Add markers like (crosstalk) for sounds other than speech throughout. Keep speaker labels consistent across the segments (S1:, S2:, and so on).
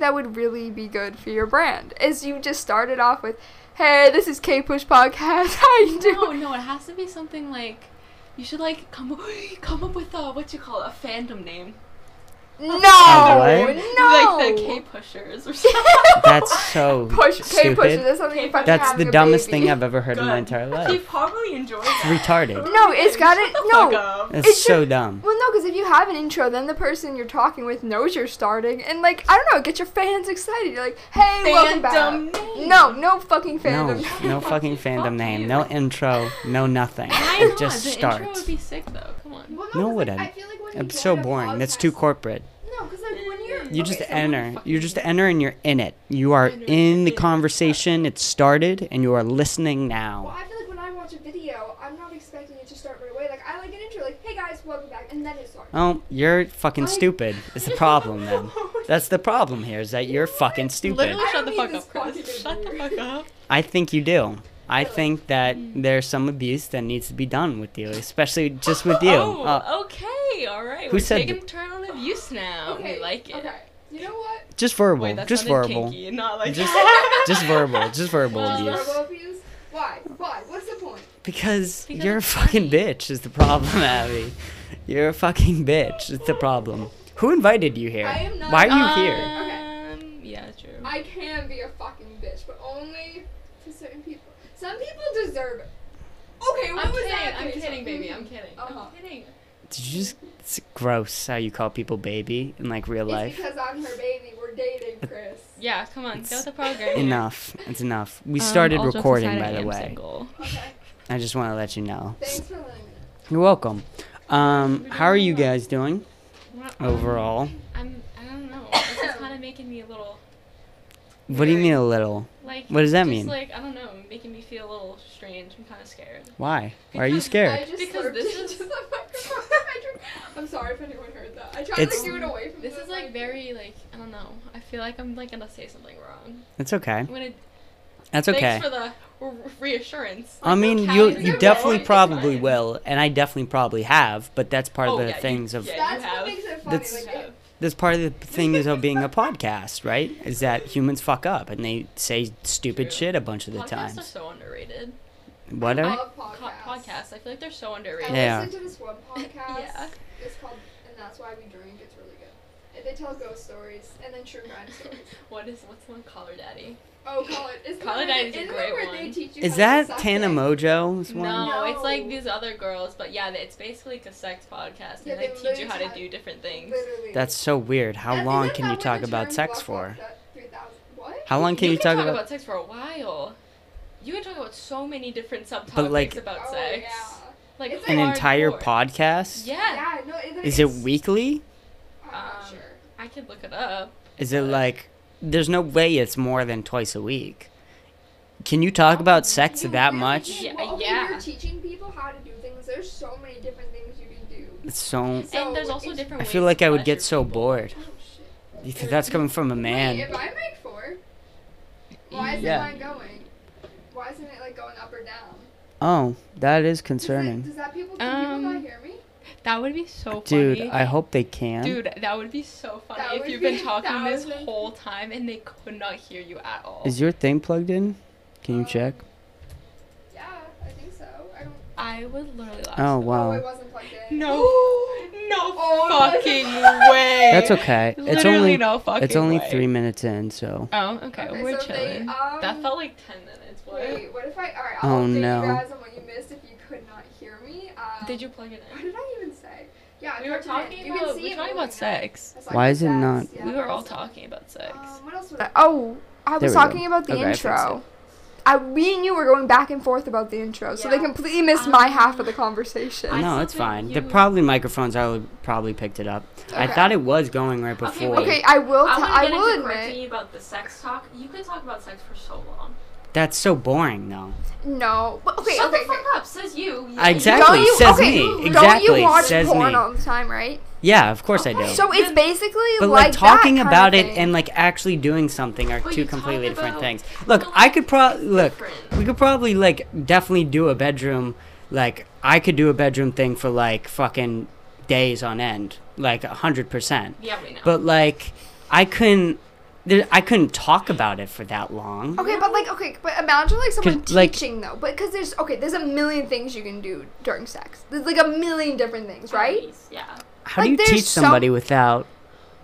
S1: that would really be good for your brand. Is you just started off with, "Hey, this is K Push Podcast. (laughs) How you
S2: (laughs)
S3: No,
S1: doing?"
S3: Oh, no, it has to be something like. You should like come up, (gasps) come up with a what you call it, a fandom name, (laughs)
S1: No,
S3: A
S1: no.
S4: what?
S3: like the K pushers or something.
S4: That's so
S1: push K
S4: stupid.
S1: Pusher. That's something you fucking
S4: That's
S1: having
S4: the
S1: a
S4: dumbest
S1: baby.
S4: thing I've ever heard in my
S3: Good.
S4: entire
S3: He (laughs)
S4: life.
S3: probably enjoyed
S4: It's
S3: that.
S4: retarded.
S1: No, it's got
S3: Shut
S1: it.
S3: the
S1: No,
S3: fuck up.
S4: That's
S1: It
S4: so
S1: should-
S4: dumb.
S1: (laughs) Well, no, because if you have an intro, then the person you're talking with knows you're starting, and like I don't know, get your fans excited. You're like, hey, welcome back.
S3: Fandom name.
S1: No, no fucking
S4: No,
S1: fandom.
S4: no fucking
S3: Fuck you.
S4: fandom name, no intro, no nothing.
S3: Why
S4: It
S3: not?
S4: just
S3: the intro would
S4: starts.
S3: be sick though. Come on.
S2: Well,
S4: No,
S2: 'cause,
S4: it
S2: I
S4: wouldn't.
S2: feel like when you
S4: It's so
S2: join a
S4: boring. That's too
S2: podcast-
S4: corporate.
S2: No, because like when you're
S4: You just
S2: okay, so-
S4: enter.
S3: fucking
S4: You just enter and you're in it. You are
S3: Enter
S4: in the
S3: it.
S4: conversation. It started and you are listening
S2: Well,
S4: now.
S2: I feel like when I watch a video, I'm not expecting it to start right away. Like I like an intro, like "Hey guys, welcome back," and then it starts.
S4: Oh, you're fucking
S2: I-
S4: stupid. Is the problem
S1: (laughs)
S4: then?
S2: (laughs) Oh,
S4: That's the problem here is that you're fucking stupid.
S3: Literally,
S2: I don't
S3: shut the
S2: need
S3: fuck
S2: this
S3: up, Chris.
S2: fucking
S3: Shut the fuck up.
S4: I think you do. I think that there's some abuse that needs to be done with you, especially just with you.
S3: Oh,
S4: Uh,
S3: okay, all right.
S4: who
S3: We're
S4: said
S3: taking
S4: th-
S3: a turn on abuse now.
S2: Okay,
S3: Oh, we like it.
S2: Okay, you know what?
S4: just verbal.
S3: Wait, that's
S4: just verbal.
S3: Kinky, not like
S4: Just,
S3: (laughs)
S4: just verbal. Just verbal
S3: Well,
S4: abuse.
S3: Yes.
S2: Verbal abuse. Why? Why? What's the point?
S4: Because,
S3: Because
S4: you're a
S3: it's
S4: fucking
S3: funny.
S4: bitch is the problem, (laughs) Abby. You're a fucking bitch. It's the problem. Who invited you here?
S2: I am not-
S4: Why are you
S3: um,
S4: here?
S3: Yeah, true.
S2: I can be a fucking bitch, but only to certain people. Some people deserve it. Okay, what
S3: I'm
S2: was
S3: kidding.
S2: that?
S3: I'm
S2: Okay, so-
S3: kidding, baby. I'm kidding.
S2: Uh-huh.
S3: I'm Oh, kidding.
S4: Did you just? It's gross how you call people baby in like real
S2: It's
S4: life.
S2: because I'm her baby. We're dating, Chris.
S3: Yeah, come on. Go
S4: It's
S3: with the program.
S4: Enough. It's enough. We
S3: Um,
S4: started
S3: all jokes
S4: recording,
S3: aside,
S4: by
S3: I
S4: the
S3: am
S4: way.
S3: Single.
S2: Okay,
S4: I just want to let you know.
S2: thanks for letting me. know.
S4: You're welcome. Um,
S3: We're
S4: how are
S3: doing
S4: you
S3: well.
S4: guys doing overall?
S3: I'm. I don't (coughs) know. This is kind of making me a little
S4: What do you mean a little?
S3: like.
S4: What does that
S3: just,
S4: mean?
S3: Like I don't know, making me feel a little strange. I'm kind of scared.
S4: Why? Why are you
S3: Because
S2: I
S4: scared?
S2: just
S3: Because
S2: slurped
S3: this
S2: into
S3: is- (laughs)
S2: the microphone. I drew- I'm sorry if anyone heard that. I tried
S4: It's-
S2: to do it away from
S3: This
S2: the
S3: is like
S2: mic.
S3: very like I don't know. I feel like I'm like gonna say something wrong.
S4: That's okay.
S3: I'm gonna.
S4: That's okay.
S3: Thanks for the re- reassurance.
S4: I mean,
S3: okay,
S4: you
S3: it's
S4: you
S3: okay.
S4: definitely
S3: It's
S4: probably
S3: fine.
S4: will, and I definitely probably have, but that's part
S3: Oh,
S4: of the
S3: yeah, you-
S4: things of
S3: yeah, you
S2: That's what
S3: have.
S2: makes it funny.
S4: That's-
S2: Like, it-
S4: that's part of the things of being a podcast, right? Is that humans fuck up and they say stupid
S3: True.
S4: shit a bunch of the
S3: Podcasts are
S4: times.
S3: so underrated.
S4: Whatever.
S2: I
S3: I-
S2: love
S3: Co-
S2: podcasts.
S3: podcasts. I feel like they're so
S2: I
S3: underrated.
S4: Yeah.
S2: listened to this one podcast.
S3: Yeah.
S2: It's called And That's Why We Drink. It's really good. And They tell ghost stories and then true crime stories.
S3: (laughs) What is what's the one collar daddy?
S2: Oh, call it. Is
S3: Call It Daddy is a great
S2: where
S3: one.
S2: They teach you
S4: Is
S2: how to
S4: that
S2: suck
S4: Tana
S2: dick?
S4: Mojo's
S3: No,
S4: one?
S3: it's
S2: No.
S3: like these other girls, but yeah, it's basically like a sex podcast,
S2: Yeah,
S3: and
S2: they
S3: they, teach you
S2: literally
S3: how to
S2: tell-
S3: do different things.
S2: Literally.
S4: That's so weird.
S2: I
S4: How
S2: think
S4: long
S2: that's
S4: can you
S2: how I
S4: talk
S2: learned the
S4: about
S2: term
S4: sex
S2: Buck
S4: for?
S2: Buck 3000. What?
S4: How long can you talk about?
S3: about sex for a while? You can talk about so many different subtopics
S4: like-
S3: about
S2: Oh,
S3: sex.
S2: yeah.
S3: Like
S2: It's
S4: An entire
S3: hardcore.
S4: podcast?
S3: Yeah,
S2: Yeah, no, it,
S4: Is it
S2: it's-
S4: weekly?
S2: I'm not
S3: Um,
S2: sure.
S3: I could look it up.
S4: Is it like there's no way it's more than twice a week? Can you talk about sex
S2: You
S4: that
S2: really
S4: much?
S2: can't-
S3: Yeah,
S2: well, okay,
S3: yeah.
S2: You're teaching people how to do things. There's so many different things you can do.
S4: It's so
S3: and there's
S2: So,
S3: also
S2: it's-
S3: different.
S4: I
S3: ways
S4: feel
S3: to
S4: like I would
S3: pleasure
S4: get so
S3: people.
S4: bored.
S2: Oh shit.
S4: You think that's coming from a
S2: Wait, if
S4: man?
S2: I make four, why isn't
S4: Yeah.
S2: mine going? Why isn't it like going up or down?
S4: Oh, that is
S2: Does, it-
S4: concerning.
S2: does that people can people not
S3: Um,
S2: hear me?
S3: That would be so funny.
S4: Dude, I hope they can.
S3: Dude, that would be so funny
S2: That
S3: if
S2: would
S3: you've
S2: be-
S3: been talking
S2: that
S3: this
S2: would be-
S3: whole time and they could not hear you at all.
S4: Is your thing plugged in? Can you
S2: Um,
S4: check?
S2: Yeah, I think so. I don't.
S3: I would literally laugh.
S4: Oh,
S2: Oh, it
S4: wow.
S2: wasn't plugged in.
S3: No, no
S2: Oh, my
S3: (laughs) fucking
S2: God.
S3: way.
S4: That's okay. It's
S3: Literally
S4: only
S3: no fucking
S4: it's only
S3: way.
S4: 3 minutes in, so
S3: Oh, okay,
S2: Okay,
S3: we're
S2: so they,
S3: chilling.
S2: um,
S3: that felt like ten minutes. What?
S2: Wait, what if I? All right,
S4: Oh,
S2: I'll update
S4: no.
S2: you guys on what you missed if you could not hear me. Um,
S3: Did you plug it
S2: What
S3: in?
S2: did I even say? Yeah, I
S3: We were
S2: plugged it in.
S3: talking
S2: You can
S3: about
S2: see
S3: we were
S2: it
S3: talking
S2: rolling
S3: about
S2: up.
S3: sex.
S2: I was talking
S4: Why is it
S2: sex,
S4: not-
S2: yeah,
S3: We were all
S2: sex.
S3: talking about sex.
S2: Um, what else was
S1: Uh,
S2: I?
S1: Oh, I
S4: There
S1: was
S4: we go.
S1: talking about the
S4: Okay, I fixed
S1: intro. I, me and you were going back and forth about the intro, so they
S2: Yeah.
S1: completely missed my
S3: Um,
S1: half of the conversation.
S3: I
S4: no,
S3: still
S4: it's
S3: think
S4: fine. The
S3: you-
S4: probably microphones are probably picked it up. I
S1: Okay.
S4: thought it was going right
S3: Okay,
S4: before.
S1: okay, I will.
S3: I
S1: T-
S3: want
S1: I
S3: to get
S1: will
S3: into
S1: admit.
S3: correcting you about the sex talk. You could talk about sex for so long.
S4: That's so boring, though.
S1: No. But, okay.
S3: Shut
S1: okay.
S3: the fuck
S1: okay.
S3: up. Says you. you
S4: Exactly.
S1: Don't you,
S4: says
S1: okay,
S4: me.
S1: Don't
S4: Exactly,
S1: you watch
S4: says
S1: porn
S4: me.
S1: all the time, right?
S4: Yeah, of course I do.
S1: So it's
S3: Then-
S1: basically
S4: but
S1: like,
S4: like, talking
S1: that kind
S4: about
S1: of
S4: it
S1: thing.
S4: and like actually doing something are
S3: But
S4: two
S3: you talk
S4: completely different
S3: about-
S4: things. Look,
S3: but,
S4: I
S3: like,
S4: could probably
S3: it's
S4: look.
S3: different.
S4: We could probably like definitely do a bedroom. Like I could do a bedroom thing for like fucking days on end, like a hundred percent.
S3: Yeah, we know.
S4: But like I couldn't. there, I couldn't talk about it for that long.
S1: Okay, but like, okay, but imagine like someone
S4: 'Cause, like-
S1: teaching though, but because there's okay, there's a million things you can do during sex. There's like a million different things, right?
S3: Always, Yeah.
S4: How
S1: like,
S4: do you
S1: there's
S4: teach
S1: some-
S4: somebody without?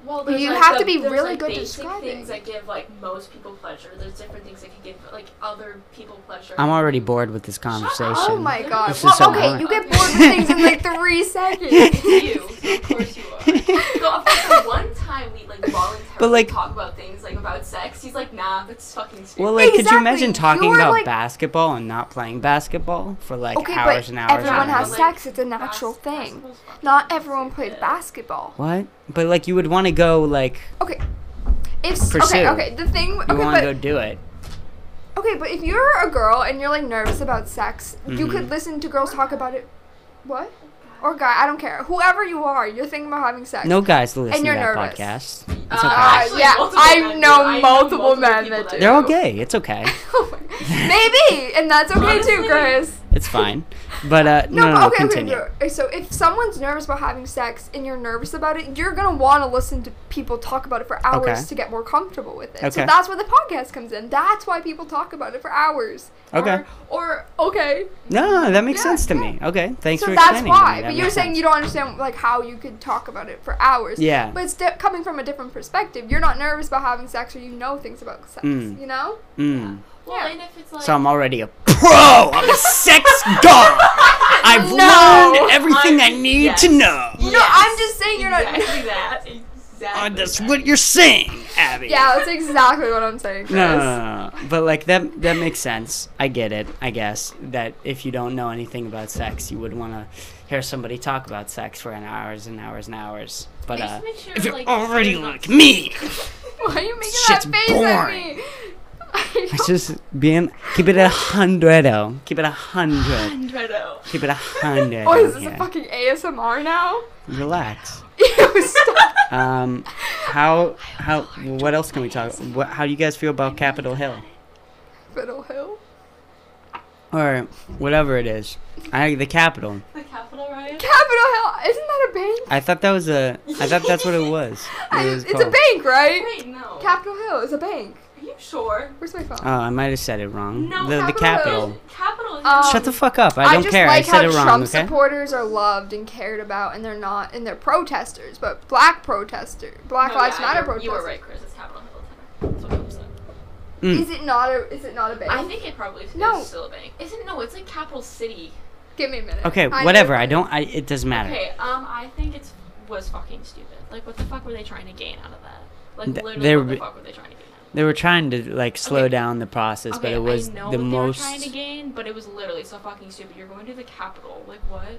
S3: Well,
S1: But
S3: there's,
S1: you
S3: like,
S1: have
S3: the-
S1: to be
S3: there's,
S1: really
S3: like,
S1: good
S3: basic
S1: describing.
S3: things that give like most people pleasure. There's different things that can give like other people pleasure.
S4: I'm already bored with this conversation.
S1: Oh my (laughs) god.
S4: This
S1: Well,
S4: is so
S1: okay,
S4: boring.
S1: you get bored with things in like
S4: (laughs)
S1: three seconds.
S3: (laughs) you, of course you are. So of course, the one time we like voluntarily
S4: But, like-
S3: talk about things like about sex, he's like, nah, that's fucking stupid.
S4: (laughs) Well, like, could you
S1: Exactly.
S4: imagine talking
S1: You're,
S4: about
S1: like-
S4: basketball and not playing basketball for like
S1: Okay,
S4: hours
S1: but
S4: and hours?
S1: everyone
S4: and
S1: has
S4: hours?
S3: Like,
S1: sex. It's a natural
S3: bas-
S1: thing.
S3: basketball's fucking
S1: Not everyone plays
S3: stupid.
S1: basketball.
S4: What? But like, you would want to go like
S1: Okay. If s-
S4: Pursue.
S1: okay, okay, the thing. Okay,
S4: you want to
S1: but
S4: go do it.
S1: okay, but if you're a girl and you're like nervous about sex, you
S4: Mhm.
S1: could listen to girls talk about it. What? Or guy, I don't care. Whoever you are, you're thinking about having sex. (laughs)
S4: No guys listen to
S1: you're
S4: that
S1: nervous. Ah,
S4: podcast.
S3: Uh,
S4: It's okay.
S3: actually,
S1: Yeah,
S3: multiple
S1: I
S3: men do.
S1: know multiple men
S3: people
S1: that do.
S4: They're all gay. It's okay.
S1: Oh Maybe, and
S4: (laughs)
S1: that's okay too,
S3: Honestly.
S1: Chris. (laughs)
S4: It's fine. But uh, no,
S1: No,
S4: no,
S1: but okay,
S4: no,
S1: okay,
S4: continue.
S1: no. okay. So if someone's nervous about having sex and you're nervous about it, you're gonna want to listen to people talk about it for hours
S4: Okay.
S1: to get more comfortable with it. So
S4: Okay.
S1: that's where the podcast comes in. That's why people talk about it for hours.
S4: Okay.
S1: Or, or okay.
S4: No, no, that makes
S1: Yeah,
S4: sense to
S1: yeah.
S4: me. Okay, thanks
S1: so
S4: for
S1: that's
S4: explaining. to me.
S1: why.
S4: That
S1: But you're
S4: makes
S1: saying
S4: sense.
S1: you don't understand like how you could talk about it for hours.
S4: Yeah.
S1: But it's di- coming from a different perspective. You're not nervous about having sex, or you know things about sex.
S4: Mm.
S1: You know.
S4: Mm.
S3: Well,
S1: Yeah.
S3: and if it's like,
S4: So I'm already a pro. I'm
S1: (laughs)
S4: a sex god. I've
S1: No,
S4: learned everything I,
S3: I-
S4: need
S3: yes.
S4: to know.
S1: No, I'm just saying you're not.
S3: exactly that. Exactly.
S4: Uh, that's
S3: that.
S4: what you're saying, Abby.
S1: Yeah, that's exactly what I'm saying. Chris.
S4: No, no, no, no, no. but like that that makes sense. I get it. I guess that if you don't know anything about sex, you would want to hear somebody talk about sex for an hours and hours and hours. But uh,
S3: Just make sure,
S4: if you're
S3: like,
S4: already
S3: you're not-
S4: like me,
S1: (laughs) Why are you making
S4: Shit's
S1: that face
S4: boring.
S1: at me?
S4: (laughs)
S1: (laughs)
S4: it's just being keep it a hundredo. Keep it a hundred.
S3: Andretto.
S4: Keep it
S1: (laughs)
S4: a hundred.
S1: Oh, is
S4: down
S1: this
S4: here.
S1: a fucking ASMR now? (laughs)
S4: Relax.
S1: Ew,
S4: (laughs)
S1: stop.
S4: Um, how how what else can we talk? What, how do you guys feel about Capitol Hill
S1: Fiddle Hill.
S4: or whatever it is? I the Capitol.
S3: The Capitol Riot.
S1: Capitol Hill, isn't that a bank?
S4: I thought that was a. I thought that's what it was.
S1: I-
S4: It was
S1: it's a
S4: called-
S1: bank, right?
S3: Wait, no.
S1: Capitol Hill is a bank.
S3: Are you sure?
S1: Where's my phone?
S4: Oh, I might have said it wrong.
S3: No,
S4: the, the
S1: Capitol.
S3: Capitol.
S4: capital.
S3: is-
S1: Um,
S4: Shut the fuck up. I don't
S1: just
S4: care.
S1: like
S4: I said
S1: how
S4: it wrong.
S1: Trump
S4: okay.
S1: supporters are loved and cared about, and they're not, and they're protesters, but black protesters, Black
S3: No,
S1: Lives
S3: yeah,
S1: Matter
S3: you
S1: protesters.
S3: were- You were right, Chris. It's Capitol Hill. Tech. That's what I'm saying.
S4: Mm.
S1: Is it not a? Is it not a bank?
S3: I think it probably is
S1: No.
S3: still a bank. Isn't no? It's like Capital City.
S1: Give me a minute.
S4: okay,
S1: I know
S4: whatever.
S1: it's-
S4: I don't. I, it doesn't matter.
S3: Okay. Um, I think it's was fucking stupid. Like, what the fuck were they trying to gain out of that? Like,
S4: Th-
S3: literally,
S4: they
S3: what
S4: were-
S3: the fuck were they trying to gain? Out of
S4: They were trying to like slow
S3: Okay.
S4: down the process,
S3: it?
S4: but
S3: Okay,
S4: it was
S3: I know
S4: the
S3: what
S4: most.
S3: they were trying to gain, but it was literally so fucking stupid. You're going to the Capitol. Like, what?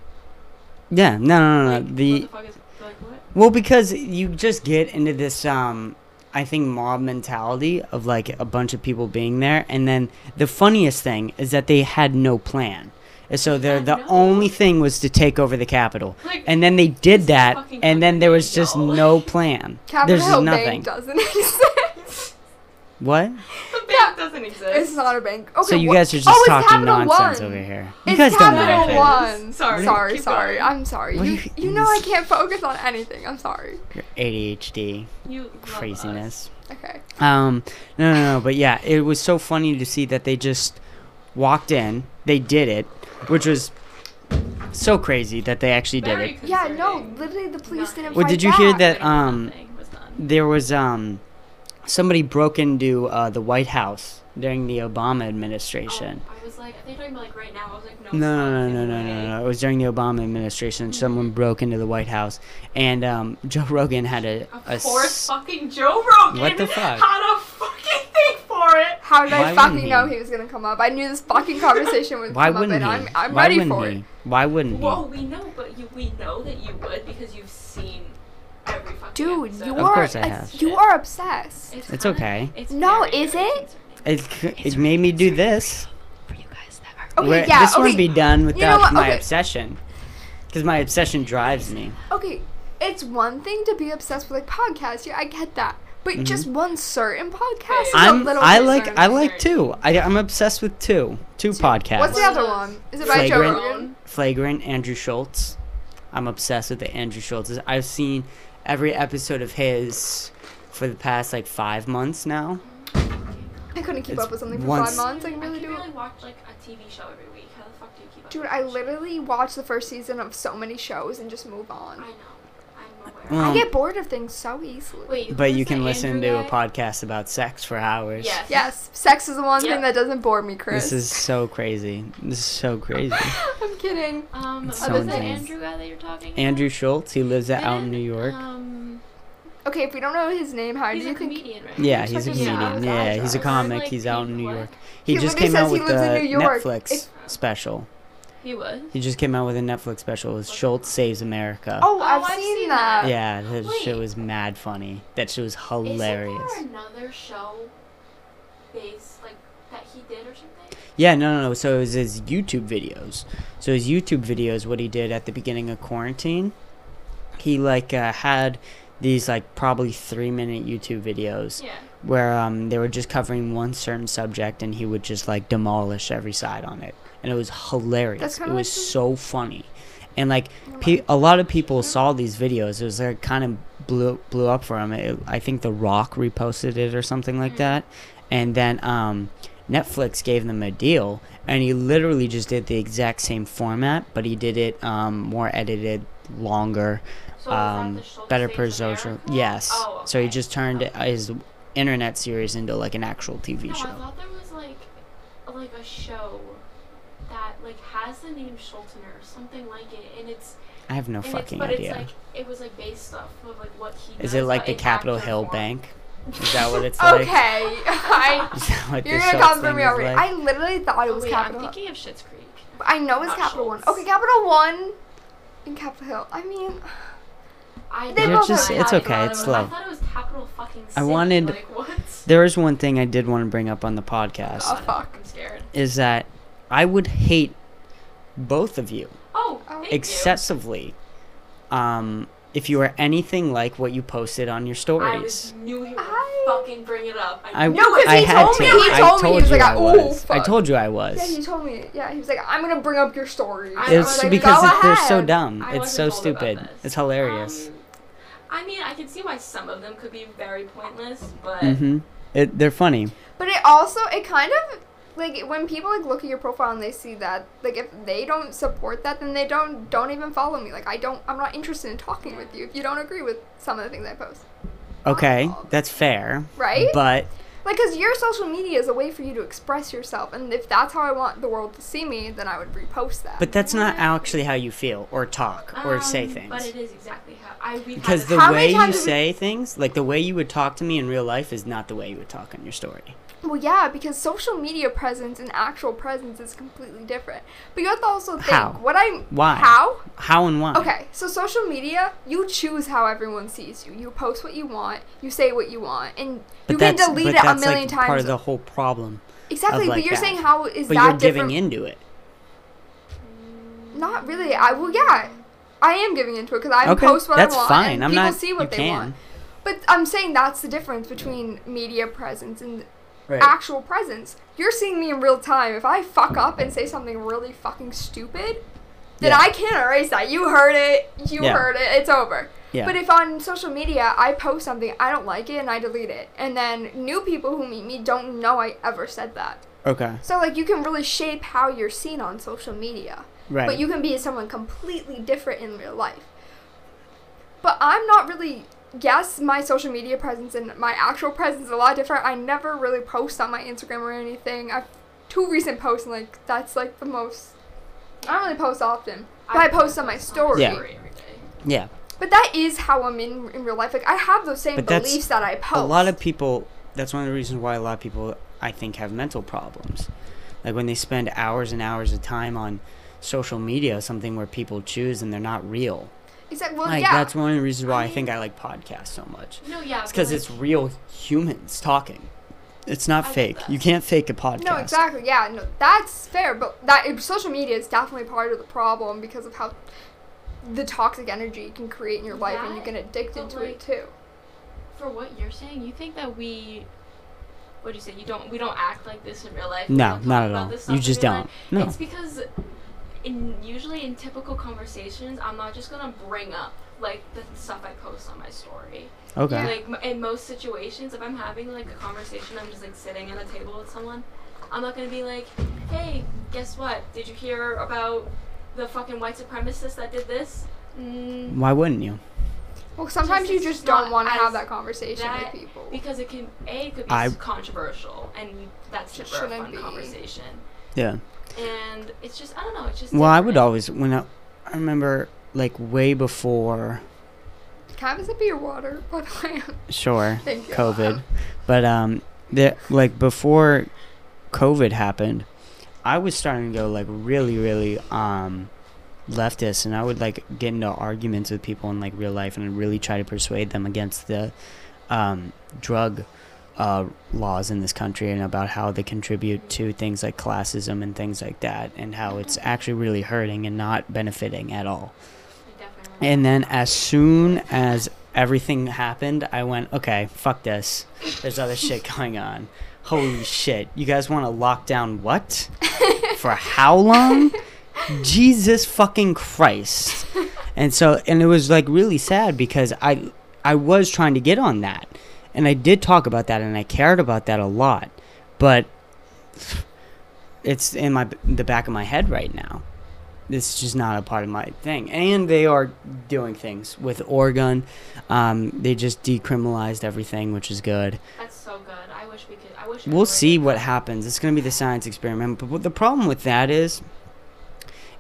S4: Yeah, no, no, no. no.
S3: Like,
S4: Uh, the
S3: what the fuck is like what?
S4: Well, because you just get into this, um, I think, mob mentality of like a bunch of people being there. And then the funniest thing is that they had no plan. And so their
S3: had
S4: the
S3: no-
S4: only thing was to take over the capital.
S3: Like,
S4: And then they did that,
S3: fucking
S4: and then there was just
S3: unbelievable.
S4: no plan.
S1: Capitol
S4: There's
S1: Hill
S4: nothing.
S1: Bank doesn't (laughs) exist.
S4: What?
S3: the bank doesn't exist.
S1: It's not a bank. Okay.
S4: so you
S1: wha-
S4: guys are just
S1: oh, it's
S4: talking
S1: Capital
S4: nonsense
S1: One.
S4: over here.
S1: It's
S4: you guys don't know
S1: Capital
S4: anything.
S1: One.
S3: Sorry,
S1: sorry,
S3: keep
S1: sorry.
S3: going.
S1: I'm sorry.
S4: What
S1: You,
S4: do you-
S1: you know I can't focus on anything. I'm sorry.
S4: Your ADHD
S3: You love us.
S4: craziness.
S1: Okay.
S4: Um, no, no, no, but yeah, it was so funny to see that they just walked in, they did it, which was so crazy that they actually did
S3: Very
S4: it.
S1: Yeah, no.
S3: concerning.
S1: Literally, the police didn't.
S3: Nothing.
S4: Well,
S1: fight
S4: did you hear
S1: back.
S4: that,
S3: Literally
S4: um,
S3: nothing was done.
S4: There was um, somebody broke into uh, the White House during the Obama administration.
S3: Oh, I was like, I think talking about like right now. I was like,
S1: Oh,
S3: no.
S4: No,
S3: stop,
S4: no, no,
S3: get
S4: no, no, no,
S3: away.
S4: no. It was during the Obama administration.
S1: Mm-hmm.
S4: Someone broke into the White House, and um, (laughs) Joe Rogan had a,
S3: Of
S4: a
S3: course,
S4: s-
S3: fucking Joe Rogan.
S4: What the fuck?
S3: Had a fucking thing for it.
S1: How did
S4: Why
S1: I
S4: wouldn't
S1: fucking know
S4: he?
S1: he was gonna come up? I knew this
S4: (laughs)
S1: fucking conversation would
S4: Why
S1: come up,
S4: wouldn't
S1: and I'm
S4: he?
S1: I'm
S4: Why
S1: ready
S4: wouldn't
S1: for
S4: he?
S1: it.
S4: Why wouldn't he?
S3: Whoa, we know, but you, we know that you would because you've seen every fucking.
S1: Dude,
S3: episode.
S1: you
S4: Of
S1: are
S4: course I
S1: a-
S4: have.
S1: you are obsessed.
S3: It's,
S4: It's
S3: kinda-
S4: okay.
S3: It's
S1: No,
S3: very,
S1: is
S3: very
S1: it?
S3: concerning.
S4: It c- it made me do this.
S3: Oh,
S1: Okay,
S4: Where-
S1: yeah.
S4: this
S1: okay,
S4: wouldn't be done without
S1: what?
S4: my
S1: Okay.
S4: obsession. Because my obsession drives me.
S1: okay. It's one thing to be obsessed with like podcasts. Yeah, I get that. But just one certain podcast is a
S4: Mm-hmm. I'm,
S1: little.
S4: I like I
S1: concerning.
S4: like two. I, I'm obsessed with two. Two podcasts.
S1: What's the
S3: One of
S1: other
S3: those.
S1: one? Is it by Joe
S4: Flagrant.
S1: Rogan?
S4: Flagrant, Andrew Schultz. I'm obsessed with the Andrew Schultz's. I've seen every episode of his for the past like five months now.
S1: I couldn't keep
S4: It's
S1: up with something for
S4: once-
S1: five months. I can
S3: I
S1: really
S3: can
S1: do
S3: barely
S1: it.
S3: watch like a TV show every week. How the fuck do you keep up?
S1: Dude,
S3: with
S1: I
S3: that shit?
S1: literally watch the first season of so many shows and just move
S3: I
S1: on.
S3: know. I'm aware.
S4: Well,
S1: I
S4: Um,
S1: get bored of things so easily.
S3: Wait,
S4: But
S3: who's
S4: you
S3: the
S4: can listen
S3: Andrew
S4: to a
S3: guy?
S4: podcast about sex for hours.
S3: Yes.
S1: Yes, sex is the one
S3: Yep.
S1: thing that doesn't bore me, Chris.
S4: This is so crazy. This is so crazy.
S1: (laughs) I'm kidding.
S3: Um,
S4: It's
S3: who's
S1: so
S3: the
S1: intense.
S3: Andrew guy that you're talking? about?
S4: Andrew Schultz, he lives out in
S3: Man,
S4: New York.
S1: uh,
S3: Um,
S1: Okay, if we don't know his name, how do
S3: he's
S1: you
S3: a
S1: think?
S3: comedian, right?
S4: Yeah,
S1: Looks
S4: he's a
S1: like he's out
S4: comedian.
S1: with
S4: Yeah,
S1: eyes
S4: he's a
S1: out.
S4: comic.
S3: Like
S4: he's out in
S3: Pink
S4: New
S3: Floyd?
S4: York. He,
S1: He
S4: just
S1: literally
S4: came out
S1: says he
S4: with
S1: lives in
S4: the
S1: New York.
S4: Netflix
S1: If-
S4: special.
S3: He was.
S4: He just came out with a Netflix special. It was Schultz Saves America.
S1: Oh, uh,
S3: Oh,
S1: I've,
S3: I've
S1: seen,
S3: seen
S1: that.
S4: yeah, that shit
S3: Wait.
S4: was mad funny. That shit was
S3: Is
S4: hilarious.
S3: there another show based like that he did or something?
S4: Yeah, no, no, no. So it was his YouTube videos. So his YouTube videos, what he did at the beginning of quarantine, he like uh, had these like probably three minute YouTube videos
S3: Yeah.
S4: where um, they were just covering one certain subject, and he would just like demolish every side on it, and it was hilarious.
S1: That's
S4: it
S1: kinda
S4: was
S1: like the-
S4: so funny, and like
S1: Oh
S4: pe- a lot of people saw these videos. It was like kind of blew blew up for him. It, I think The Rock reposted it or something like
S3: Mm.
S4: that, and then um, Netflix gave them a deal, and he literally just did the exact same format, but he did it um, more edited, longer,
S3: So is
S4: um,
S3: that the Schultz
S4: better
S3: Saves
S4: per social.
S3: America?
S4: Yes.
S3: Oh,
S4: So he
S3: okay.
S4: just turned uh, his internet series into like an actual TV
S3: No, I
S4: show.
S3: thought there was like like a show that like has the name Schultener or something like it, and it's
S4: I have no
S3: and
S4: fucking
S3: it's, but
S4: idea.
S3: it's like it was like based off of like what he.
S4: Is
S3: does,
S4: it like
S3: but
S4: the
S3: in
S4: Capitol
S3: actor
S4: Hill
S3: form.
S4: Bank? (laughs) Is
S3: (laughs)
S4: that what it's like?
S1: Okay, (laughs) I,
S4: Is that what
S1: you're
S4: this
S1: gonna
S4: Schultz
S1: come for
S4: thing
S1: me
S4: is
S1: already.
S4: like?
S1: I literally thought it
S3: Oh,
S1: was
S3: wait,
S1: Capitol.
S3: I'm
S1: Hill.
S3: thinking of Schitt's Creek.
S1: I know it's
S3: Not
S1: Capital One.
S3: Schultz.
S1: Okay, Capital One and Capitol Hill. I mean,
S3: I
S1: They're
S3: know
S1: just-
S3: I
S1: it's
S3: thought it
S4: okay,
S3: was-
S4: it's
S3: I
S4: love.
S3: thought it was Capital fucking.
S4: I
S3: City,
S4: wanted-
S3: Like, what?
S4: (laughs) There is one thing I did want to bring up on the podcast
S1: Oh, fuck.
S3: I'm scared.
S4: is that I would hate both of you
S3: Oh,
S1: Oh.
S3: thank you.
S4: excessively um, if you were anything like what you posted on your
S3: I
S4: stories.
S3: was knew he would
S1: I-
S3: fucking bring it up. I,
S4: I,
S3: knew
S1: No, 'cause
S4: I
S1: he
S4: had
S1: told
S4: to.
S1: me- he
S4: I
S1: told me. He
S4: told
S1: was
S4: you
S1: like,
S4: I
S1: "Ooh,
S4: was. I
S1: fuck."
S4: told you I was.
S1: yeah, he told me. Yeah, he was like, "I'm gonna bring up your story."
S3: I
S1: I
S4: It's
S1: was
S3: like,
S4: because
S1: "Go
S4: it- they're so
S1: ahead."
S4: dumn.
S3: I
S4: it's so
S3: wasn't told about
S4: stupid.
S3: this.
S4: It's hilarious.
S3: Um, I mean, I can see why some of them could be very pointless, but
S4: mm-hmm. It, they're funny.
S1: But it also it kind of like when people like look at your profile and they see that like if they don't support that then they don't don't even follow me. Like I don't I'm not interested in talking with you if you don't agree with some of the things I post.
S4: Okay,
S1: Oh.
S4: that's fair.
S1: Right?
S4: But
S1: Like cuz your social media is a way for you to express yourself and if that's how I want the world to see me then I would repost that.
S4: but that's not actually how you feel or talk or say
S3: um, But
S4: things.
S3: it is exactly how I we
S4: Because the
S1: How many
S4: way you
S1: times have we-
S4: say things, like the way you would talk to me in real life, is not the way you would talk on your story.
S1: well yeah, because social media presence and actual presence is completely different. But you have to also think
S4: How?
S1: what I
S4: Why?
S1: how
S4: How and why?
S1: Okay, so social media, you choose how everyone sees you. You post what you want, you say what you want, and
S4: But
S1: you can
S4: that's-
S1: delete
S4: but
S1: it a
S4: that's,
S1: million
S4: like,
S1: times.
S4: Part of the whole problem.
S1: exactly,
S4: like
S1: but you're
S4: that.
S1: saying how is
S4: But
S1: that
S4: you're giving
S1: different?
S4: into it.
S1: Not really. I well, yeah, I am giving into it because I
S4: okay,
S1: post what
S4: that's
S1: I want,
S4: fine.
S1: and
S4: I'm
S1: people
S4: not.
S1: see
S4: you
S1: what they
S4: can.
S1: want. But I'm saying that's the difference between media presence and
S4: Right.
S1: actual presence. You're seeing me in real time. If I fuck up and say something really fucking stupid, then
S4: Yeah.
S1: I can't erase that. You heard it. You
S4: Yeah.
S1: heard it. It's over.
S4: Yeah.
S1: But if on social media I post something, I don't like it and I delete it. And then new people who meet me don't know I ever said that.
S4: okay.
S1: So like you can really shape how you're seen on social media.
S4: Right.
S1: But you can be someone completely different in real life. But I'm not really. Yes, my social media presence and my actual presence is a lot different. I never really post on my Instagram or anything. I've two recent posts, and like that's like the most. I don't really post often, but I, post on my story.
S4: Yeah.
S3: every day.
S4: yeah.
S1: But that is how I'm in in real life. Like I have those same
S4: But that's
S1: beliefs that I post.
S4: a lot of people that's one of the reasons why a lot of people i think have mental problems like when they spend hours and hours of time on social media something where people choose and they're not real
S1: Exactly. Well,
S4: like
S1: yeah.
S4: that's one of the reasons why i,
S3: I mean-
S4: think i like podcasts so much
S3: No, yeah,
S4: it's because
S3: but,
S4: it's real humans talking it's not
S3: I get
S4: fake
S3: that.
S4: you can't fake a podcast
S1: No, exactly. Yeah, no, that's fair. But that it- social media is definitely part of the problem because of how the toxic energy you can create in your life, and you
S3: That-
S1: get addicted
S3: but,
S1: to it
S3: like-
S1: too.
S3: for what you're saying, you think that we, what do you say? You don't. We don't act like this in real life. We
S4: no
S3: don't talk
S4: not at
S3: about
S4: all
S3: this stuff
S4: you
S3: in
S4: just
S3: real
S4: don't
S3: life.
S4: no
S3: It's because, in usually in typical conversations, I'm not just gonna bring up like the stuff I post on my story.
S4: Okay.
S3: Like m- in most situations, if I'm having like a conversation, I'm just like sitting at a table with someone. I'm not gonna be like, hey, guess what? Did you hear about the fucking white supremacist that did this? Mm,
S4: Why wouldn't you?
S1: Well, sometimes
S3: Just-
S1: you
S3: it's
S1: just
S3: just not
S1: don't want to
S3: as
S1: have that conversation
S3: that-
S1: with people.
S3: because it can a it could be
S4: I-
S3: s- controversial, and that's never a
S1: Shouldn't
S3: fun
S1: be.
S3: conversation.
S4: Yeah.
S3: And it's just I don't know. It's just
S4: Well, I would
S3: different.
S4: always when I, I remember like way before
S1: Can I have a sip of your water? (laughs) By the way,
S4: sure
S1: Thank you.
S4: COVID, but um, the like before COVID happened, I was starting to go like really really um leftist, and I would like get into arguments with people in like real life, and really try to persuade them against the um drug. Uh, laws in this country and about how they contribute to things like classism and things like that, and how it's actually really hurting and not benefiting at all.
S3: Definitely.
S4: And then as soon as everything happened, I went, okay, fuck this. There's other shit going on. Holy shit. You guys want to lock down what? For how long? Jesus fucking Christ. And so and it was like really sad because I I was trying to get on that. And I did talk about that and I cared about that a lot. But it's in my the back of my head right now this is just not a part of my thing. And they are doing things with Oregon. Um, they just decriminalized everything, which is good.
S3: That's so good. I wish we could. I wish.
S4: We'll see
S3: what.
S4: what happens. It's going to be the science experiment. But what the problem with that is,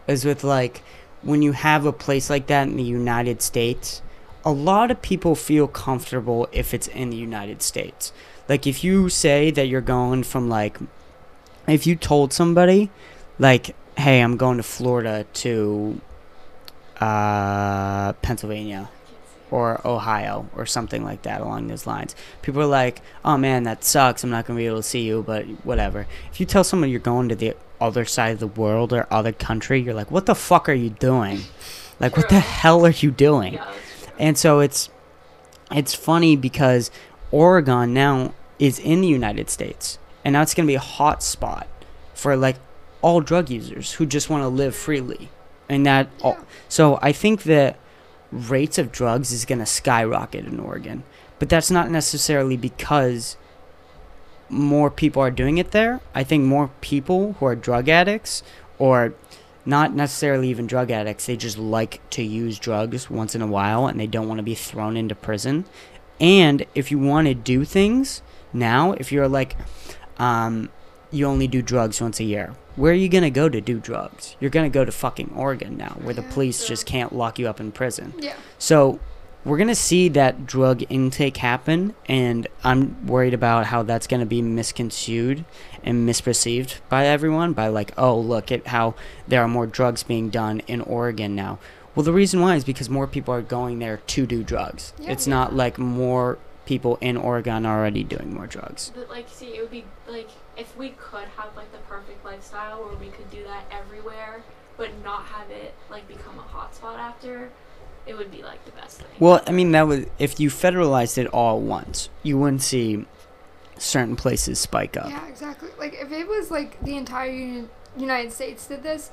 S4: is with like when you have a place like that in the United States, a lot of people feel comfortable if it's in the United States. Like if you say that you're going from like, if you told somebody, like, hey, I'm going to Florida to uh, Pennsylvania or Ohio or something like that along those lines. People are like, "Oh man, that sucks. I'm not going to be able to see you, but whatever." If you tell someone you're going to the other side of the world or other country, you're like, "What the fuck are you doing? Like what the
S3: True.
S4: hell are you doing?"
S3: Yeah, that's true.
S4: And so it's it's funny because Oregon now is in the United States, and now it's going to be a hot spot for like all drug users who just want to live freely, and that. All, so I think that rates of drugs is going to skyrocket in Oregon, but that's not necessarily because more people are doing it there. I think more people who are drug addicts or not necessarily even drug addicts, they just like to use drugs once in a while and they don't want to be thrown into prison. And if you want to do things now, if you're like, um, you only do drugs once a year, where are you going to go to do drugs? You're going to go to fucking Oregon now, where the
S1: Yeah,
S4: police
S3: true.
S4: just can't lock you up in prison.
S1: (laughs) yeah.
S4: So we're gonna see that drug intake happen, and I'm worried about how that's gonna be misconstrued and misperceived by everyone by like, oh, look at how there are more drugs being done in Oregon now. Well, the reason why is because more people are going there to do drugs.
S1: Yeah.
S4: it's not like more people in Oregon are already doing more drugs.
S3: But like, see, it would be like if we could have like the perfect lifestyle where we could do that everywhere, but not have it like become a hotspot after, it would be like the best thing.
S4: Well, I mean, that was if you federalized it all at once, you wouldn't see certain places spike up.
S1: Yeah, exactly. Like if it was like the entire Uni- United States did this,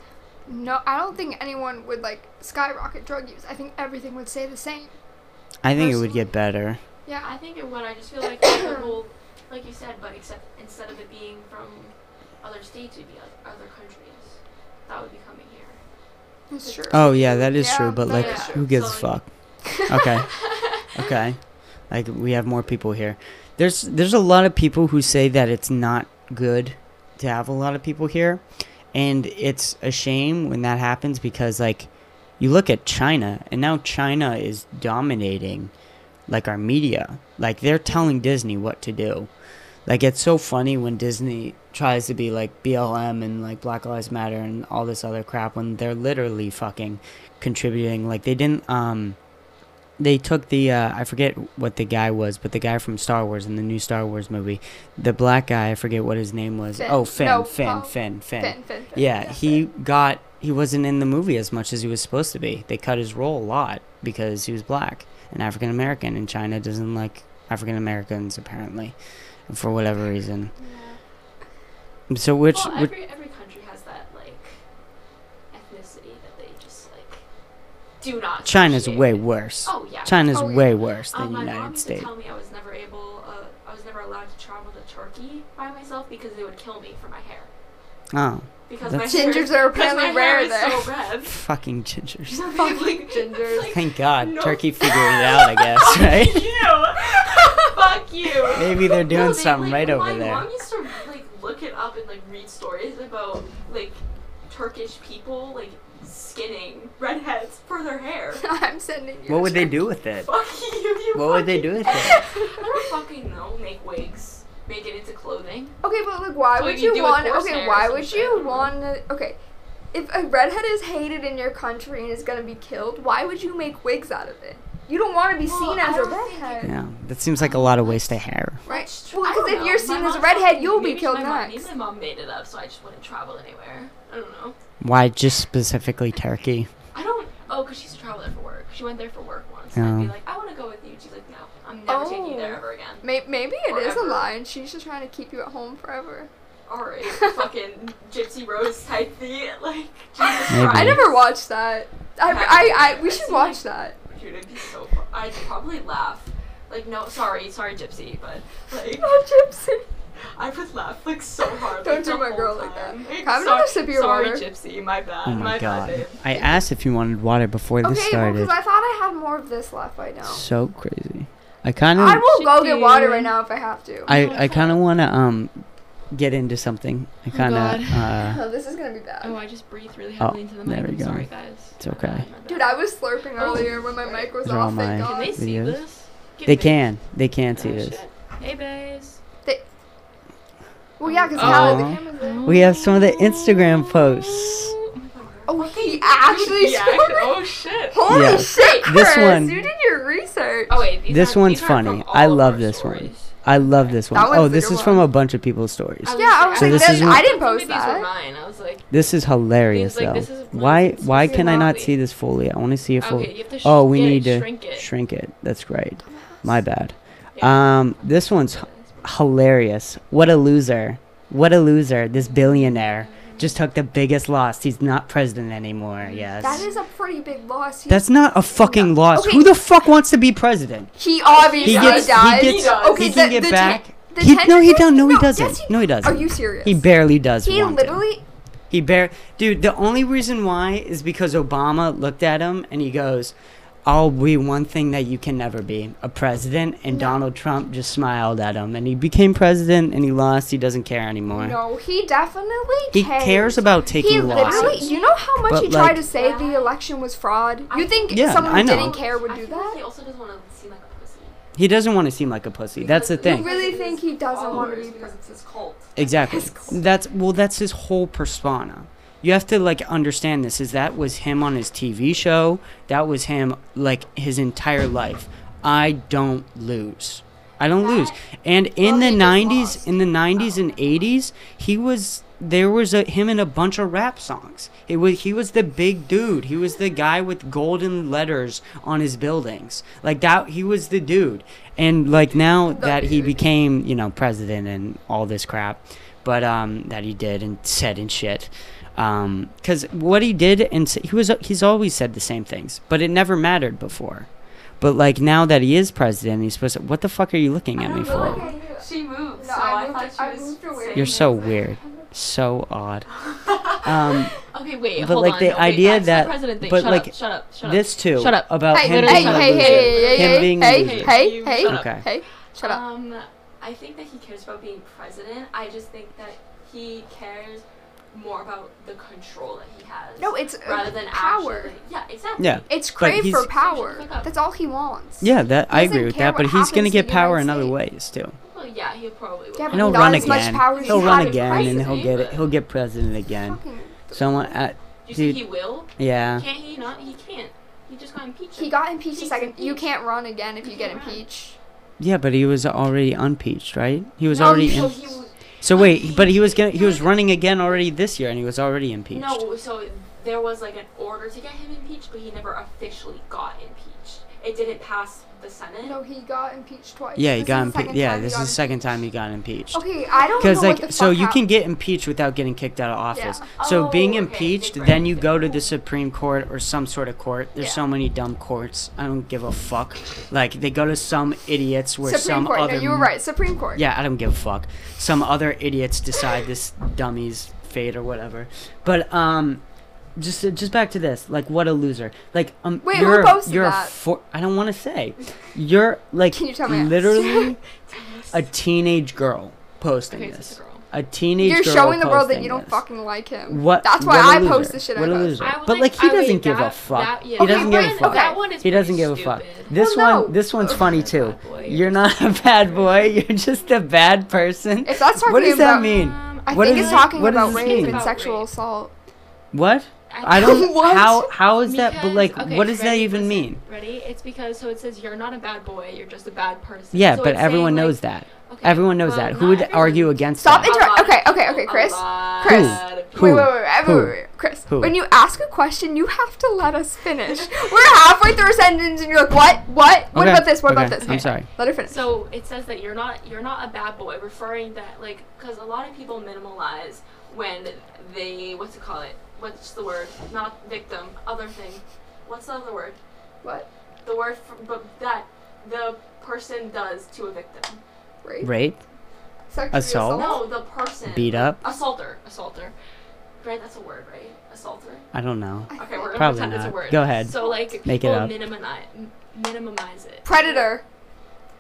S1: no, I don't think anyone would like skyrocket drug use. I think everything would stay the same.
S4: I think it would get better.
S1: Yeah,
S3: I think it would. I just feel like the whole, like you said, but except instead of it being from other states, it'd be oth- other countries. That would be coming here.
S1: it's true.
S4: Oh yeah, that is
S1: Yeah,
S4: true. But
S1: that
S4: like,
S1: is true.
S4: who gives a
S3: So, like-
S4: fuck?
S1: (laughs)
S4: Okay, okay. Like we have more people here. There's there's a lot of people who say that it's not good to have a lot of people here, and it's a shame when that happens because like, you look at China and now China is dominating, like our media. Like they're telling Disney what to do. Like it's so funny when Disney tries to be like BLM and like Black Lives Matter and all this other crap when they're literally fucking contributing. Like they didn't um they took the uh, I forget what the guy was, but the guy from Star Wars in the new Star Wars movie, the black guy, I forget what his name was.
S1: Finn.
S4: Oh, Finn,
S1: No,
S4: Finn,
S1: Poe.
S4: Finn, Finn.
S1: Finn, Finn, Finn.
S4: Yeah, he got he wasn't in the movie as much as he was supposed to be. They cut his role a lot because he was black and African American, and China doesn't like African Americans apparently, for whatever reason. So which,
S3: well,
S4: which
S3: every every country has that like ethnicity that they just like. do not.
S4: China's
S3: appreciate
S4: way
S3: it.
S4: worse.
S3: Oh yeah.
S4: China's
S1: Oh, yeah.
S4: way worse
S3: Um,
S4: than the
S3: my mom
S4: United
S3: used
S4: States.
S3: to tell me I was never able, uh, I was never allowed to travel to Turkey by myself because they would kill me for my hair.
S4: Oh,
S3: Because
S4: That's-
S3: my hair,
S1: Gingers are
S3: because
S1: apparently
S3: my hair
S1: rare
S3: is
S1: there.
S3: so
S1: (laughs)
S3: red. (laughs)
S4: fucking gingers.
S1: Fucking gingers.
S4: Thank God,
S3: No.
S4: Turkey figured it out. I
S3: (laughs)
S4: guess, right?
S3: you.
S4: (laughs)
S3: Fuck you.
S4: Maybe they're doing
S3: No, they,
S4: something
S3: like,
S4: right over
S3: My
S4: there.
S3: mom used to like look it up and like read stories about like Turkish people like skinning redheads for their
S4: (laughs)
S3: hair.
S1: (laughs) I'm sending you.
S4: What would
S1: a
S4: they
S1: check.
S4: do with it?
S3: Fuck you. you
S4: What would they
S1: (laughs)
S3: fucking-
S4: do with it?
S3: I don't fucking know. Make wigs. Make it into clothing.
S1: Okay, but like, why
S3: So
S1: would
S3: you
S1: you,
S3: do with
S1: want?
S3: horse hair
S1: Okay,
S3: or
S1: why
S3: some
S1: would
S3: shit, I
S1: you
S3: don't know.
S1: want? to Okay, if a redhead is hated in your country and is gonna be killed, why would you make wigs out of it? You don't want to be
S3: Well,
S1: seen
S3: I
S1: as a
S3: don't think
S1: redhead,
S4: Yeah, that seems like a lot of waste of hair.
S1: right?
S3: That's true.
S1: Well,
S3: I
S1: because
S3: don't
S1: if
S3: know.
S1: you're
S3: My
S1: seen as
S3: mom
S1: a redhead,
S3: probably-
S1: you'll be
S3: maybe
S1: killed
S3: my Mom, maybe
S1: next.
S3: my mom made it up, so I just wouldn't travel anywhere. I don't know.
S4: Why just specifically Turkey?
S3: I don't. Oh, because she used to travel there for work. She went there for work once.
S4: Oh.
S3: I'd be like, I want to go with you. She's like, No, I'm never taking you there
S1: Oh.
S3: ever again.
S1: May- maybe it is a
S3: Forever.
S1: lie, and she's just trying to keep you at home
S3: (laughs)
S1: forever.
S3: Alright, fucking Gypsy Rose type thing. (laughs) Like, Jesus
S4: Maybe.
S3: Christ.
S1: I never watched that. I,
S3: Yeah.
S1: I, I, we
S3: I've
S1: should
S3: seen,
S1: watch
S3: (laughs)
S1: that.
S3: Dude, it'd be so fu- I'd probably laugh. Like, no, sorry, sorry, Gypsy, but, like,
S1: Oh, Gypsy.
S3: I would laugh, like, so hard.
S1: Don't
S3: like,
S1: do
S3: the
S1: my
S3: whole
S1: girl like that.
S3: time.
S1: Can I have another sip of your
S3: sorry,
S1: water?
S3: Gypsy, my bad.
S4: Oh my
S3: bad, babe.
S4: god. I asked if you wanted water before this
S1: Okay, well,
S4: started.
S1: because I thought I had more of this left by now.
S4: So crazy. I kind of
S1: I will go get
S5: Chicken.
S1: water right now if I have to.
S4: I, I kind of want to um get into something. I kind
S5: God.
S4: of uh
S1: oh, this is gonna be bad.
S5: Oh, I just breathed really
S4: Oh,
S5: heavily into the mic.
S4: there we
S5: I'm
S4: go.
S5: sorry, guys.
S4: It's okay.
S5: My bad, my bad.
S1: Dude, I was
S4: Oh.
S1: slurping earlier when my mic was
S4: These are all
S1: off. Thank
S4: my-
S5: Can
S1: God.
S5: they see
S4: Videos.
S5: this? Get
S4: they
S5: me.
S4: can they can see
S5: Oh,
S4: this.
S5: shit. Hey, babes.
S1: Well, yeah, because
S5: Oh.
S1: now the camera's there.
S4: We have some of the Instagram posts.
S1: Oh,
S4: (laughs)
S1: he actually (laughs)
S5: Yeah,
S1: slurped.
S5: oh shit.
S1: Holy
S4: Yeah.
S1: shit,
S4: This
S1: Chris!
S4: one-
S1: You did your research.
S5: Oh wait, these
S4: This
S5: aren't-
S4: one's
S5: these aren't
S4: funny.
S5: from
S4: I
S5: all of
S4: love
S5: our
S4: this one.
S5: stories.
S4: I love this
S1: That
S4: one.
S1: one's
S4: Oh,
S1: the
S4: this
S1: good
S4: is from
S1: one.
S4: a bunch of people's stories.
S5: was
S1: Yeah, I was
S5: actually-
S4: like, So this that- is
S1: I didn't
S5: thought maybe
S1: post
S5: these
S1: that.
S5: Were mine. I was like,
S4: This is hilarious
S5: like,
S4: though.
S5: this is one
S4: why
S5: that's
S4: why
S5: so
S4: can I not
S5: lovely.
S4: see this fully? I want to see it fully.
S5: okay, you have to sh-
S4: oh, we
S5: get it,
S4: need to
S5: shrink it.
S4: shrink it. That's great. My bad.
S5: Yeah.
S4: Um, this one's h- hilarious. What a loser. What a loser. This billionaire just took the biggest loss. He's not president anymore. Yes.
S1: That is a pretty big loss. He,
S4: That's not a fucking
S1: No.
S4: loss.
S1: Okay.
S4: Who the fuck wants to be president?
S1: he obviously
S4: He gets.
S1: dies.
S4: He gets.
S1: okay,
S4: he
S1: the-
S4: can get
S1: the
S4: back.
S1: ten- the
S4: he,
S1: ten-
S4: no, he don't. No, he
S1: yes,
S4: doesn't.
S1: he-
S4: no, he doesn't.
S1: Are you serious?
S4: He barely does.
S1: He
S4: want it.
S1: literally.
S4: He bare dude. The only reason why is because Obama looked at him and he goes, "I'll be one thing that you can never be, a president." And Donald Trump just smiled at him, and he became president, and he lost. He doesn't care anymore.
S1: No, he definitely.
S4: he cares about taking
S1: He literally.
S4: losses.
S1: You know how much
S4: But,
S1: he tried
S4: like-
S1: to say the election was fraud. You think
S4: Yeah,
S1: someone
S4: I
S1: who
S4: know.
S1: didn't care would
S3: I
S1: do
S3: feel like
S1: that?
S3: He also doesn't want to seem like a pussy.
S4: He doesn't want to seem like a pussy. That's the
S3: Because-
S4: thing.
S1: You really
S3: because
S1: think
S3: his
S1: he doesn't wanna
S3: followers,
S1: be
S3: because it's his cult.
S1: (laughs)
S4: Exactly.
S1: Yes, cool.
S4: That's well. That's his whole persona. You have to like understand this. Is that was him on his TV show? That was him like his entire life. I don't lose. I don't lose. And in
S3: Well,
S4: the
S3: he just
S4: '90s,
S3: lost.
S4: in the '90s and '80s, he was there was a, him in a bunch of rap songs. It was he was the big dude. He was the guy with golden letters on his buildings. Like that, he was the dude. And like now that he
S1: dude.
S4: became, you know, president and all this crap, but um, that he did and said and shit. Um, cause what he did and s- he was he's always said the same things, but it never mattered before. But like now that he is president, he's supposed to. What the fuck are you looking at me
S1: know,
S4: for?
S1: like, I knew-
S3: She moved,
S1: No,
S3: so
S1: I
S3: I,
S1: moved-
S3: thought she
S1: I
S3: was
S1: moved away.
S3: saying
S1: (laughs)
S4: You're so
S3: this.
S4: weird, so odd. Um,
S5: Okay, wait.
S4: But,
S5: hold
S4: like,
S5: on.
S4: the
S5: no,
S4: idea
S5: wait, that's
S4: that-
S5: the president thing.
S4: but,
S5: shut
S4: like,
S5: up, shut up, shut up.
S4: this too
S5: Shut up.
S4: about
S1: Hey,
S4: him
S1: hey,
S4: being
S1: hey,
S4: a
S1: hey,
S4: loser.
S1: hey,
S4: him
S1: hey,
S4: being
S1: hey,
S4: a
S1: hey, hey,
S4: loser.
S5: Shut up.
S1: hey,
S4: Okay.
S1: hey, shut up.
S3: Um, I think that he cares about being president. I just think that he cares more about the control that he has.
S1: No, it's uh,
S3: rather than
S1: power.
S3: Actually, yeah, exactly.
S4: Yeah,
S1: It's
S4: But
S1: crave
S4: he's-
S1: for power.
S3: Shut up.
S1: That's all he wants.
S4: yeah. That I
S1: He doesn't
S4: agree with
S1: care
S4: that.
S1: what
S4: But he's gonna
S1: happens to
S4: get
S1: the
S4: power
S1: United
S4: in other
S1: States.
S4: ways too.
S3: Well, yeah, he probably will.
S1: Yeah,
S4: And
S1: but
S4: he'll
S1: not
S4: run
S1: as much
S4: again.
S1: power as
S4: He'll
S1: he
S4: run
S1: had in
S4: again, and he'll
S3: prison,
S4: get it.
S3: but-
S4: He'll get president again.
S1: Fucking-
S4: Someone, uh,
S3: you see,
S4: dude.
S3: he will.
S4: yeah.
S3: Can't he not? He can't. He just got impeached.
S1: He got impeached a
S3: He's
S1: second. You
S3: impeached.
S1: can't run again if
S3: He
S1: you get
S3: can't run.
S1: impeached.
S4: Yeah, but he was already unpeached, right? He was
S1: No,
S4: already.
S1: he-
S3: So
S4: in-
S3: he w-
S4: so wait, but he was gonna. He was
S3: No.
S4: running again already this year, and he was already impeached.
S3: no. So there was like an order to get him impeached, but he never officially got impeached. it didn't pass the Senate.
S1: No, he got impeached twice.
S4: Yeah, he
S1: This
S4: got
S1: is the
S4: impeached.
S1: second
S4: Yeah,
S1: time he
S4: this is
S1: got
S4: the second
S1: impeached.
S4: time he got impeached.
S1: Okay, I don't know
S4: Because
S1: what the
S4: like, so
S1: fuck
S4: you can
S1: happened.
S4: get impeached without getting kicked out of office.
S1: Yeah.
S4: So
S3: Oh,
S4: being
S3: okay,
S4: impeached,
S3: different,
S4: then you go to
S3: different.
S4: the Supreme Court or some sort of court. There's
S1: Yeah.
S4: so many dumb courts. I don't give a fuck. Like they go to some idiots where
S1: Supreme
S4: some
S1: Court.
S4: other
S1: no, you were right. Supreme Court.
S4: Yeah, I don't give a fuck. Some other idiots decide this dummy's fate or whatever. But um, just just back to this. Like, what a loser. Like, um,
S1: Wait, who
S4: you're a-
S1: posted
S4: you're a
S1: that?
S4: four- I don't want to say. You're like
S1: Can you tell me? (laughs)
S4: literally a teenage girl posting
S5: Okay, so it's
S4: this.
S5: a girl.
S4: A teenage
S1: You're
S4: girl
S1: showing the world that
S4: posting
S1: you don't
S4: this.
S1: fucking like him.
S4: What?
S1: That's why
S4: what a
S1: I
S4: loser.
S1: post the shit
S4: What
S1: I
S4: a
S1: post.
S4: loser.
S5: I would
S4: but like,
S5: like-
S4: he
S5: I would
S4: doesn't
S5: like
S4: give a
S5: that-
S4: fuck.
S5: that- yeah.
S4: He
S5: Okay,
S4: doesn't give a
S1: but-
S4: fuck.
S1: okay.
S5: That one is
S4: He doesn't give
S5: pretty
S4: a fuck.
S5: stupid.
S4: This
S1: Well,
S4: one,
S1: no. (laughs)
S4: this one's funny too.
S5: Bad boy.
S4: You're not a bad boy. (laughs) You're just a bad person.
S1: If that's
S4: What
S1: talking
S4: does that
S1: about-
S4: mean?
S5: Um,
S1: I
S4: What
S1: think
S4: is
S1: it's
S4: it-
S1: talking
S4: what does
S1: about
S4: this
S1: rape
S4: mean?
S1: and
S5: About
S1: sexual
S5: rape.
S1: assault.
S4: What? I
S5: think-
S1: (laughs)
S4: don't.
S1: What?
S4: How? How is that? But
S5: Because-
S4: like,
S5: okay,
S4: what does that
S5: ready?
S4: even
S5: Listen,
S4: mean?
S5: Ready?
S3: It's because so it says you're not a bad boy, you're just a bad person.
S4: Yeah,
S3: So
S4: but
S3: it's saying,
S4: everyone
S3: like-
S4: knows that.
S3: okay,
S4: Everyone knows
S3: well,
S4: that. Who
S3: not
S4: would
S3: everyone-
S4: argue against
S1: Stop
S4: that?
S1: it. Interrupt-
S3: A lot of
S1: okay, okay,
S3: people,
S1: okay,
S3: Oh, a
S1: Chris.
S3: lot
S1: Chris.
S3: of
S4: Who?
S1: Wait, wait, wait, wait,
S4: Who?
S1: wait, wait, wait, Chris.
S4: Who?
S1: When you ask a question, you have to let us finish. We're halfway through a sentence and you're like, what? What? What
S4: Okay,
S1: about this? What about
S4: okay,
S1: this?
S4: I'm sorry.
S1: Let her finish.
S3: So it says that you're not you're not a bad boy, referring that like because a lot of people minimalize when they what's it call it what's the word not victim other thing what's the other word
S1: what?
S3: the word for, but that the person does to a victim
S1: Rape?
S4: Rape,
S1: Sexual
S4: Assault?
S1: assault?
S3: no the person
S4: beat up.
S3: assaulter assaulter right that's a word right assaulter
S4: I don't know.
S3: okay we're gonna
S4: Probably
S3: pretend it's
S4: not.
S3: a word
S4: Go ahead.
S3: so like
S4: Make it
S3: people
S4: up.
S3: minimize minimize it
S1: Predator.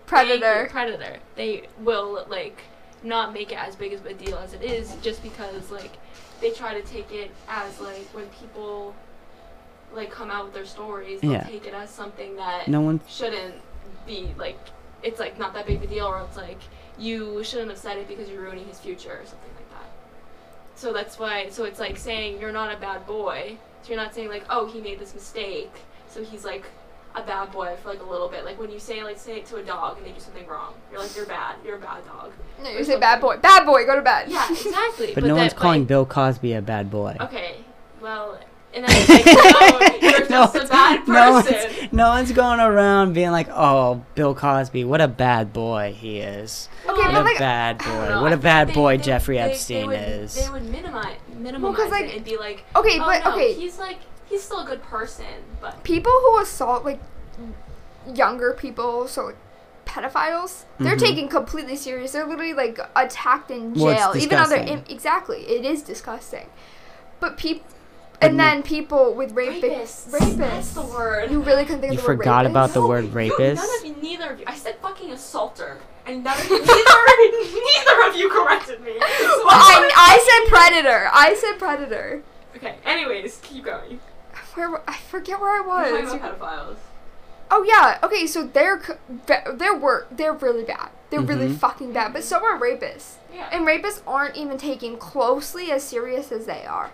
S3: Thank you,
S1: Predator.
S3: predator. They will like not make it as big of a deal as it is, just because like they try to take it as like when people like come out with their stories, they'll
S4: Yeah.
S3: take it as something that
S4: No one.
S3: shouldn't be like it's like not that big of a deal, or it's like you shouldn't have said it because you're ruining his future or something like that. So that's why. So it's like saying you're not a bad boy. So you're not saying like, oh, he made this mistake, so he's like a bad boy for like a little bit. Like when you say like say it to a dog and they do something wrong, you're like you're bad. You're a bad dog.
S1: No, you say bad boy. Bad boy, go to bed.
S3: Yeah, exactly.
S4: But no one's
S3: that,
S4: calling
S3: like-
S4: Bill Cosby a bad boy.
S3: Okay, well, and
S4: (laughs)
S3: then it's like, no, you're
S4: No
S3: just a bad
S4: no one's-
S3: person.
S4: no one's going around being like, "Oh, Bill Cosby, what a bad boy he is."
S1: (laughs) Okay,
S3: Well,
S1: but
S4: What
S1: like,
S4: a bad
S3: I don't
S4: boy.
S3: know, I
S4: What a
S3: think
S4: bad
S3: they-
S4: boy
S3: they-
S4: Jeffrey
S3: they- they
S4: Epstein
S3: would-
S4: is.
S3: They would minimize, minimize
S1: 'cause, like-
S3: it and be like,
S1: okay,
S3: oh,
S1: but
S3: no,
S1: okay.
S3: he's like, he's still a good person, but
S1: people who assault like younger people, so like pedophiles, they're
S4: Mhm.
S1: taken completely serious. They're literally like attacked in jail,
S4: Well, it's
S1: even though they're in,
S4: disgusting.
S1: exactly. It is disgusting, but people.
S4: But
S1: And
S4: no-
S1: then people with rape vic-
S3: rapists. That's the
S1: rapists.
S3: word.
S1: You really couldn't think
S4: You
S1: of the word
S4: forgot
S1: rapist?
S4: about the
S3: No,
S4: word
S3: you-
S4: rapist?
S3: None of you, neither of you. I said fucking assaulter, and none of you, (laughs) neither, neither of you corrected
S1: (laughs)
S3: me. So
S1: Well, (laughs) I, I said predator. I said predator.
S3: Okay. Anyways, keep going.
S1: Where wa- I forget where I
S3: We're
S1: was.
S3: talking about pedophiles.
S1: Oh yeah. Okay, so they're c- ve- they're work. They're really bad. They're really
S4: Mhm.
S1: fucking bad. But so are rapists.
S3: Yeah.
S1: And rapists aren't even taken closely as serious as they are.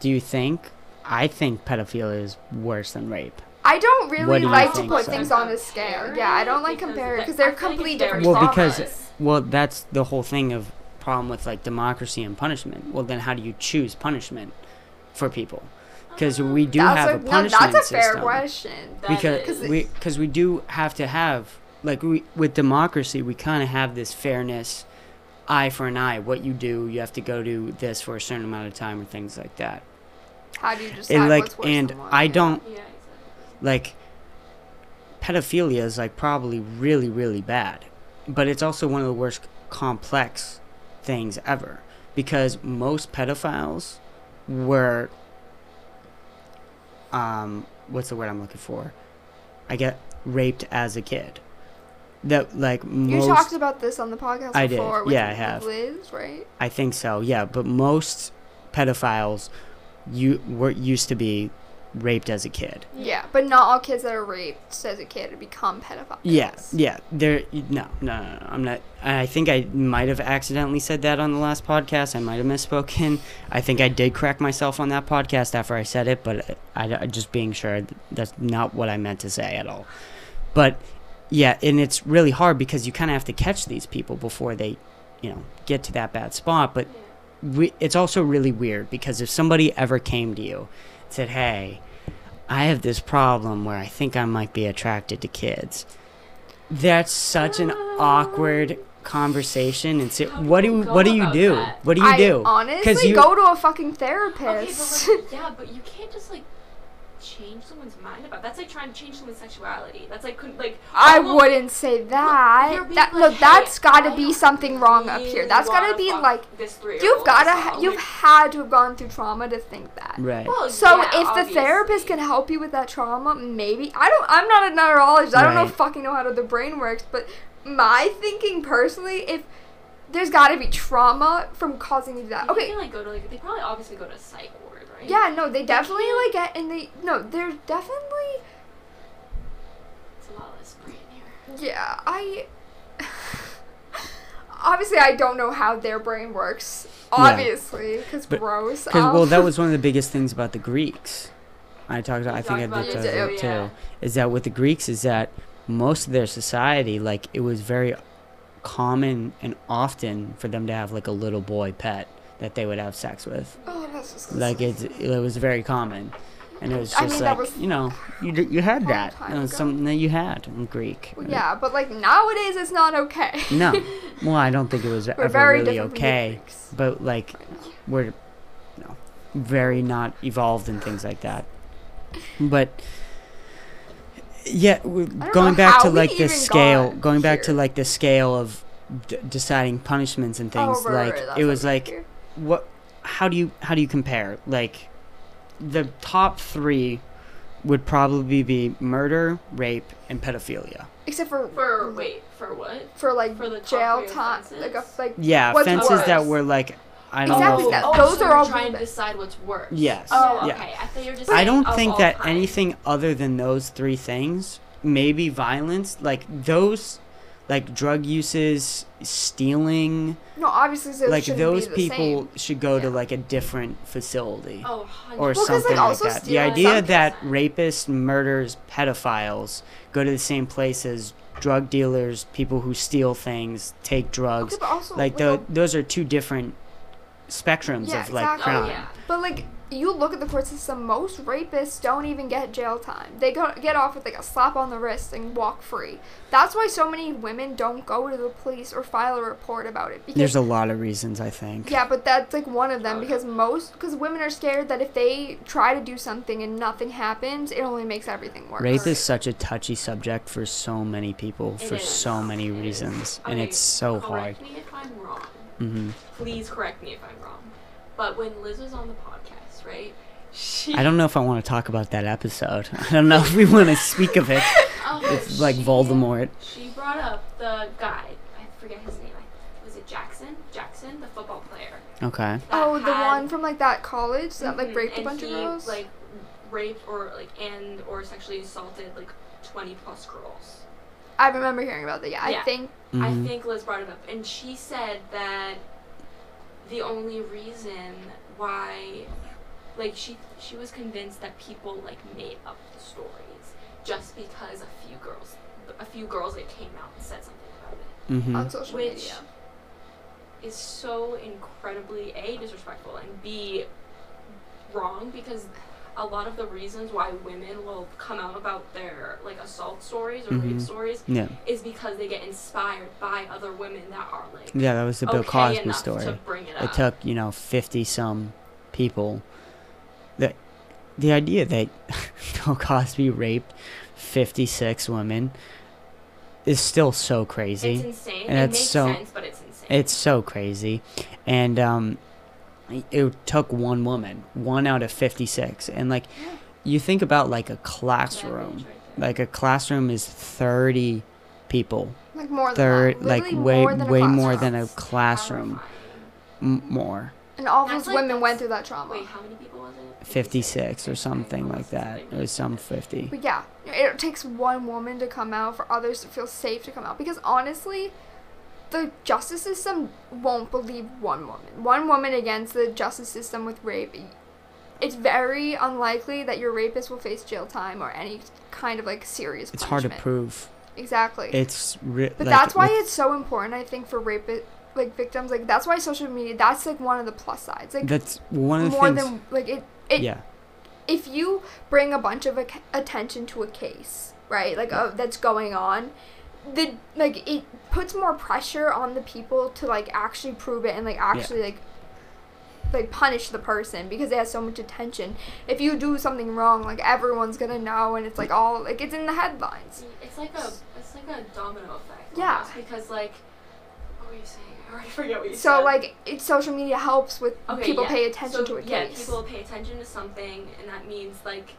S4: Do you think? I think pedophilia is worse than rape.
S1: I don't really
S4: What do you
S1: like to
S4: think
S1: put
S4: so?
S1: things on a scale. Yeah, I don't like compare it because
S3: I
S1: they're
S3: feel like
S1: completely
S3: it's very
S1: different.
S4: Well,
S3: traumas.
S4: because- Well, that's the whole thing of problem with like democracy and punishment. Well, then how do you choose punishment for people? Because we do have a
S1: no,
S4: punishment
S1: that's a fair
S4: system.
S1: question.
S3: That
S4: because
S3: is-
S4: we because we do have to have like we with democracy we kind of have this fairness eye for an eye what you do you have to go to this for a certain amount of time or things like that
S1: How do you decide
S4: and like
S1: what's worse
S4: and
S1: than what?
S4: i don't
S3: Yeah, exactly.
S4: like pedophilia is like probably really really bad but it's also one of the worst complex things ever because most pedophiles were um what's the word i'm looking for i get raped as a kid that like
S1: You
S4: most
S1: talked about this on the podcast
S4: I did.
S1: before.
S4: Yeah, I
S1: with
S4: have.
S1: Liz, right?
S4: I think so. Yeah, but most pedophiles you were used to be raped as a kid.
S1: Yeah. but not all kids that are raped as a kid become pedophiles.
S4: Yes. Yeah. There. No, no. No. no, I'm not. I think I might have accidentally said that on the last podcast. I might have misspoken. I think I did crack myself on that podcast after I said it, but uh, I, I- just being sure th- that's not what I meant to say at all. But yeah, and it's really hard because you kind of have to catch these people before they, you know, get to that bad spot. But we, it's also really weird because if somebody ever came to you and said, "Hey, I have this problem where I think I might be attracted to kids. That's such an awkward conversation. And so,
S3: How do
S4: what do
S3: you go
S4: what do you
S3: about
S4: do?
S3: that?
S4: What do you
S1: I
S4: do?
S1: honestly
S4: you-
S1: go to a fucking
S3: Okay,
S1: therapist.
S3: but like, yeah, but you can't just like change someone's mind about. That's like trying to change someone's sexuality. That's like couldn't like.
S1: I
S3: almost-
S1: wouldn't say
S3: you're
S1: that.
S3: being
S1: That no,
S3: like,
S1: that's
S3: "Hey,
S1: gotta
S3: I
S1: be something wrong up here.
S3: really
S1: That's gotta
S3: wanna
S1: be
S3: fuck
S1: like
S3: this three-year-old
S1: you've gotta
S3: that's
S1: ha-
S3: all,
S1: you've
S3: like-
S1: had to have gone through trauma to think that.
S4: Right.
S3: Well,
S1: So
S3: yeah,
S1: if the therapist
S3: obviously.
S1: can help you with that trauma, maybe I don't. I'm not a neurologist. I don't know
S4: Right.
S1: fucking know how the brain works. But my thinking personally, if there's got to be trauma from causing you that.
S3: You
S1: Okay.
S3: can, like go to like they probably obviously go to a psych ward, right?
S1: Yeah. No, they definitely like
S3: can't-
S1: get and they no. They're definitely
S3: It's a lot less brain here.
S1: yeah. I (laughs) obviously I don't know how their brain works. Obviously, because
S4: But-
S1: gross.
S4: Because
S1: um,
S4: well, that was one of the biggest things about the Greeks. I talked. About,
S3: We
S4: I think
S3: talked
S4: I
S3: about
S4: did
S1: this
S4: talk
S1: too,
S4: about it
S3: yeah.
S4: too. Is that with the Greeks? Is that most of their society, like it was very common and often for them to have like a little boy pet that they would have sex with.
S1: (laughs) oh, that's just
S4: Like it's, it was very common, and it was
S1: I
S4: just
S1: mean, that
S4: like
S1: was
S4: you know you d- you had
S1: long
S4: that.
S1: time
S4: It was
S1: ago.
S4: something that you had in Greek.
S1: Well, (laughs) yeah, but like nowadays it's not okay.
S4: No. Well, I don't think it was
S1: (laughs) We're
S4: ever
S1: very
S4: really
S1: different From the
S4: okay,
S1: Greeks.
S4: but like we're no very not evolved and things like that but yeah we're
S1: don't
S4: going
S1: know
S4: back to
S1: how we
S4: like this
S1: even
S4: scale
S1: got
S4: going back to
S1: here.
S4: like the scale of d- deciding punishments and things
S1: Oh, right,
S4: like
S1: right, that's
S4: it
S1: what
S4: was
S1: we
S4: like
S1: do.
S4: what how do you how do you compare like the top 3 would probably be murder rape and pedophilia
S1: except for
S3: For wait, for what?
S1: for like
S3: for the top
S1: jail
S3: three
S1: time, like a,
S3: offenses?
S1: like
S4: yeah
S1: What's
S4: offenses that
S3: worse?
S4: were like i don't
S1: Exactly,
S4: know
S1: that-
S3: Oh,
S1: those
S3: so
S1: are
S3: you're
S1: all
S3: trying
S1: good.
S3: to decide what's worse.
S4: Yes.
S3: Oh,
S4: Yeah.
S3: okay. I thought you were just.
S4: I
S3: saying
S4: don't
S3: of
S4: think
S3: all
S4: that
S3: time.
S4: anything other than those three things, maybe violence, like those, like drug uses, stealing,
S1: no, obviously so it
S4: like
S1: shouldn't
S4: those
S1: be the
S4: people
S1: same.
S4: should go to
S1: Yeah.
S4: like a different facility
S3: Oh, 100
S4: or
S1: Well, 'cause, like,
S4: something like,
S1: also
S4: that. The
S1: stealing-
S4: idea
S1: some-
S4: that rapists, murders, pedophiles go to the same place as drug dealers, people who steal things, take drugs,
S1: Okay, but also
S4: like
S1: the,
S4: tho- those are two different spectrums
S1: Yeah,
S4: of
S1: exactly.
S4: like
S3: Oh
S4: crime.
S3: yeah.
S1: but like you look at the court system, most rapists don't even get jail time. They go get off with like a slap on the wrist and walk free. That's why so many women don't go to the police or file a report about it because
S4: There's a lot of reasons I think.
S1: Yeah, but that's like one of them
S3: Oh, yeah.
S1: because most because women are scared that if they try to do something and nothing happens, it only makes everything worse.
S4: Rape is such a touchy subject for so many people
S3: It
S4: for
S3: is.
S4: so many
S3: It is.
S4: reasons, and
S3: Okay,
S4: it's so hard.
S3: Correct me if I'm wrong.
S4: hmm
S3: Please correct me if I'm wrong. But when Liz was on the podcast, right? She.
S4: I don't know if I want to talk about that episode. (laughs) I don't know if we want to speak of it.
S3: Um,
S4: It's like
S3: she-
S4: Voldemort.
S3: She brought up the guy. I forget his name. I- Was it Jackson? Jackson, the football player.
S4: Okay.
S3: that
S1: Oh, the
S3: had-
S1: one from like that college that like
S3: Mhm,
S1: raped a
S3: and
S1: bunch of
S3: he,
S1: girls.
S3: Like raped or like and or sexually assaulted like twenty plus girls.
S1: I remember hearing about that. Yeah, I
S3: Yeah.
S1: think
S4: Mhm.
S3: I think Liz brought it up, and she said that the only reason why, like she she was convinced that people like made up the stories just because a few girls, a few girls like came out and said something about it.
S1: on
S4: Mhm.
S1: social
S3: Mm-hmm. Which
S1: media.
S3: is so incredibly a disrespectful and b wrong because a lot of the reasons why women will come out about their like assault stories or rape
S4: Mhm.
S3: stories
S4: Yeah.
S3: is because they get inspired by other women that are like
S4: Yeah, that was the Bill
S3: okay
S4: Cosby
S3: enough
S4: story.
S3: to uh, bring it up.
S4: It took you know fifty some people. The the idea that (laughs) Bill Cosby raped fifty six women is still so crazy.
S3: it's insane.
S4: and
S3: it
S4: it's
S3: makes
S4: so-
S3: sense, but it's insane.
S4: It's so crazy. And um it took one woman, one out of 56. And like you think about like a classroom. Like a classroom is 30 people.
S1: Like more than
S4: Thir-
S1: that.
S4: like
S1: Literally
S4: way
S1: more than a
S4: way more than
S1: classroom.
S4: a classroom M- more.
S1: And all
S3: That's
S1: those
S3: like-
S1: women went
S3: that's-
S1: through that trauma.
S3: Wait, how many people was it?
S4: 56 or
S3: Okay,
S4: something like
S3: almost
S4: that.
S3: something.
S4: It was some 50.
S1: But yeah, it takes one woman to come out for others to feel safe to come out. Because honestly, the justice system won't believe one woman. One woman against the justice system with rape. It's very unlikely that your rapist will face jail time or any kind of like serious.
S4: It's hard to
S1: punishment.
S4: prove.
S1: Exactly.
S4: It's re-
S1: but
S4: like,
S1: that's why
S4: with-
S1: it's so important, I think, for rape like victims. Like that's why social media. That's like one of the plus sides. Like
S4: that's one of the
S1: more
S4: things.
S1: than like it. It
S4: yeah.
S1: if you bring a bunch of ac- attention to a case, right? Like uh, that's going on, the like it puts more pressure on the people to like actually prove it and like actually like like punish the person because they have so much attention. If you do something wrong, like everyone's gonna know, and it's like all like it's in the headlines.
S3: It's like a it's like a domino effect.
S1: Yeah.
S3: almost, because like what were you saying? (laughs) I already forget what you said.
S1: So like it, social media helps with people
S3: yeah.
S1: pay attention
S3: So,
S1: to a case.
S3: Yeah, people pay attention to something, and that means like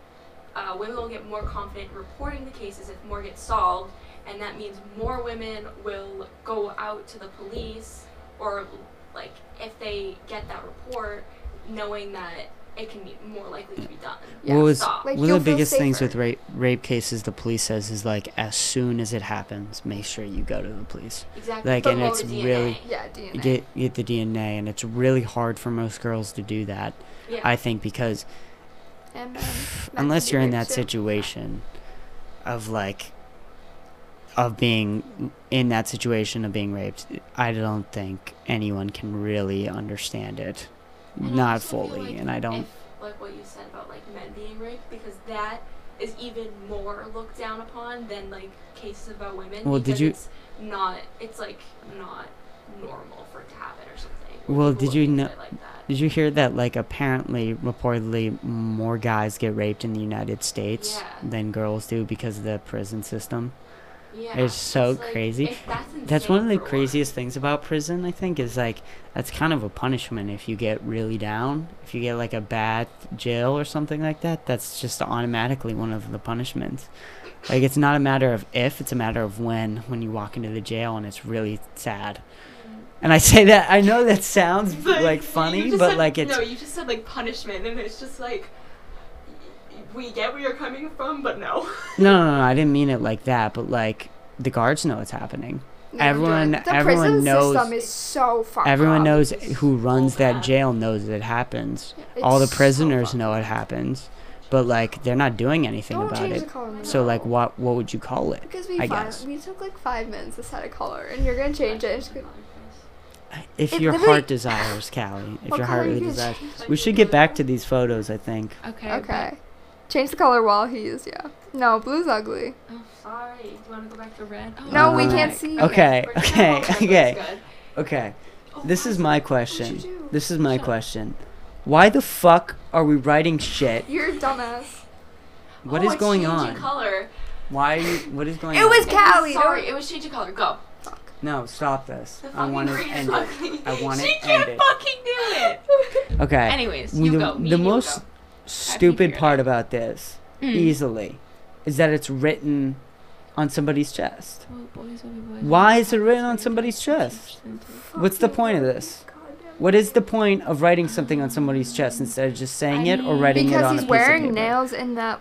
S3: uh, women will get more confident reporting the cases if more get solved, and that means more women will go out to the police or like if they get that report, knowing that it can be more likely to be done.
S4: what was
S3: stop.
S1: Like,
S4: one
S1: you'll
S4: of the
S1: feel
S4: biggest things with
S1: safer.
S4: rape rape cases the police says is like as soon as it happens, make sure you go to the police.
S3: exactly.
S4: like,
S3: But
S4: and
S3: lower
S4: it's
S3: DNA.
S4: really-
S1: yeah, DNA.
S4: Get get the DNA, and it's really hard for most girls to do that.
S3: Yeah.
S4: I think because
S1: And uh, men. Men
S4: unless
S1: can
S4: you're
S1: do
S4: in
S1: rape
S4: that
S1: too.
S4: situation of like of being in that situation of being raped i don't think anyone can really understand it
S3: And I
S4: not
S3: also feel
S4: fully
S3: like
S4: and i don't
S3: if, like what you said about like men being raped because that is even more looked down upon than like cases about women
S4: Well, did
S3: because
S4: you-
S3: it's not it's like not normal for it to happen or something where
S4: Well,
S3: people
S4: did you
S3: look
S4: kno-
S3: into it like that.
S4: did you hear that like apparently reportedly more guys get raped in the united states
S3: Yeah.
S4: than girls do because of the prison system
S3: yeah
S4: it's so
S3: like,
S4: crazy.
S3: it- that's,
S4: that's
S3: insane
S4: one of the
S3: for
S4: craziest things about prison i think is like that's kind of a punishment if you get really down if you get like a bad jail or something like that that's just automatically one of the punishments like it's not a matter of if it's a matter of when when you walk into the jail and it's really sad and i say that i know
S3: (laughs)
S4: that sounds (laughs) like funny but like it's
S3: no you just said like punishment and it's just like we get where you're coming from but no
S4: no no no i didn't mean it like that but like the guards know it's happening
S1: No, I'm
S4: everyone-
S1: doing it. the
S4: everyone
S1: prison
S4: knows-
S1: system is so fucked
S4: everyone
S1: up.
S4: knows
S3: it's
S4: who runs
S3: so
S4: that
S3: bad.
S4: jail knows it happens
S1: It's
S4: all the
S1: so
S4: prisoners
S3: fucked
S4: know it happens, but like they're not doing anything
S1: Don't
S4: about
S1: change
S4: it.
S1: the color.
S4: So like, what what would you call it?
S1: Because we
S4: I
S1: fin-
S4: guess.
S1: we took like five minutes to set a color, and you're gonna change it. It's gonna-
S4: If
S1: It
S4: your
S1: literally-
S4: heart desires, Callie. If
S1: What color
S4: your heart really
S1: you gonna
S4: desires,
S1: change?
S4: we should get back to these photos. I think.
S5: Okay.
S1: Okay, change the color while he is yeah. No, blue's ugly.
S5: but- Oh,
S3: sorry do you want to go back to
S5: the red. Oh,
S1: No, we
S5: okay.
S1: can't see.
S4: Um, (laughs) Okay,
S3: We're just gonna
S4: okay,
S3: hope that looks
S4: okay,
S3: good.
S4: okay. This is my question.
S1: do?
S4: This is my
S5: Shut up.
S4: question. Why the fuck are we writing shit?
S1: You're a dumbass.
S4: What
S3: Oh,
S4: is
S3: it's
S4: going
S3: changing
S4: on?
S3: Color.
S4: Why are you? What is going
S1: It
S4: on?
S1: was
S3: It was-
S1: Callie.
S3: Sorry,
S1: don't-
S3: it was changing color. Go.
S1: Fuck.
S4: No, stop this.
S3: The
S4: I
S3: fucking
S4: want to
S3: green
S4: end
S3: is
S4: it.
S3: ugly.
S4: I want
S3: She
S4: it
S3: can't
S4: ended.
S3: fucking do it.
S1: (laughs)
S4: Okay.
S5: Anyways,
S4: the,
S5: you go. Me,
S4: the
S5: you
S4: most
S5: go.
S4: stupid
S5: figured it
S4: part
S5: out.
S4: about this
S3: Hmm.
S5: Mm.
S4: easily is that it's written on somebody's chest
S5: Well, boys will be boys.
S4: Why is it written on somebody's chest? What's the point of this? what is the point of writing something on somebody's chest instead of just saying it or
S5: mean-
S4: writing it
S1: Mm. Because
S4: on
S1: he's
S4: a piece of
S1: wearing
S4: paper?
S1: nails, and that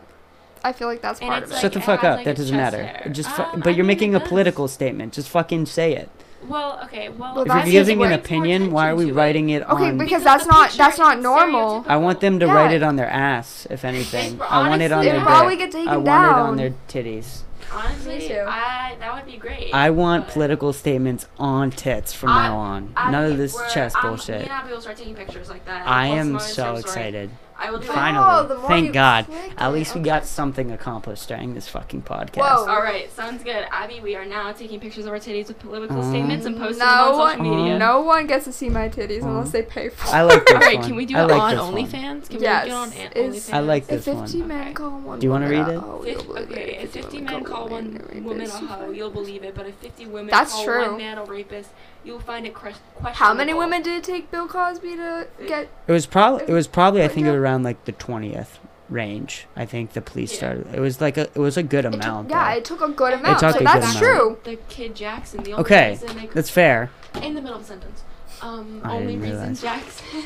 S1: I feel like that's
S5: And
S1: part of
S5: it's
S1: it.
S5: like-
S4: Shut the fuck
S5: it has,
S4: up.
S5: like,
S4: that
S5: a
S4: doesn't
S5: chest
S4: matter.
S5: hair.
S4: Just, fu-
S5: Um,
S4: but
S5: I
S4: you're
S5: mean,
S4: making
S5: it
S4: a
S5: does.
S4: political statement. Just fucking say it.
S5: Well, okay. Well,
S1: Well,
S4: if
S1: that's
S4: you're
S1: just
S4: giving an
S1: way more
S4: opinion, why are we
S3: attention to it.
S4: writing it
S1: okay,
S4: on?
S1: because
S3: Because
S1: that's
S3: the
S1: not
S3: picture
S1: that's not
S3: is
S1: normal.
S3: stereotypical.
S4: I want them to write
S1: Yeah.
S4: it on their ass, if anything.
S3: Like,
S4: I want it on
S3: honestly,
S1: It would
S4: their
S3: they're
S1: probably
S4: dick.
S1: get taken
S4: I want
S1: down.
S4: it on their titties.
S1: Me
S3: Honestly,
S1: too.
S3: I that would be great.
S4: I want
S3: but-
S4: political statements on tits from
S3: I-
S4: now on.
S3: I-
S4: None of
S3: if
S4: this
S3: we're-
S4: chest
S3: I'm- Me
S4: bullshit.
S3: and Abby will start taking pictures like that. and
S4: I
S3: post
S4: am
S3: them on
S4: so
S3: Instagram story.
S4: excited.
S3: I will do
S1: Fine.
S3: it.
S1: Oh, the
S4: Finally,
S1: more
S4: thank
S1: you
S4: God.
S1: click
S4: At
S1: it,
S4: least we
S1: okay.
S4: got something accomplished during this fucking podcast.
S1: Whoa.
S3: All right, sounds good. Abby, we are now taking pictures of our titties with political
S4: Um,
S3: statements and posting them
S1: Mm, no,
S3: on social
S4: one-
S3: media.
S1: no one gets to see my titties
S4: Uh-huh.
S1: unless they pay for.
S4: Mm. I like
S1: it.
S4: this
S5: All right.
S4: one.
S5: Can we do
S4: I
S5: it
S4: like
S5: on
S4: this one.
S5: OnlyFans? Can
S1: Yes,
S5: we do it on an-
S1: it's-
S5: OnlyFans?
S4: I like
S1: If
S4: this one.
S1: 50 men
S5: Okay.
S1: call one
S4: Do you wanna
S1: woman
S4: read
S1: a
S4: it?
S1: hoe, you'll
S5: Fif-
S1: believe it.
S5: okay, if 50 men call one
S1: a
S5: woman a
S1: rapist, you
S5: hoe,
S1: find
S5: you'll
S1: it.
S5: believe it. But if 50 women
S1: That's
S5: call
S1: true.
S5: one man a rapist, you'll find it crush- questionable.
S1: How many women did it take Bill Cosby to get?
S4: It was probably it was probably I
S1: Right
S4: think
S1: now?
S4: around like the twentieth range. I think the police
S3: Yeah.
S4: started. It was like a it was a good
S1: It took,
S4: amount.
S1: yeah,
S4: though.
S1: it took a good
S3: It
S1: amount.
S4: took
S1: so
S4: a good
S1: that's
S4: amount.
S1: true.
S5: The kid Jackson. The only
S4: okay,
S5: reason they
S4: that's fair.
S5: in the middle of a sentence. Um,
S4: I
S5: only
S4: didn't
S5: reason
S3: (laughs)
S4: realize.
S5: Jackson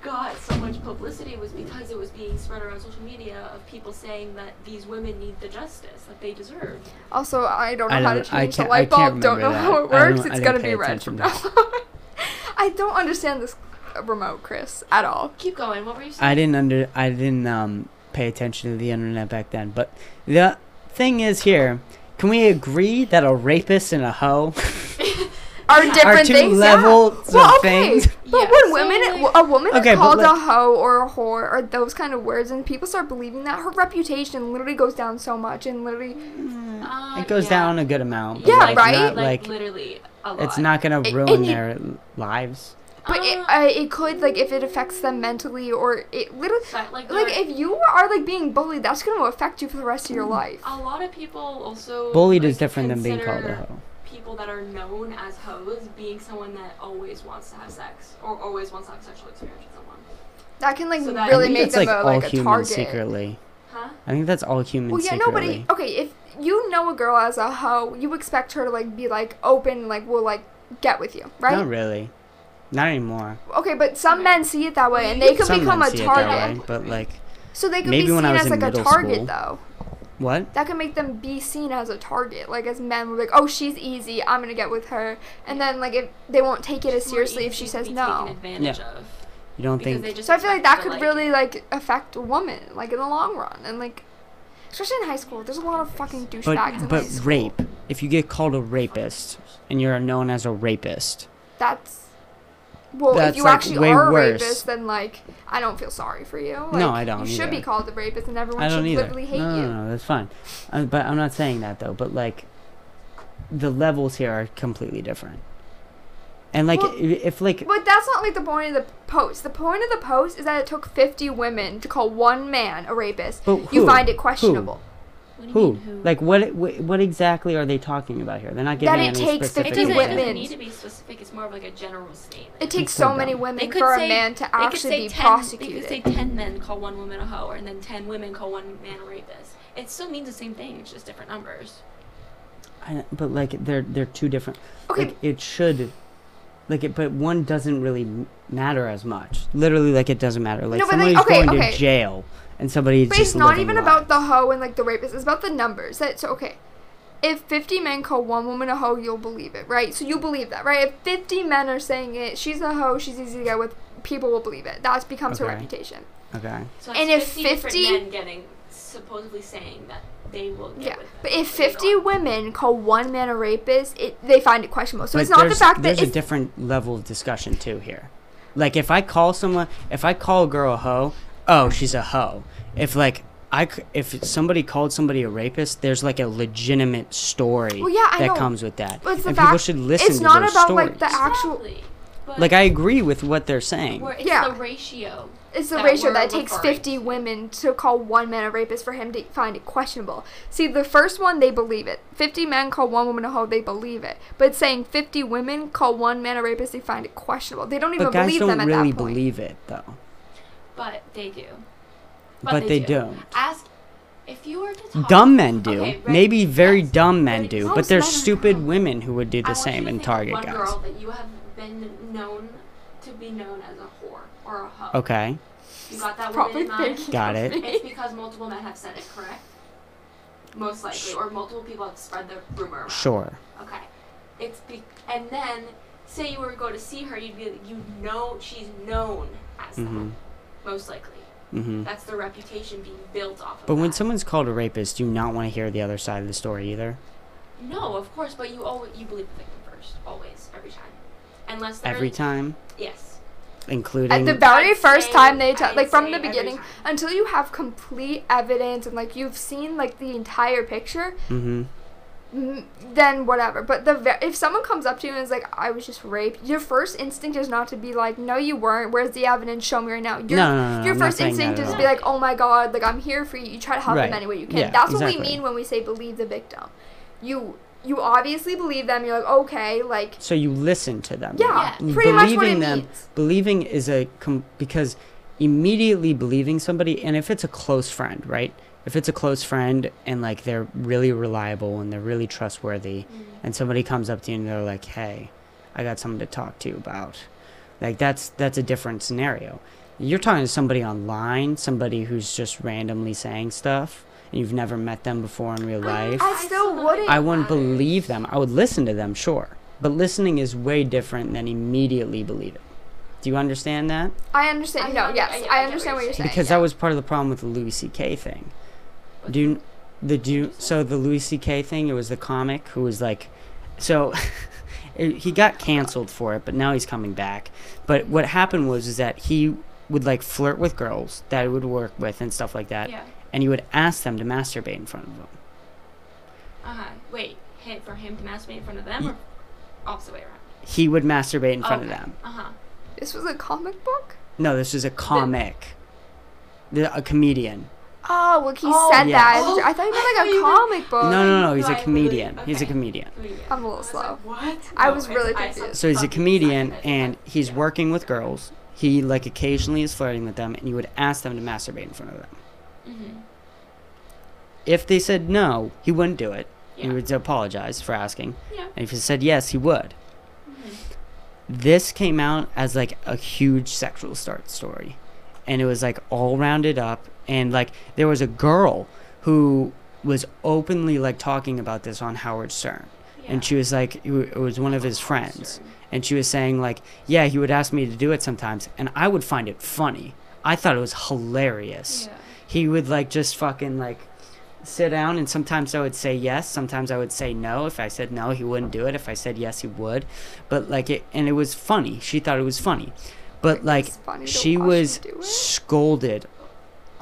S5: got so much publicity was because it was being spread around social media of people saying that these women need the justice that they deserve.
S1: Also, I don't know
S4: I
S1: how to
S4: don't- I
S1: change the
S4: can't- I
S1: light
S4: can't
S1: bulb. Don't know
S4: remember that.
S1: how it
S4: I don't-
S1: works.
S4: I
S1: It's
S4: didn't
S1: gonna
S4: pay
S1: be red
S4: attention
S1: from
S4: to
S1: now. on. (laughs) I don't understand this remote, Chris, at all.
S5: Keep going. What were you saying?
S4: I didn't under I didn't um pay attention to the internet back then. But the thing is here, can we agree that a rapist and a hoe (laughs)
S1: Are different
S3: (laughs)
S4: are two
S1: things. yeah.
S4: levels
S1: Well,
S4: of
S1: okay.
S4: things?
S1: But
S3: Yeah,
S1: when
S3: so,
S1: women,
S3: like-
S1: a woman
S4: Okay,
S1: is
S4: but
S1: called
S4: like-
S1: a hoe or a whore or those kind of words, and people start believing that her reputation literally goes down so much, and literally
S3: Uh,
S4: It goes
S3: yeah.
S4: down a good amount. but,
S1: Um, Yeah,
S4: like,
S1: right?
S4: Not,
S3: like,
S4: like,
S3: literally a lot.
S4: it's not gonna
S1: It-
S4: ruin
S1: and you-
S4: their lives.
S1: But it,
S3: Uh,
S1: uh, it could like if it affects them mentally or it literally
S3: But, like,
S1: like
S3: there-
S1: if you are like being bullied, that's gonna affect you for the rest of your life.
S3: A lot of people also
S4: Bullied
S3: like,
S4: is different than being called
S3: consider
S4: a hoe.
S3: People that are known as hoes being someone that always wants to have sex or always wants to have sexual experience with someone.
S1: That can like
S3: So that- I
S1: really
S4: I think
S1: make
S4: that's
S1: them
S4: like
S1: a,
S4: all
S1: like a
S4: humans
S1: target.
S4: secretly.
S3: Huh?
S4: I think that's all humans
S1: Well, yeah,
S4: secretly.
S1: nobody. Okay, if you know a girl as a hoe, you expect her to like be like open, like will like get with you, right?
S4: Not really. Not anymore.
S1: Okay, but some
S3: Okay.
S1: men see it that way, and they could
S4: Some
S1: become
S4: men
S1: a
S4: see
S1: target.
S4: it that way, but like
S1: So they could be
S4: Maybe
S1: seen
S4: when I was
S1: as
S4: in
S1: like a
S4: middle
S1: target,
S4: school.
S1: though.
S4: what?
S1: That could make them be seen as a target. Like as men, we're like, oh, she's easy. I'm gonna get with her, and then like if they won't take it as
S3: More
S1: seriously if
S3: easy
S1: she
S3: to
S1: says
S3: be
S1: no.
S3: Taken advantage
S4: Yeah.
S3: of
S4: You don't
S3: because
S4: think
S3: they just
S1: So I feel like that
S3: expect
S1: could
S3: to,
S1: really like affect a woman, like in the long run, and like especially in high school. There's a lot of fucking douchebags. in
S4: But
S1: high
S4: but
S1: school.
S4: rape. If you get called a rapist and you're known as a rapist,
S1: That's well, if
S4: That's,
S1: you
S4: like,
S1: actually
S4: way
S1: are a
S4: worse.
S1: rapist, then like I don't feel sorry for you. Like,
S4: No, I don't
S1: You should be
S4: either.
S1: called a rapist, and everyone
S4: I
S1: should
S4: don't either.
S1: literally hate
S4: no,
S1: you.
S4: no, no, that's fine. I, but I'm not saying that though. But like, the levels here are completely different. And like,
S1: Well,
S4: i- if like,
S1: But that's not like the point of the post. The point of the post is that it took 50 women to call one man a rapist.
S4: But
S1: You
S4: who?
S1: find it
S4: Who?
S1: questionable.
S3: What do you
S4: who?
S3: mean who?
S4: Like, what, what? What exactly are they talking about here? They're not
S1: That
S4: giving
S1: it
S4: any
S1: takes
S3: It
S4: specific
S1: 50
S3: doesn't, it
S1: women.
S3: doesn't need to be specific. It's more of like a general statement.
S1: It takes
S4: so
S1: so many
S4: dumb.
S1: women
S3: could
S1: for a
S3: say-
S1: man to
S3: they could say
S1: actually be
S3: 10
S1: prosecuted.
S3: They could say ten men call one woman a hoe, and then ten women call one man a rapist. It still means the same thing, it's just different numbers.
S4: I, but like, they're they're two different.
S1: Okay.
S4: Like, it should. Like it, but one doesn't really m- matter as much. Literally, like it doesn't matter. Like
S1: No, but, like,
S4: somebody's
S1: okay,
S4: going
S1: okay.
S4: to jail, and somebody's
S1: but
S4: just
S1: it's not
S4: living
S1: even
S4: life.
S1: about the hoe and like the rapist. It's about the numbers. That, so, okay. If 50 men call one woman a hoe, you'll believe it, right? So you believe that, right? If 50 men are saying it, she's a hoe, she's easy to get with, people will believe it. That becomes her
S4: Okay.
S1: reputation.
S4: Okay.
S3: So
S1: And
S3: it's
S1: if 50
S3: different men getting supposedly saying that they will get
S1: Yeah,
S3: with them,
S1: but if
S3: they're
S1: 50
S3: not.
S1: women call one man a rapist, it, they find it questionable. So
S4: But
S1: it's not the
S4: there's-
S1: fact that
S4: there's a
S1: it's
S4: different level of discussion too here. Like if I call someone, if I call a girl a hoe, oh she's a hoe. If like I c- if somebody called somebody a rapist, there's like a legitimate story
S1: Well, yeah, I
S4: that
S1: know.
S4: comes with that,
S1: But it's the
S4: and
S1: fact-
S4: people should listen
S1: it's
S4: to
S1: not
S4: those
S1: about,
S4: stories.
S1: like, the act- actual-
S3: Exactly. But
S4: Like, I agree with what they're saying.
S3: where it's
S1: Yeah.
S3: the ratio.
S1: It's the
S3: that
S1: ratio
S3: we're
S1: that it takes
S3: referring
S1: 50
S3: to.
S1: women to call one man a rapist for him to find it questionable. See, the first one, they believe it. 50 men call one woman a hoe, they believe it. But it's saying 50 women call one man a rapist, they find it questionable. They don't even
S4: But guys
S1: believe them
S4: don't
S1: at
S4: really
S1: that point.
S4: believe it though.
S3: But they do.
S4: But, they, don't.
S3: Ask if you were to talk
S4: Dumb men do.
S3: Okay, right.
S4: Maybe very
S3: Yes.
S4: dumb men do. But
S1: Most
S4: there's
S1: men are
S4: stupid
S1: dumb.
S4: women who would do
S3: I
S4: the
S3: want you
S4: same
S3: to
S4: and
S3: think of
S4: target
S3: one
S4: guys.
S3: girl that you have been known to be known as a whore or a hoe.
S4: Okay,
S3: You got that woman
S1: Probably
S3: in mind?
S1: thinking
S4: Got
S1: of
S4: it.
S1: me.
S3: It's because multiple men have said it, correct? Most likely, or multiple people have spread the rumor. Around.
S4: sure.
S3: Okay. It's be- and then say you were to go to see her, you'd be you know she's known as
S4: Mhm.
S3: that, most likely.
S4: Mm-hmm.
S3: That's their reputation being built off of.
S4: But when
S3: that.
S4: someone's called a rapist, do you not want to hear the other side of the story either.
S3: no, of course, but you always you believe the victim first, always, every time, unless they're
S4: Every time,
S3: Yes.
S4: including
S1: At the very
S3: I'd
S1: first
S3: say-
S1: time they talk,
S3: I'd
S1: like from
S3: say
S1: the
S3: every
S1: beginning,
S3: time.
S1: until you have complete evidence and like you've seen like the entire picture,
S4: hmm
S1: mm, then whatever. But the ve- if someone comes up to you and is like, "I was just raped," your first instinct is not to be like, "No, you weren't." Where's the evidence? Show me right now. Your,
S4: No, no, no,
S1: Your
S4: I'm not
S1: first
S4: saying that
S1: instinct
S4: at
S1: is to
S4: all.
S1: be like, "Oh my God!" Like I'm here for you. You try to help
S4: Right.
S1: them any way you can.
S4: Yeah,
S1: That's what
S4: exactly.
S1: we mean when we say believe the victim. You you obviously believe them. You're like, okay, like
S4: So you listen to them.
S1: yeah,
S4: Mm,
S1: pretty much what it
S4: believing them-
S1: means.
S4: Believing is a com- because immediately believing somebody, and if it's a close friend, right? If it's a close friend and like they're really reliable and they're really trustworthy, and somebody comes up to you and they're like, "Hey, I got something to talk to you about," like that's that's a different scenario. You're talking to somebody online, somebody who's just randomly saying stuff, and you've never met them before in real life.
S1: I still wouldn't.
S4: I wouldn't
S3: matters.
S4: believe them. I would listen to them, sure. But listening is way different than immediately believing. Do you understand that?
S1: I understand.
S3: I
S1: no,
S3: under-
S1: yes,
S3: yeah,
S1: I,
S3: I get
S1: understand what you're saying.
S4: Because
S1: yeah.
S4: that was part of the problem with the Louis C.K. thing. Do you, the do so (laughs) the Louis C.K. thing? It was the comic who was like, so it, he got canceled for it, but now he's coming back. But what happened was is that he would like flirt with girls that he would work with and stuff like that,
S3: Yeah.
S4: and he would ask them to masturbate in front of him.
S3: Uh huh. Wait. Hit for him to masturbate in front of them, or opposite way around.
S4: He would masturbate in front of
S3: Okay.
S4: them.
S3: Uh huh.
S1: This was a comic book?
S4: No, this is a comic, the, a comedian.
S1: Oh, well, he
S3: Oh,
S1: said
S4: yeah.
S1: that.
S3: Oh,
S1: I thought you
S3: I thought
S1: meant like a
S3: you meant-
S1: comic book.
S4: No, no, no, he's
S3: no,
S4: a
S3: I really-
S4: comedian. He's a
S3: okay.
S4: comedian.
S1: I'm a little
S3: I was
S1: slow.
S3: like, what?
S1: I
S3: No,
S1: was
S3: it's-
S1: really
S3: I saw
S1: confused.
S3: the
S4: So he's a
S3: fucking
S4: comedian
S3: sign that-
S4: and he's
S3: Yeah.
S4: working with girls. He like occasionally is flirting with them and he would ask them to masturbate in front of them.
S3: Mhm.
S4: If they said no, he wouldn't do it. He
S3: Yeah.
S4: would apologize for asking.
S3: Yeah. Mm-hmm.
S4: And if he said yes, he would. This came out as like a huge sexual start story. And it was like all rounded up and like there was a girl who was openly like talking about this on Howard Stern. And she was like it was one of his friends. and she was saying like yeah he would ask me to do it sometimes and i would find it funny i thought it was hilarious
S3: Yeah.
S4: he would like just fucking like sit down and sometimes i would say yes sometimes i would say no if i said no he wouldn't do it if i said yes he would but like it and it was funny she thought it was funny but like
S1: It's funny to
S4: she
S1: watch
S4: was
S1: him do it.
S4: scolded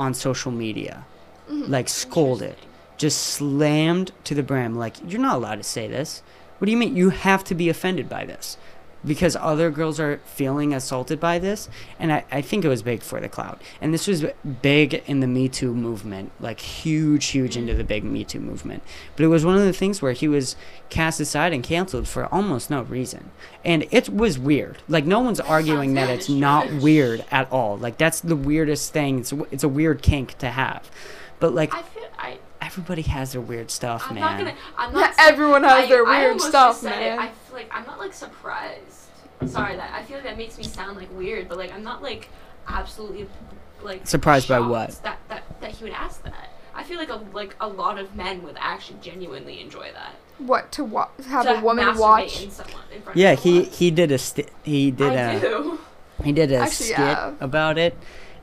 S4: on social media
S1: Mm-hmm.
S4: like scolded just slammed to the brim like you're not allowed to say this what do you mean you have to be offended by this because other girls are feeling assaulted by this and I, I think it was big for the cloud and this was big in the me too movement like huge huge into the big me too movement but it was one of the things where he was cast aside and canceled for almost no reason and it was weird like no one's arguing that it's not weird at all like that's the weirdest thing it's, a- it's a weird kink to have but like
S3: I feel I.
S4: everybody has their weird stuff
S3: I'm
S4: man
S3: not gonna. I'm
S1: Yeah,
S3: not. su-
S1: everyone has
S3: I-
S1: their
S3: I
S1: weird
S3: almost
S1: stuff,
S3: just said
S1: man.
S3: It. I feel like I'm not like surprised. Sorry that I feel like that makes me sound like weird, but like I'm not like absolutely like
S4: Surprised by
S3: shocked
S4: what?
S3: That that that he would ask that. I feel like a like a lot of men would actually genuinely enjoy that.
S1: what to wa- have
S3: To
S1: a woman
S3: masturbate
S1: watch?
S3: in someone, in front
S4: yeah
S3: of
S4: he
S3: someone.
S4: he did a sti- he did uh,
S3: I
S4: a
S3: do. (laughs)
S4: he did a
S1: Actually,
S4: skit
S1: yeah.
S4: about it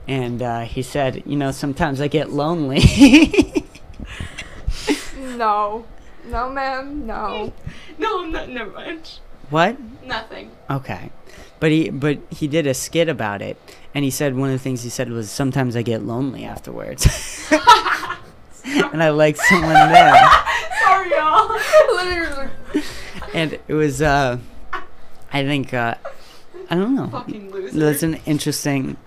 S4: and uh, he said you know sometimes i get lonely (laughs)
S1: No, no, ma'am,
S3: (laughs)
S1: no.
S3: No, I'm not. Never mind.
S4: what
S1: (laughs)
S3: Nothing.
S4: okay but he but he did a skit about it and he said one of the things he said was sometimes i get lonely afterwards (laughs) and i like someone there
S3: Sorry, y'all.
S1: (laughs) Literally,
S4: and it was uh i think uh i don't know
S3: Fucking loser.
S4: That's an interesting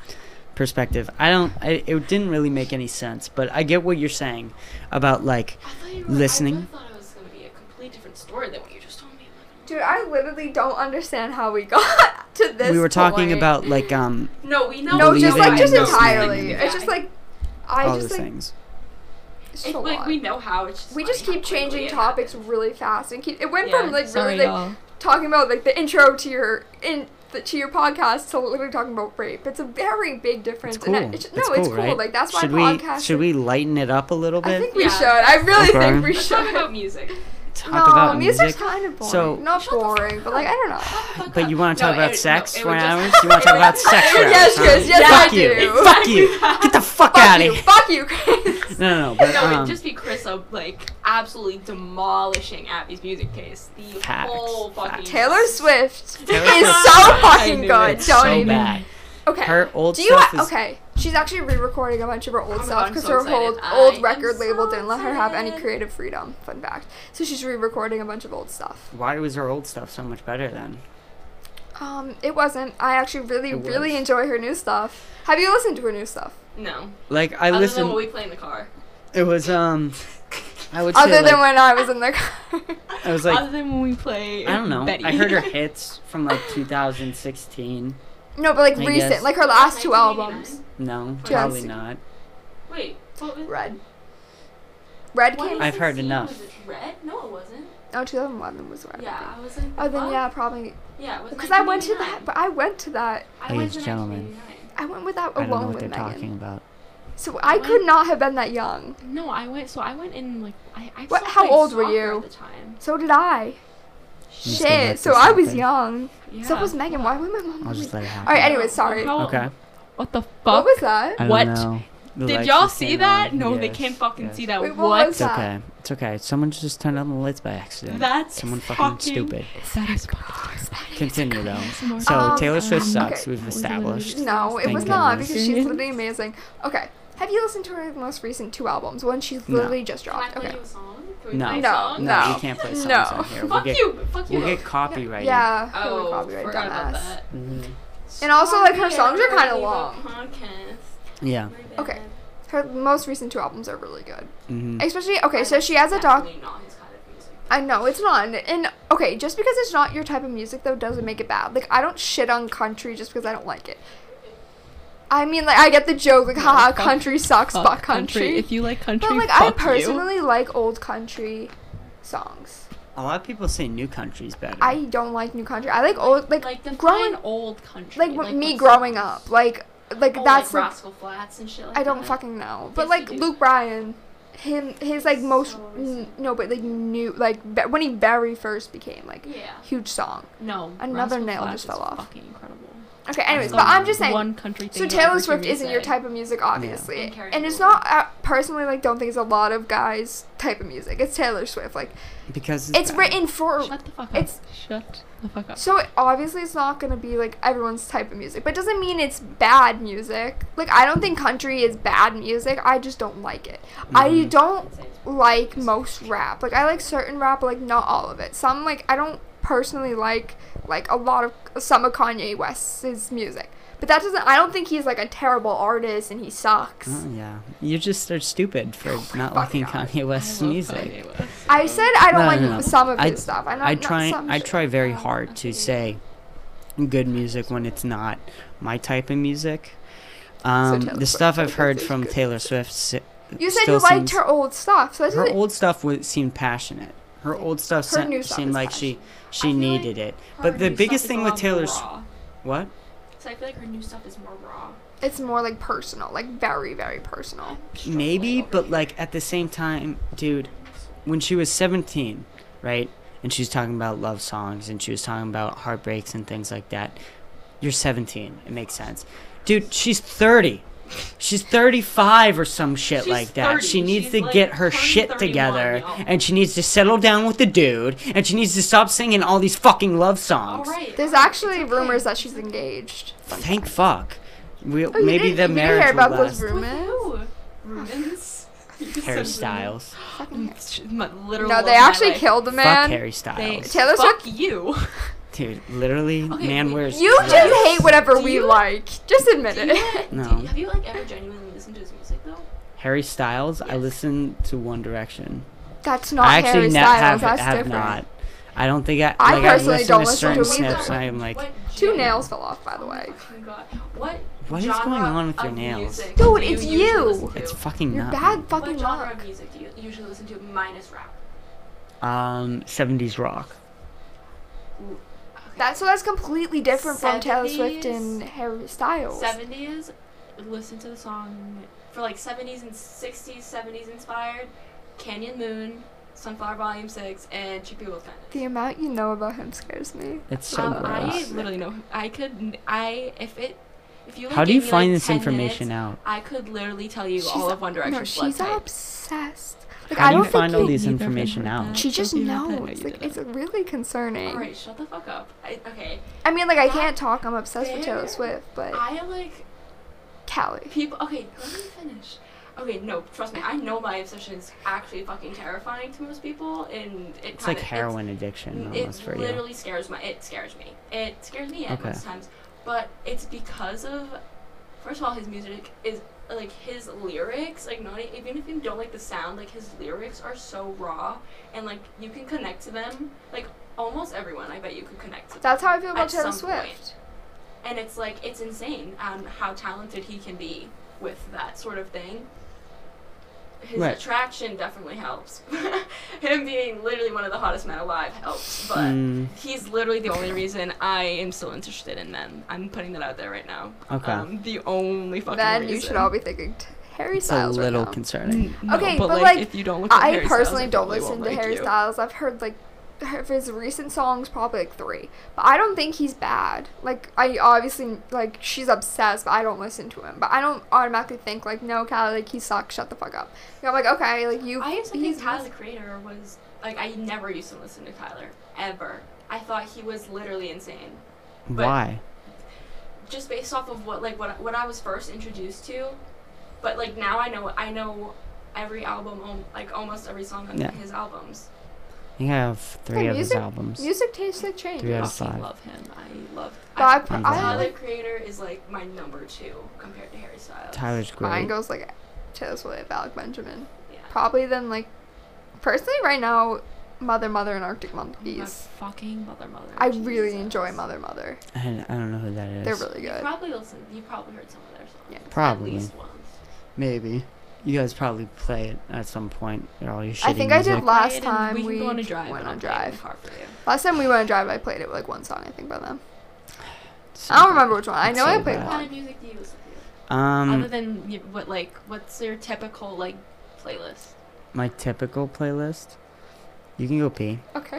S4: perspective. I don't. I, it didn't really make any sense, but I get what you're saying about like.
S3: I thought you were, I
S4: listening.
S3: really thought it was going to be a completely different story than what you just told me.
S1: dude, I literally don't understand how we (laughs) got to this.
S4: we were talking
S1: point.
S4: about like um
S3: No, we know.
S1: no,
S4: we
S1: just
S4: leaving
S1: like just
S4: and listening.
S1: entirely. It's just like I
S4: all
S1: just
S4: those
S1: like
S4: things.
S1: it's
S3: It's
S1: just a
S3: like
S1: lot.
S3: we know how. It's just
S1: We
S3: funny
S1: just
S3: how
S1: keep
S3: quickly
S1: changing
S3: it
S1: topics
S3: happens.
S1: really fast, and keep, it went
S3: Yeah,
S1: from like
S6: Sorry,
S1: really like (laughs)
S6: y'all.
S1: talking about like the intro to your in the, to your podcast to literally talking about rape. It's a very big difference.
S4: It's cool.
S1: And I, it's, no,
S4: It's cool,
S1: it's cool.
S4: right?
S1: Like that's why
S4: should
S1: podcasts.
S4: we should we lighten it up a little
S1: I
S4: bit?
S1: think we
S3: Yeah.
S1: should. I really
S4: Okay.
S1: think we
S3: Let's talk
S1: should.
S3: about music.
S4: Talk
S1: no,
S4: about
S1: music's
S4: music.
S1: kind of boring.
S4: So-
S1: not boring, but like I don't know.
S4: But you want to
S3: No,
S4: talk about
S3: it- no, (laughs)
S4: sex
S3: it
S4: for
S3: would
S4: an
S3: just-
S1: (laughs)
S4: hours? You want to talk
S3: (laughs)
S4: about sex for hours?
S1: Yes,
S4: huh?
S1: Chris, yes,
S4: Fuck
S1: I
S4: you.
S1: do.
S4: (laughs) Fuck you. Get the fuck
S1: Fuck
S4: out of
S1: you,
S4: here.
S1: fuck you, Chris.
S4: (laughs) No, no, no.
S1: (laughs)
S4: But
S3: No,
S4: um,
S3: it'd just be Chris uh, like absolutely demolishing Abby's music taste. The
S4: Facts,
S3: whole fucking
S4: facts.
S1: Taylor Swift
S4: (laughs) Taylor
S1: is
S4: Swift.
S1: so fucking
S3: knew
S1: good.
S4: it's
S1: don't
S4: so
S1: even.
S4: bad.
S1: Okay.
S4: Her old
S1: Do you
S4: stuff
S1: ha-
S4: is
S1: okay? She's actually re-recording a bunch of her old
S3: Oh my
S1: stuff
S3: God,
S1: because
S3: I'm
S1: her
S3: so
S1: whole
S3: excited. I
S1: old
S3: am
S1: record label
S3: so
S1: didn't let her have any
S3: excited.
S1: creative freedom. Fun fact. So she's re-recording a bunch of old stuff.
S4: Why was her old stuff so much better then?
S1: Um, it wasn't. I actually really,
S4: It
S1: really
S4: was.
S1: enjoy her new stuff. Have you listened to her new stuff?
S3: No.
S4: Like I
S3: Other
S4: listened.
S3: than what we play in the car.
S4: It was um, I would
S1: Other
S4: say
S1: than
S4: like,
S1: when I was in the (laughs) car.
S4: I was like
S3: Other than when we play.
S4: I don't know.
S3: Betty.
S7: (laughs)
S4: I heard her hits from like 2016.
S1: no, but like
S4: I
S1: recent,
S4: guess.
S1: like her last two
S3: 1989?
S1: albums.
S4: No,
S1: Yes.
S4: probably not.
S3: Wait, what was
S1: Red. Red
S3: what
S1: came
S3: was
S4: I've heard
S3: the scene?
S4: enough.
S3: Was it red? No, it wasn't.
S1: Oh, 2011 was Red.
S3: Yeah, I was like.
S1: Oh, then
S3: what?
S1: yeah, probably.
S3: Yeah, it was.
S1: Because I went to
S3: 1989.
S1: that, but I went to that.
S3: I went
S4: Ladies
S3: to
S4: and gentlemen.
S3: 1989.
S1: I went with that
S4: I don't know
S1: alone
S4: what
S1: with
S4: they're talking
S1: Megan.
S4: about.
S1: So I could
S3: went-
S1: not have been that young.
S3: No, I went. So I went in like I. I
S1: What-
S3: still
S1: how
S3: played
S1: old were
S3: soccer
S1: you?
S3: At the time.
S1: So did I.
S4: just gonna
S1: Shit.
S4: let
S1: So
S4: this
S1: I was
S4: happen.
S1: young.
S3: Yeah.
S1: So was Megan. Why would my mom?
S4: I'll just let it happen.
S1: All right. Anyway, sorry.
S3: How-
S4: Okay.
S3: What the fuck?
S1: What was that?
S4: I don't
S3: What?
S4: know. the
S7: Did
S4: lights
S7: y'all
S4: just
S7: see
S4: came
S7: that?
S4: on.
S7: No, they
S4: Yes,
S7: can't fucking
S4: yes.
S7: see that.
S1: Wait, what
S7: what?
S1: was
S4: It's okay. It's okay. Someone just turned on the lights by accident.
S7: That's
S4: Someone fucking
S7: fucking-
S4: stupid.
S8: That is fucking
S4: Continue though.
S8: ASMR.
S4: So
S1: Um,
S4: Taylor Swift
S1: um,
S4: sucks.
S1: okay.
S4: We've
S8: was the literally
S4: established.
S8: just-
S1: No, it
S4: Thank
S1: was not
S4: goodness.
S1: because she's literally amazing. Okay, have you listened to her most recent two albums? One she's
S4: No.
S1: literally just
S3: Can I
S1: dropped.
S3: play
S1: Okay.
S3: you a song? Can we
S4: No,
S3: play a
S1: No,
S3: song?
S1: no.
S4: we can't play songs
S1: No.
S4: on here. We'll
S3: Fuck
S4: get,
S3: you. Fuck you.
S4: We'll get copyrighted.
S1: Yeah, who would
S3: Oh,
S1: copyright
S3: forgot about
S1: dumbass.
S3: that.
S4: Mhm.
S1: And also, like, her
S3: Sorry,
S1: songs are kinda
S3: everybody,
S1: long.
S3: but Podcast.
S4: Yeah.
S3: My bad.
S1: Okay. Her most recent two albums are really good.
S4: Mm-hmm.
S1: Especially okay,
S3: I
S1: so
S3: like
S1: she has a doc.
S3: definitely not his kind of music.
S1: I know it's not, and- and okay, just because it's not your type of music though doesn't make it bad. Like I don't shit on country just because I don't like it. I mean, like I get the joke, like haha,
S8: fuck-
S1: country sucks,
S8: Fuck
S1: but country.
S8: If you like country,
S1: But like
S8: fuck
S1: I
S8: you.
S1: personally like old country songs.
S4: A lot of people say new country's better.
S1: I don't like new country. I like old, like
S3: Like the
S1: growing,
S3: old country.
S1: like, w me
S3: what
S1: growing
S3: songs?
S1: up, like like
S3: Oh,
S1: that's
S3: like
S1: like,
S3: Rascal Flats and shit like
S1: I don't
S3: that.
S1: fucking know. But
S3: Yes,
S1: like
S3: you do.
S1: Luke Bryan, him his like most
S3: So
S1: n-
S3: recent.
S1: no, but like new like ve- when he very first became like
S3: Yeah.
S1: huge song.
S8: no.
S1: Another
S8: Rascal
S1: nail
S8: Flatts
S1: just
S8: is
S1: fell off.
S8: Fucking incredible.
S1: Okay, anyways,
S8: The
S1: but I'm just saying.
S8: One country thing
S1: So
S8: you'll
S1: Taylor
S8: ever
S1: Swift
S8: hear me
S1: isn't your
S8: say.
S1: type of music, obviously,
S3: And Carrie
S1: and it's
S3: Underwood.
S1: not I personally like don't think it's a lot of guys' type of music. It's Taylor Swift, like
S4: because it's,
S1: it's
S4: bad.
S1: written for.
S8: Shut the fuck up.
S1: It's-
S8: Shut the fuck up.
S1: So it, obviously, it's not gonna be like everyone's type of music, but it doesn't mean it's bad music. Like I don't think country is bad music. I just don't like it. I
S4: Mhm.
S1: don't like most rap. Like I like certain rap, but, like not all of it. Some like I don't personally like like a lot of some of Kanye West's music. But that doesn't. I don't think he's like a terrible artist and he sucks.
S4: Oh, yeah. You just are stupid for
S1: Oh,
S4: not liking
S1: God.
S4: Kanye West's
S8: I love
S4: music.
S8: Kanye West.
S1: I said I don't
S4: No,
S1: like
S4: no, no.
S1: some of
S4: I-
S1: his stuff. I, not,
S4: I
S1: not
S4: try
S1: some
S4: I
S1: shit.
S4: try very hard to say good music when it's not my type of music. Um,
S1: Taylor
S4: the
S1: Swift
S4: stuff
S1: type
S4: I've
S1: of
S4: heard
S1: music
S4: from
S1: is-
S4: Taylor Swift si-
S1: You said
S4: still
S1: you liked
S4: seems-
S1: her old stuff, so I
S4: her
S1: said
S4: old stuff was, seemed passionate. Her old stuff
S1: Her
S4: se-
S1: new stuff
S4: seemed
S1: is
S4: like she she
S3: I feel like
S4: needed it. But the biggest thing with Taylor Swift, what?
S3: So I feel like her new stuff is more raw.
S1: it's more like personal, like very very personal.
S4: Maybe, but like at the same time, dude, when she was 17, right? And she was talking about love songs and she was talking about heartbreaks and things like that. You're 17. It makes sense. Dude, she's 30. She's 35 or some shit
S3: She's
S4: like that.
S3: 30.
S4: She needs
S3: She's,
S4: to
S3: like,
S4: get her
S3: turning
S4: shit
S3: 31,
S4: together
S3: y'all.
S4: and she needs to settle down with the dude and she needs to stop singing all these fucking love songs.
S3: Alright.
S1: There's actually rumors that she's engaged.
S4: Thank fuck. We,
S1: Oh, you didn't-
S4: maybe the
S1: you didn't
S4: marriage
S1: hear about
S4: will
S1: those
S4: last.
S1: rumors.
S3: Rubens.
S4: Harry Styles.
S1: Fucking-
S8: Sh- my literal
S1: No,
S8: love
S1: they
S8: of my
S1: actually
S8: life.
S1: killed the
S4: Fuck
S1: man.
S4: Harry Styles.
S8: They,
S1: Taylor
S8: fuck you.
S4: Dude, literally, man
S3: wait,
S4: wears.
S1: You
S4: clothes.
S1: just hate whatever
S3: Do
S1: we
S3: you-
S1: like. Just (laughs) admit
S3: Do
S1: it. (laughs)
S3: you like-
S4: No.
S3: do you- have you like ever genuinely listened to his music though?
S4: Harry Styles. I listen to One Direction.
S1: That's not
S4: I actually
S1: Harry
S4: ne-
S1: Styles.
S4: have,
S1: That's
S4: have
S1: different.
S4: not. I don't think I.
S1: I
S4: like,
S1: personally
S4: I listen
S1: don't
S4: to
S1: listen
S4: certain
S1: to either.
S4: snips, and I'm like,
S3: What
S1: Two
S3: gen-
S1: nails fell off, by the
S3: Oh my
S1: way.
S3: fucking God. What?
S4: What is
S3: genre
S4: going on with your
S3: of
S4: nails?
S3: music
S1: Dude,
S3: do
S1: it's
S3: usually
S1: you.
S3: listen to?
S4: it's fucking
S1: Your
S4: not.
S1: bad fucking
S3: What genre
S1: luck.
S3: of music do you usually listen to minus rap?
S4: Um, 70s rock.
S1: That's so that's completely different from Taylor Swift
S3: 70s,
S1: and Harry Styles.
S3: Seventies, listen to the song for like seventies and sixties, seventies inspired. Canyon Moon, Sunflower Volume Six, and Chippy Will Kind
S1: The amount you know about him scares me.
S4: It's so
S3: Um, I
S4: gross.
S3: literally know. I could. n- I if it. If you. Like,
S4: How do you
S3: gave me, like,
S4: find this
S3: 10
S4: information
S3: minutes,
S4: out?
S3: I could literally tell you
S1: She's-
S3: all of One Direction's
S1: No,
S3: blood
S1: she's
S3: type.
S1: obsessed. Like
S4: How
S1: I
S4: do
S1: don't
S4: you
S1: think
S4: find all
S1: you-
S4: these
S8: Neither of them
S4: information
S8: heard
S4: out?
S8: that.
S1: She just
S8: Sophie heard that. No,
S1: knows.
S8: you
S1: Like it's
S8: didn't.
S1: really concerning.
S3: All right, shut the fuck up. I, okay,
S1: I mean, like I
S3: That
S1: can't talk. I'm obsessed with Taylor
S3: there-
S1: Swift, but
S3: I am like
S1: Callie.
S3: people. Okay, let me finish. Okay, no, trust me. I know my obsession is actually fucking terrifying to most people, and it
S1: Uh,
S4: It's like
S3: kinda-
S4: heroin addiction
S3: N-
S4: almost for
S3: it
S4: you.
S3: literally scares my it scares me it scares me at
S4: Okay.
S3: most times but it's because of first of all his music is like his lyrics like not e- even if you don't like the sound like his lyrics are so raw and like you can connect to them like almost everyone i bet you could connect to them
S1: That's how I feel about
S3: At
S1: Taylor
S3: some point.
S1: Swift.
S3: and it's like it's insane um, how talented he can be with that sort of thing his
S4: Right.
S3: attraction definitely helps (laughs) him being literally one of the hottest men alive helps but
S4: Mm,
S3: He's literally the only reason I am still interested in men. I'm putting that out there right now.
S4: okay.
S3: Um, the only fucking
S1: Then
S3: reason.
S1: you should all be thinking t- Harry
S4: it's a
S1: Styles right
S4: little
S1: now.
S4: concerning.
S1: Okay, but, like,
S7: if you don't look at
S1: I
S7: Harry Styles,
S1: personally
S7: it
S1: don't
S7: probably
S1: listen
S7: won't
S1: to
S7: like
S1: Harry
S7: you.
S1: Styles. I've heard like of his recent songs, probably like three. But I don't think he's bad. Like I obviously like she's obsessed, but I don't listen to him. But I don't automatically think like no, Cal, like he sucks. Shut the fuck up. You know, I'm like okay, like you.
S3: I used to
S1: he's-
S3: think Tyler the Creator was like I never used to listen to Tyler ever. I thought he was literally insane. But-
S4: Why?
S3: just based off of what like what what I was first introduced to, but like now I know I know every album al- like almost every song on
S4: Yeah.
S3: his albums.
S4: I think I have three
S1: Yeah,
S4: of his
S1: music-
S4: albums.
S1: Music tastes like change.
S4: Three out of
S9: fucking
S4: five.
S9: love him. I love.
S1: But I, pr-
S4: Mine's
S1: I,
S4: not.
S3: Tyler
S1: like
S3: the Creator is like my number two compared to Harry Styles.
S4: Tyler's great.
S1: mine goes like Taylor Swift, Alec Benjamin.
S3: Yeah.
S1: Probably then like personally right now, Mother Mother and Arctic
S9: My
S1: Monkeys.
S9: fucking mother, mother.
S1: I really
S9: Jesus.
S1: enjoy Mother Mother.
S4: I, I don't know who that is.
S1: They're really
S3: You
S1: good.
S3: probably listened. You probably heard some of their songs.
S1: Yeah.
S4: Probably.
S3: At least once.
S4: Maybe. You guys probably play it at some point. They're all your shitty
S1: I think I
S4: music.
S1: did last
S9: Quiet and
S1: time
S9: we
S1: we,
S9: can go on a drive.
S1: went
S9: and
S1: on
S9: I'll play it in the
S1: drive.
S9: car for you.
S1: Last time we went on drive, I played it with like one song I think by them.
S4: So
S1: I don't remember which one. I
S4: It's
S1: know
S4: so
S1: I played
S4: bad.
S3: What kind (laughs)
S1: one.
S3: of music do you listen to?
S4: bad. Um,
S9: Other than y- what, like, what's your typical like playlist?
S4: my typical playlist. You can go pee. (laughs)
S1: Okay.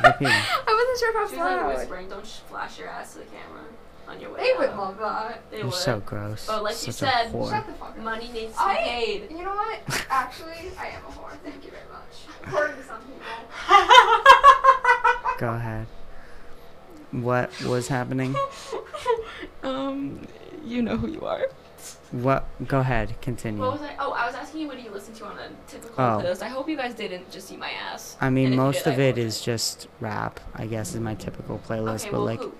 S4: Go pee.
S1: I wasn't sure if I was
S3: She's like
S1: loud.
S3: whispering, "Don't sh- flash your ass to the camera on your way."
S10: They would
S3: out."
S10: love that.
S3: They
S4: You're
S3: would.
S4: so gross.
S3: But like
S4: Such
S3: you
S4: a
S3: said,
S4: whore.
S10: Shut the fuck up.
S3: money needs to be
S10: I-
S3: paid.
S10: You know what? Actually, I am a whore. Thank you very much. According to some
S4: (laughs)
S10: people.
S4: Go ahead. What
S3: (laughs)
S4: was happening?
S9: Um, you know who you are.
S4: What? Go ahead. Continue.
S3: What was I? Oh, I was asking you what do you listen to on a typical
S4: Oh.
S3: playlist. I hope you guys didn't just see my ass.
S4: I
S3: And
S4: mean,
S3: if you
S4: most
S3: did, I
S4: of it
S3: apologize.
S4: is just rap, I guess, is my typical playlist.
S3: Okay,
S4: but
S3: well,
S4: like
S3: who?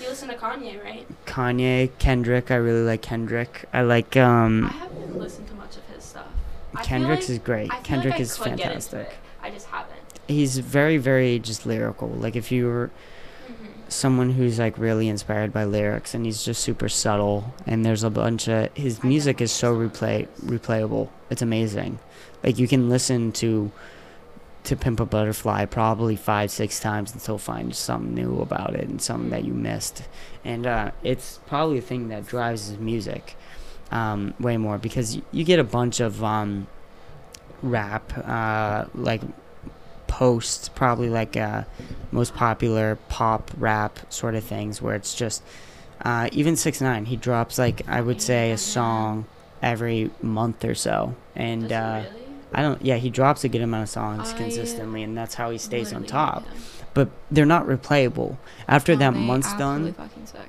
S3: You listen to Kanye, right?
S4: Kanye, Kendrick, I really like Kendrick. I like
S3: I
S4: um,
S3: haven't listened to much of his stuff. I feel
S4: Kendrick's
S3: like-
S4: is great.
S3: I feel
S4: Kendrick
S3: like I
S4: is
S3: could get into
S4: fantastic.
S3: it. I just haven't.
S4: He's very, very just lyrical. Like if you were
S3: Mm-hmm.
S4: someone who's like really inspired by lyrics, and he's just super subtle. And there's a bunch of his
S3: I
S4: music is so
S3: definitely listen
S4: replay
S3: to
S4: replayable. It's amazing. Like you can listen to to Pimp a Butterfly probably five, six times and still find something new about it and something that you missed. And uh, it's probably the thing that drives his music um, way more because you, you get a bunch of um, rap, uh, like posts, probably like uh, most popular pop rap sort of things where it's just uh, even six nine. He drops like I would say a song every month or so, and.
S3: Does
S4: uh,
S3: he really?
S4: I don't. Yeah, he drops a good amount of songs
S9: I
S4: consistently, and that's how he stays on
S9: Literally,
S4: top.
S9: yeah.
S4: But they're not replayable. After
S3: Oh,
S9: No,
S4: that
S9: they
S4: month's
S9: absolutely
S4: done,
S9: fucking suck.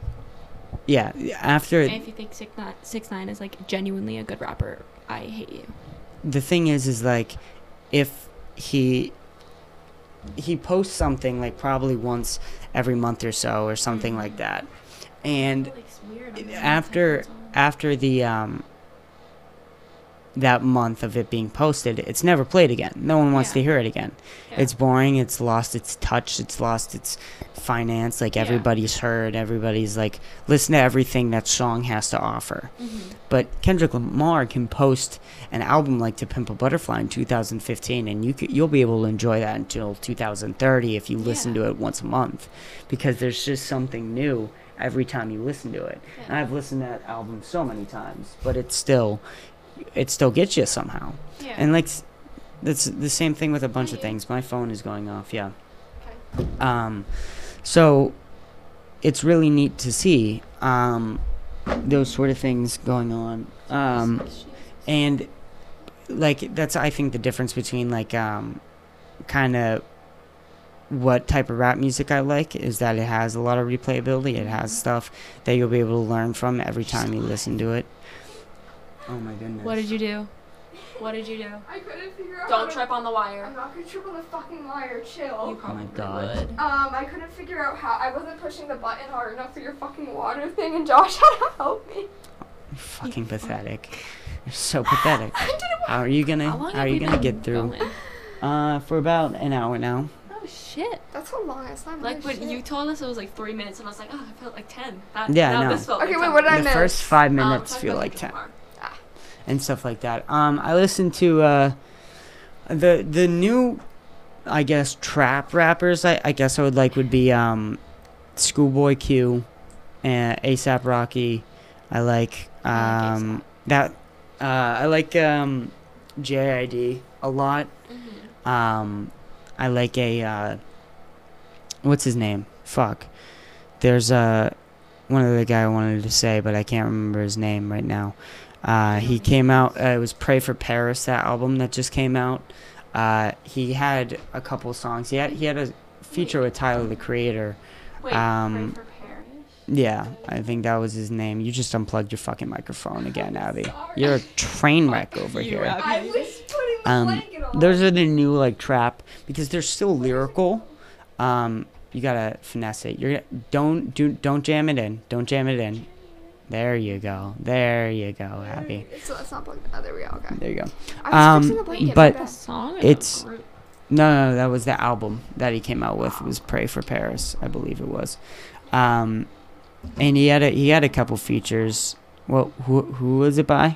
S4: yeah. After
S9: And if you think six nine, six nine is like genuinely a good rapper, I hate you.
S4: the thing is, is like, if he he posts something like probably once every month or so or something like that, and
S3: Like, it's weird. I'm
S4: after-
S3: just gonna type
S4: after the um that month of it being posted, it's never played again. No one wants
S9: Yeah.
S4: to hear it again.
S9: Yeah.
S4: It's boring. It's lost its touch. It's lost its finance. Like
S9: Yeah.
S4: everybody's heard. Everybody's like listen to everything that song has to offer.
S3: Mm-hmm.
S4: But Kendrick Lamar can post an album like "To Pimp a Butterfly" in 2015, and you c you'll be able to enjoy that until 2030 if you listen
S9: Yeah.
S4: to it once a month, because there's just something new every time you listen to it. And I've listened to that album so many times, but it still it still gets you somehow.
S9: Yeah.
S4: And like s- that's the same thing with a bunch of
S9: yeah.
S4: things. My phone is going off, yeah. Um so it's really neat to see um those sort of things going on. Um and like that's i think the difference between like um kind of what type of rap music i like is that it has a lot of replayability it has
S9: Mm-hmm.
S4: stuff that you'll be able to learn from every time you listen to it oh my goodness
S9: what did you do?
S3: it. What did you do?
S10: I couldn't figure out. how
S3: Don't
S10: to-
S3: trip on the
S10: I'm
S3: wire.
S10: not gonna trip on the fucking wire.
S3: You
S10: Chill.
S4: oh my
S3: probably
S4: god
S3: would.
S10: Um, I couldn't figure out how. I wasn't pushing the button hard enough for your fucking water thing, and Josh (laughs) had to help me.
S4: You're fucking pathetic you're so (laughs) pathetic how are you gonna
S9: How long
S4: how
S9: have
S4: are
S9: we
S4: you gonna
S9: been
S4: get through
S9: going?
S4: uh for about an hour now
S9: Oh shit!
S1: That's a long ass time.
S3: Like
S1: Holy
S3: when you
S1: shit.
S3: told us it was like three minutes, and I was like, oh, I felt like ten. That,
S4: Yeah, I
S3: now
S4: know.
S3: This felt
S1: Okay,
S3: like
S1: wait,
S3: 10.
S1: what did I
S4: the
S1: miss?
S4: first five
S3: Um,
S4: minutes
S3: talk
S4: feel
S3: about
S4: like
S3: Kendrick
S4: 10
S3: Lamar.
S4: and stuff like that. Um, I listened to uh, the the new, I guess, trap rappers. I, I guess I would like would be um, Schoolboy Q, and ASAP Rocky. I like
S9: I like
S4: um, that. Uh, I like um,
S3: Mm-hmm.
S4: JID a lot. Um, I like a uh, what's his name? Fuck. There's uh, one other guy I wanted to say, but I can't remember his name right now. Uh, he came out. Uh, it was "Pray for Paris" that album that just came out. Uh, he had a couple songs. He had he had a feature with Tyler the Creator.
S3: Wait,
S4: Um,
S3: pray for Paris.
S4: Yeah, I think that was his name. You just unplugged your fucking microphone again, Abby. You're a train wreck over here.
S11: I was putting the
S4: Um,
S11: blanket on.
S4: Those are the new like trap because they're still lyrical. Um, you gotta finesse it. You're don't do don't jam it in. Don't jam it in. There you go. There you go, Abby.
S1: So that's not plugged. Oh, there we go. Okay.
S4: There you go.
S1: I was
S4: Um,
S1: fixing the blanket.
S4: but-
S1: my
S12: A
S1: bad.
S12: song? or
S4: It's-
S12: a group?
S4: No, no, that was the album that he came out with. Was "Pray for Paris," I believe it was. Um, and he had a he had a couple features. Well, who who was it by?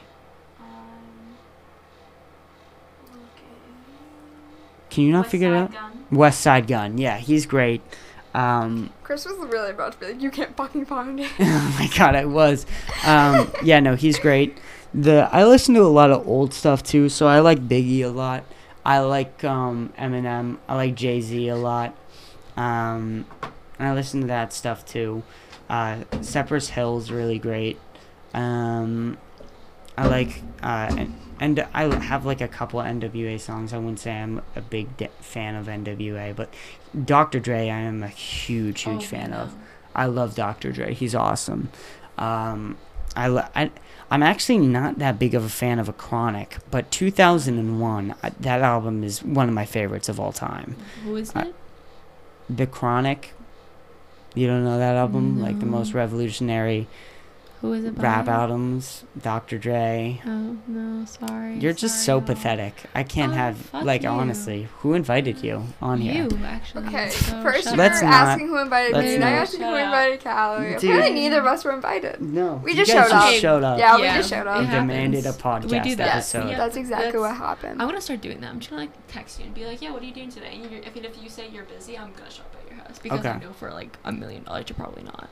S3: uh,
S4: Can you not
S3: West
S4: figure it
S3: Side
S4: out?
S3: Gun.
S4: West Side Gun. Yeah, he's great. Um,
S1: Chris was really about to be like, you can't fucking find it.
S4: (laughs) oh my god, I was. Um, yeah, no, he's great. The I listen to a lot of old stuff too, so I like Biggie a lot. I like um, Eminem. I like Jay Z a lot. Um, and I listen to that stuff too. Uh, Cypress Hill's really great. Um, I like uh, and, and I have like a couple NWA songs. I wouldn't say I'm a big de- fan of NWA, but Dr. Dre, I am a huge,
S3: Oh,
S4: huge fan of. I love Dr. Dre. He's awesome. Um, I, lo- I I'm actually not that big of a fan of a Chronic, but 2001 I, that album is one of my favorites of all time.
S12: Who is
S4: I-
S12: it?
S1: Uh,
S4: The Chronic. You don't know that album? Like the
S12: No.
S4: most revolutionary
S12: Who is it? By?
S4: rap albums, Dr. Dre.
S12: Oh no, sorry.
S4: You're just so
S12: sorry, y'all.
S4: pathetic. I can't
S12: Oh,
S4: have
S12: fuck
S4: like
S12: you.
S4: honestly, who invited you on here?
S12: You
S3: Mm.
S12: actually.
S1: Okay, (laughs)
S12: so
S1: first
S12: shut
S1: you
S12: up.
S1: were
S4: Let's not-
S1: asking who invited
S4: let's
S1: me, and I
S4: not.
S1: asked you who
S3: Oh, Shut up.
S1: invited Callie.
S4: Dude.
S1: Apparently neither of us were invited.
S4: No.
S1: We
S4: you
S1: just
S4: guys
S1: showed up.
S4: showed up.
S1: Yeah,
S12: Yeah.
S1: we just showed
S12: It
S4: You
S1: up.
S12: Yeah.
S4: demanded a
S12: happens.
S4: podcast
S12: We do that.
S1: Yes.
S4: episode.
S3: Yeah.
S1: That's exactly
S3: That's-
S1: what happened.
S12: I'm gonna start doing that. I'm just gonna like
S3: Text you and be like, yeah, what are you doing today? And you're, if, if you say you're busy, I'm gonna show up at your house because I
S4: Okay.
S3: know for like a million dollars you're probably not.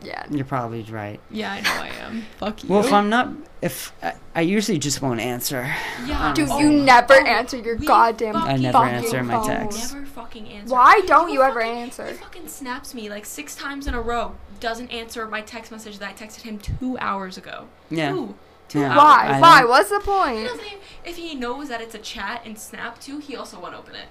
S1: yeah.
S4: You're probably right.
S3: Yeah, I know I (laughs) am. Fuck you.
S4: Well, if I'm not, if I, I usually just won't answer.
S3: yeah,
S4: Dude,
S1: Do
S4: Oh.
S1: you never
S3: Oh,
S1: answer your
S3: we
S1: goddamn
S3: fucking-
S4: I never
S1: fucking
S4: answer my
S1: phone.
S4: texts.
S3: never fucking answer.
S1: Why don't
S3: Who
S1: you ever
S3: fucking- He
S1: answer?
S3: fucking snaps me like six times in a row. Doesn't answer my text message that I texted him two hours ago.
S4: Yeah.
S3: Two. Two
S4: Yeah.
S3: hours.
S1: Why?
S4: I
S1: Why?
S4: don't-
S1: What's the
S3: He
S1: point?
S3: doesn't even, if he knows that it's a chat and snap to, he also won't open it.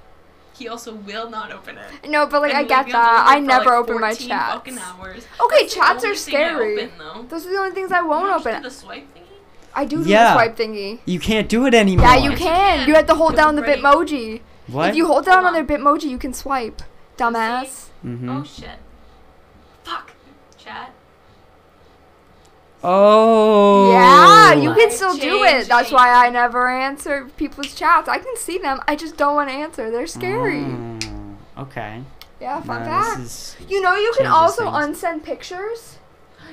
S3: He also will not open it.
S1: No, but like
S3: And
S1: I
S3: we've
S1: get
S3: been
S1: that.
S3: doing it
S1: I
S3: for,
S1: never
S3: like,
S1: open my
S3: 14
S1: chats.
S3: Fucking hours.
S1: Okay,
S3: That's the
S1: chats are
S3: only thing I
S1: scary.
S3: Open, though.
S1: Those are the only things I won't
S3: You just
S1: open.
S3: did The swipe thingy?
S1: I do do the
S4: Yeah.
S1: swipe thingy.
S4: You can't do it anymore.
S1: Yeah, you
S3: can.
S1: can. You have to hold down the
S3: Right.
S1: Bitmoji.
S4: What?
S1: If you hold down on
S3: Hold
S1: their
S3: on.
S1: Bitmoji, you can swipe. Dumbass.
S4: hmm
S3: Oh shit. Fuck. Chat.
S4: Oh.
S1: Yeah, you
S3: Life
S1: can still do it. That's
S3: changing.
S1: why I never answer people's chats. I can see them. I just don't want to answer. They're scary.
S4: Mm, okay.
S1: Yeah, fun
S4: No,
S1: fact.
S4: this is-
S1: You know you can
S4: changes
S1: also
S4: things.
S1: unsend pictures.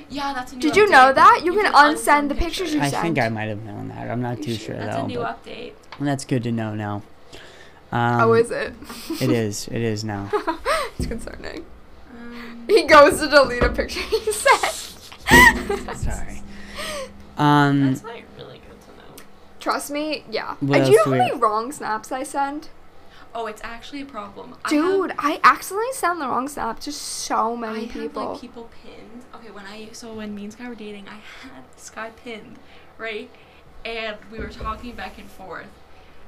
S3: Yeah, that's a new
S1: Did you
S3: update.
S1: know that? You can unsend the
S3: pictures.
S1: pictures you
S4: I think
S1: sent.
S4: I might have known that. I'm not too sure
S3: That's
S4: though.
S3: a new
S4: but
S3: update.
S4: that's good to
S1: (laughs)
S4: know now. Um,
S1: oh, is it? (laughs)
S4: it is. It is now.
S1: it's concerning.
S3: Um,
S1: He goes to delete a picture he sent. (laughs)
S4: (laughs) Sorry. Um.
S3: that's like really good to know.
S1: Trust me, yeah.
S4: What
S1: Uh, do you know
S4: else
S1: how
S4: we-
S1: many wrong snaps I send?
S3: Oh, it's actually a problem.
S1: Dude, I accidentally send the wrong snap to so
S3: I have, I
S1: many
S3: have
S1: people.
S3: like people pinned. Okay, when I so when me and Sky were dating, I had Sky pinned, right? And we were talking back and forth,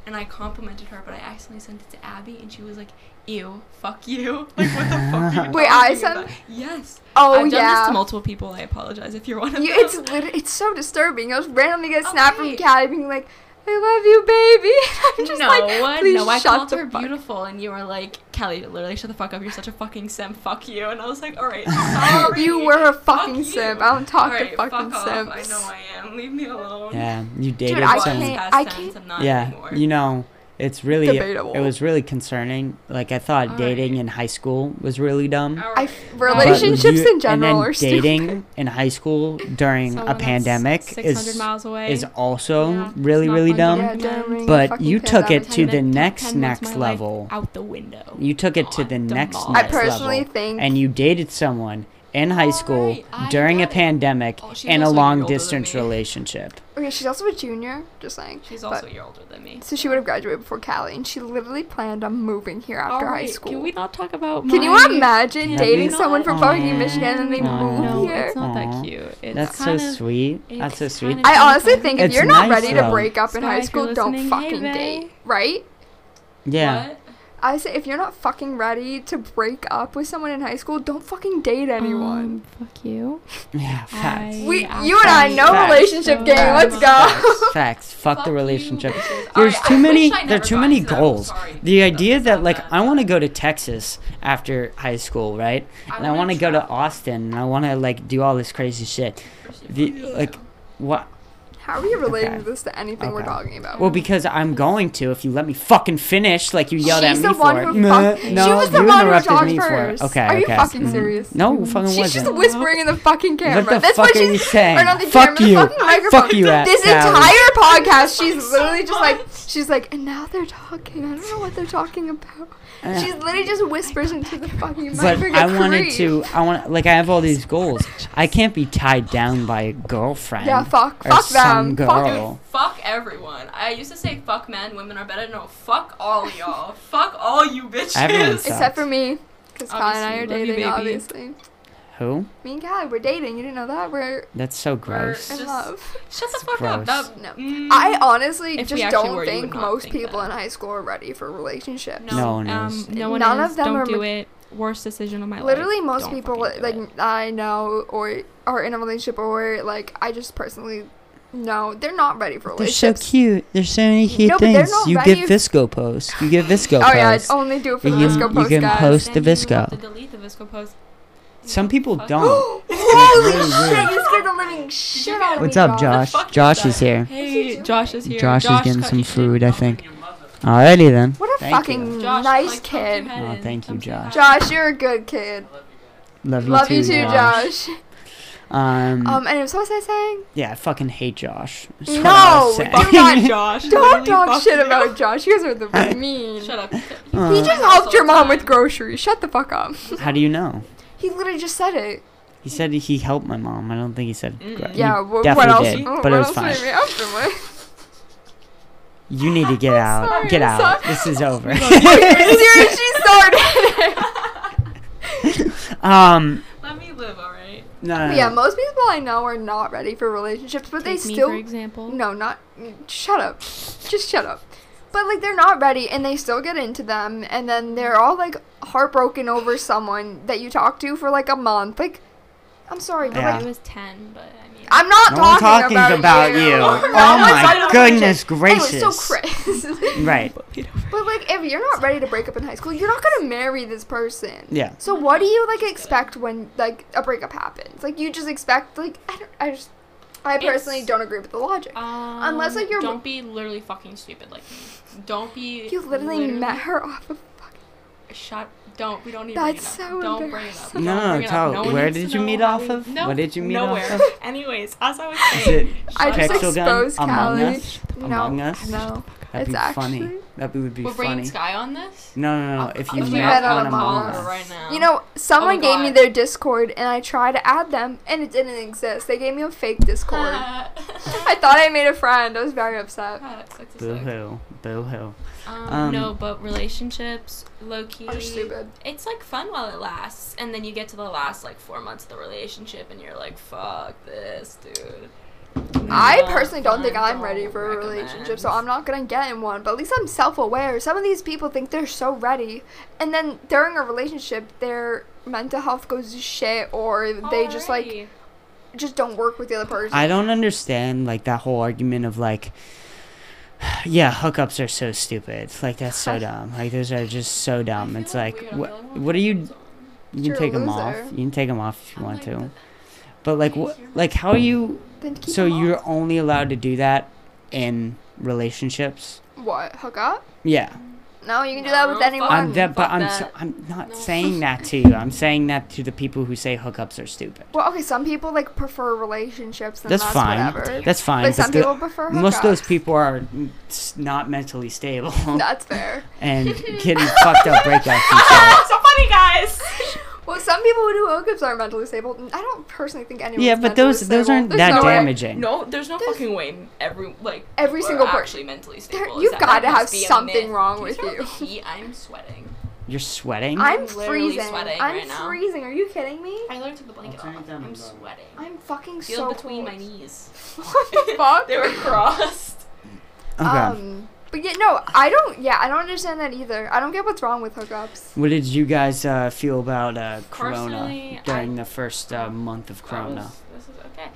S3: and I complimented her, but I accidentally sent it to Abby, and she was like, "Ew, fuck you." (laughs) Like what the fuck? Are (laughs) you
S1: Wait, I
S3: talking
S1: sent-
S3: about? Yes.
S1: oh
S3: I've done
S1: yeah.
S3: this to multiple people. I apologize if you're one of
S1: You,
S3: them.
S1: it's
S3: (laughs)
S1: lit- it's so disturbing. I was randomly get a snap from
S3: Okay.
S1: Callie being like, "I love you, baby." (laughs) I'm just
S3: no,
S1: like, please
S3: no, I
S1: shut
S3: called
S1: the
S3: her
S1: fuck."
S3: beautiful, and you were like, Kelly, literally, shut the fuck up. You're such a fucking simp. Fuck you. And I was like, all
S1: (laughs)
S3: right, sorry.
S1: You were a fucking
S3: you.
S1: simp. I don't talk
S3: Alright,
S1: to fucking
S3: fuck
S1: simps.
S3: Off. I know I am. Leave me alone.
S4: Yeah. You dated
S1: I
S3: Was
S4: someone.
S1: can't-
S3: past
S1: I
S3: tense, I'm not
S4: yeah
S3: anymore.
S4: you know it's really
S1: Debatable.
S4: it was really concerning like i thought
S3: Alright.
S4: dating in high school was really dumb
S1: I
S3: Alright.
S1: f-
S4: but
S1: relationships
S4: you-
S1: in general
S4: and then
S1: are stupid.
S4: dating in high school during
S12: Someone
S4: a
S12: that's
S4: pandemic
S12: 600
S4: is
S12: miles away.
S4: is also
S12: Yeah, it's
S4: really
S12: not
S4: really
S12: fun to
S4: dumb
S12: do.
S1: Yeah, during
S4: but
S1: fucking
S4: you took it
S1: pandemic.
S4: to the
S12: Ten min-
S4: next
S12: ten months
S4: next
S12: of my life
S4: level
S12: out the window.
S4: you took it to
S3: God,
S4: the next
S3: demolished.
S1: I
S4: next
S1: personally
S4: level
S1: think
S4: and you dated someone in high school
S3: Alright, I
S4: during a
S3: got it.
S4: pandemic
S3: Oh, she's
S4: and a
S3: also a year older
S4: long
S3: than
S4: distance
S3: me.
S4: relationship
S1: Okay, she's also a junior, just saying.
S5: She's
S1: But-
S5: also a year older than me.
S1: So she would have graduated before Callie, and she literally planned on moving here after high
S12: Alright,
S1: school.
S12: Can we not talk about?
S1: Can
S12: my-
S1: you imagine
S4: Yeah,
S1: dating
S4: we-
S1: someone from fucking
S4: Aw.
S1: Michigan and they
S4: No,
S1: move
S12: No,
S1: here?
S12: it's not
S4: Aw.
S12: that cute. It's
S4: That's so
S12: kind of,
S4: sweet. That's so
S12: it's
S4: sweet.
S12: kind of-
S1: I honestly think if
S4: It's
S1: you're not
S4: nice,
S1: ready to
S4: though.
S1: break up in
S12: Sky,
S1: high
S12: if you're
S1: school, don't
S12: listening, hey,
S1: fucking
S12: bae.
S1: date, right?
S4: yeah.
S5: What?
S1: I say if you're not fucking ready to break up with someone in high school, don't fucking date anyone.
S12: Um, fuck you.
S4: Yeah. Facts.
S12: I
S1: we,
S12: Yeah,
S1: you and I,
S12: facts,
S1: no
S4: facts,
S1: relationship
S12: so
S1: game. Let's
S4: Facts.
S1: go.
S4: Facts. Fuck the
S5: you,
S4: relationship.
S5: bitches.
S4: There's
S5: I- I
S4: too
S5: wish
S4: many.
S5: I
S4: There are
S5: never
S4: too
S5: got
S4: many
S5: into that. I'm
S4: goals.
S5: sorry.
S4: The
S5: That's
S4: idea
S5: not
S4: that like
S5: bad.
S4: I want to go to Texas after high school, right?
S5: I
S4: And I
S5: wanna
S4: want to go to
S5: travel.
S4: Austin, and I want to like do all this crazy shit. The like what?
S1: (laughs) How are you relating
S4: Okay.
S1: this to anything we're
S4: Okay.
S1: talking about?
S4: Well, because I'm going to if you let me fucking finish, like you yelled
S1: She's
S4: at
S1: the
S4: me
S1: one
S4: for. it.
S1: who fuck-
S4: no,
S1: she was the
S4: you
S1: one who
S4: interrupted
S1: talked
S4: me
S1: first.
S4: for. it. Okay,
S1: Are you
S4: okay.
S1: fucking
S4: Mhm.
S1: serious?
S4: No, fucking
S1: She's just
S4: wasn't.
S1: whispering in the fucking camera.
S4: What the
S1: That's
S4: fuck
S1: what
S4: are you
S1: she's
S4: saying?
S1: or not the
S4: fuck
S1: camera,
S4: you.
S1: the fucking microphone.
S4: Fuck you, at
S1: This
S4: Sally.
S1: entire podcast,
S4: (laughs)
S1: she's literally just like she's like, and now they're talking. I don't know what they're talking about.
S4: Uh,
S1: She's literally just whispers into the fucking
S4: But
S1: microphone.
S4: I wanted to. I want like I have all these goals. I can't be tied down by a girlfriend.
S1: Yeah, fuck,
S4: or
S1: fuck
S4: some
S1: them, fuck
S4: girl.
S5: Fuck everyone. I used to say fuck men, women are better. No, fuck all
S1: (laughs)
S5: y'all. fuck all you bitches.
S4: Everyone sucks.
S1: Except for me, because Kyle and I are
S5: Obviously, love you,
S1: dating.
S5: baby.
S1: obviously,
S4: Who?
S1: me and Kyle, we're dating. You didn't know that we're
S4: That's so
S5: We're
S4: gross.
S1: in
S5: just-
S1: love.
S5: (laughs) Shut the fuck up.
S4: Gross.
S5: That,
S1: No.
S5: mm,
S1: I honestly
S5: If we
S1: just
S5: actually
S1: don't
S5: were, you would
S1: think
S5: not
S1: most
S5: think
S1: people
S5: that.
S1: in high school are ready for relationships.
S4: No one
S12: um,
S4: is.
S12: no one
S1: None
S12: is.
S1: of them
S12: Don't
S1: are
S12: do
S1: ma-
S12: it. Worst decision of my
S1: Literally,
S12: life.
S1: most
S12: Don't
S1: people
S12: fucking do
S1: like
S12: it.
S1: I know or are in a relationship or like I just personally know they're not ready for
S4: They're so
S1: relationships.
S4: cute. There's so many cute
S1: No, but they're
S4: things.
S1: not
S4: You
S1: ready
S4: give
S1: if-
S4: visco posts. You give visco
S1: Oh yeah, I
S4: posts.
S1: only do it for the
S4: You-
S1: Visco
S4: you
S1: post
S4: can
S1: guys. (gasps)
S4: post- the
S5: then you have
S4: Visco.
S5: to delete the Visco post.
S4: Some people
S5: Fuck.
S4: don't.
S1: Holy
S4: really
S1: shit!
S4: weird.
S1: You scared the living shit out of me.
S4: What's up,
S1: Josh?
S4: Josh?
S5: fuck is
S4: Josh
S5: that?
S4: is here.
S12: Hey, Josh is here.
S4: Josh is getting
S12: cut
S4: some
S12: your-
S4: food, I think. Alrighty then.
S1: What a
S4: Thank
S1: fucking
S4: you.
S5: Josh,
S1: nice
S5: like, poke your
S1: kid.
S5: head
S4: Aw,
S5: in.
S4: thank you,
S5: Come say
S4: Josh.
S5: hi.
S1: Josh, you're a good kid.
S4: Love you
S1: Love
S4: too,
S1: you too, Josh.
S4: Um,
S1: Um, and what was I saying?
S4: Yeah, I fucking hate Josh. That's what I
S1: No,
S4: was
S1: do
S4: saying. (laughs)
S1: not,
S12: Josh.
S1: don't
S12: literally
S1: talk
S12: fuck
S1: shit
S12: you.
S1: about Josh. You guys are the mean.
S5: (laughs) Shut
S1: (laughs)
S5: up.
S4: Uh,
S1: He just helped your mom with groceries. Shut the fuck up.
S4: How do you know?
S1: He literally just said it.
S4: He said he helped my mom. I don't think he said. gra- he
S1: Yeah, wh- what
S4: definitely
S1: else?
S4: did,
S1: oh,
S4: but
S1: what
S4: it was
S1: else
S4: fine.
S1: would it be after what?
S4: You need to get out.
S1: sorry,
S4: get
S1: I'm
S4: out.
S1: sorry.
S4: This
S1: (laughs)
S4: is over. (laughs)
S1: Seriously, she started.
S4: (laughs) um,
S5: Let me live, alright?
S4: no, no, no.
S1: yeah, most people I know are not ready for relationships, but they
S12: Take me,
S1: still
S12: for example.
S1: no, not shut up, just shut up. But like they're not ready, and they still get into them, and then they're all like heartbroken over someone that you talk to for like a month. Like, I'm sorry, but
S4: Yeah.
S12: I
S1: like
S12: was ten, but I mean.
S1: I'm not
S4: No one's
S1: talking,
S4: talking
S1: about,
S4: about
S1: you.
S4: you.
S1: (laughs) No
S4: Oh
S1: one's
S4: my
S1: talking about
S4: goodness
S1: you. Anyway,
S4: gracious.
S1: Oh, so (laughs) Chris.
S4: Right.
S1: But like, if you're not ready to break up in high school, you're not gonna marry this person.
S4: Yeah.
S1: So what do you like expect when like a breakup happens? Like you just expect like I don't I just I personally
S5: It's-
S1: don't agree with the logic.
S5: Um,
S1: Unless, like, you're-
S5: Don't be literally fucking stupid like me. Don't be.
S1: You literally, met her off of fucking
S5: Shut. Don't. We don't need.
S1: That's
S5: bring it
S1: so
S5: up. Don't bring it up.
S1: embarrassing.
S5: Don't
S4: No,
S5: bring it up.
S4: tell-
S5: one
S4: where
S5: needs
S4: did
S5: to
S4: you
S5: know
S4: meet
S5: how
S4: off
S5: we-
S4: of?
S5: No,
S4: What did you meet
S5: nowhere.
S4: off of?
S5: (laughs) Anyways, as I was
S4: Is
S5: saying,
S4: it
S1: I just
S4: Pixel gun?
S1: exposed
S4: Among
S1: Callie.
S4: Us?
S1: No,
S4: Among Us?
S1: No.
S4: That'd
S1: It's
S4: be funny.
S1: actually-
S4: That would be
S5: we're bringing
S4: funny.
S5: Sky on this.
S4: No, no, no. If you
S1: If you
S4: met
S1: met on
S4: on
S1: Among
S4: Among
S1: Us.
S4: Us.
S5: right
S3: Oh.
S5: now. (laughs)
S1: You know, someone gave me
S5: God.
S1: their Discord and I tried to add them and it didn't exist. They gave me a
S5: (laughs)
S1: fake
S3: (laughs)
S1: Discord. I thought I made a friend. I was very upset.
S5: God, it sucks to
S4: Boo
S5: suck.
S4: hoo. Boo hoo.
S5: Um,
S4: Um,
S5: no, but relationships, low key,
S1: Are stupid.
S5: it's like fun while it lasts, and then you get to the last like four months of the relationship, and you're like, "Fuck this, dude."
S1: I
S5: Not
S1: personally don't think
S5: fun,
S1: I'm
S5: don't
S1: ready for a
S5: recommend.
S1: relationship, so I'm not gonna get in one. But at least I'm self-aware. Some of these people think they're so ready, and then during a relationship, their mental health goes to shit, or they just like
S5: Alrighty.
S1: just don't work with the other person.
S4: I don't understand like that whole argument of like (sighs) yeah, hookups are so stupid. Like that's so dumb. Like those are just so dumb.
S5: feel
S4: It's like
S5: weird. I'm
S4: what
S5: the only
S4: what are
S5: one
S4: you
S5: who's on.
S4: you
S1: You're
S4: can
S1: a
S4: take them off.
S1: loser.
S4: You can take them off if you
S5: I'm
S4: want
S5: like
S4: to.
S5: the-
S4: But like what like how are you
S1: then keep
S4: so
S1: them off.
S4: you're only allowed to do that in relationships?
S1: what hook up?
S4: Yeah.
S1: No, you can do that with
S5: No, fuck
S1: anyone.
S4: I'm that, but
S5: fuck
S4: I'm
S5: that.
S4: so, I'm not
S5: No.
S4: saying that to you. I'm saying that to the people who say hookups are stupid.
S1: well, okay, some people like prefer relationships, and
S4: That's,
S1: that's,
S4: fine.
S1: whatever.
S4: That's fine.
S1: but
S4: but
S1: some
S4: the-
S1: people prefer hookups.
S4: most of those people are mm, s- not
S1: (laughs)
S4: mentally stable. (laughs)
S1: That's fair. (laughs)
S4: and getting fucked up breakups and
S5: (laughs)
S4: shit. (laughs)
S5: so funny, guys.
S1: Well, some people who do hookups aren't mentally disabled. and I don't personally think anyone.
S4: Yeah, but those those aren't
S1: There's
S4: that
S1: no way.
S4: damaging.
S12: No, there's no
S1: There's-
S12: fucking way. Every like
S1: Every
S12: people are
S1: single person.
S12: actually mentally
S1: There-
S12: stable.
S1: you've
S12: That
S1: gotta
S12: must
S1: have
S12: be a
S1: something
S12: myth.
S1: wrong
S12: Can
S1: with
S12: turn off
S1: you.
S12: the heat? I'm sweating.
S4: You're sweating.
S1: I'm
S12: literally
S1: freezing.
S12: sweating
S1: I'm
S12: right now.
S1: freezing. Are you kidding me?
S12: I learned to put the blanket
S4: I'll turn
S12: off.
S4: it down
S12: I'm
S4: a little.
S12: sweating.
S1: I'm fucking
S12: Feel
S1: so
S12: between
S1: cold.
S12: my knees.
S1: (laughs) What
S12: (laughs)
S1: the fuck?
S12: they were crossed.
S4: (laughs) Okay.
S1: Um, but yeah, no, I don't. Yeah, I don't understand that either. I don't get what's wrong with hookups.
S4: what did you guys uh, feel about uh, Corona
S12: Personally,
S4: during the first uh, month of
S12: That
S4: Corona?
S12: was- This is okay.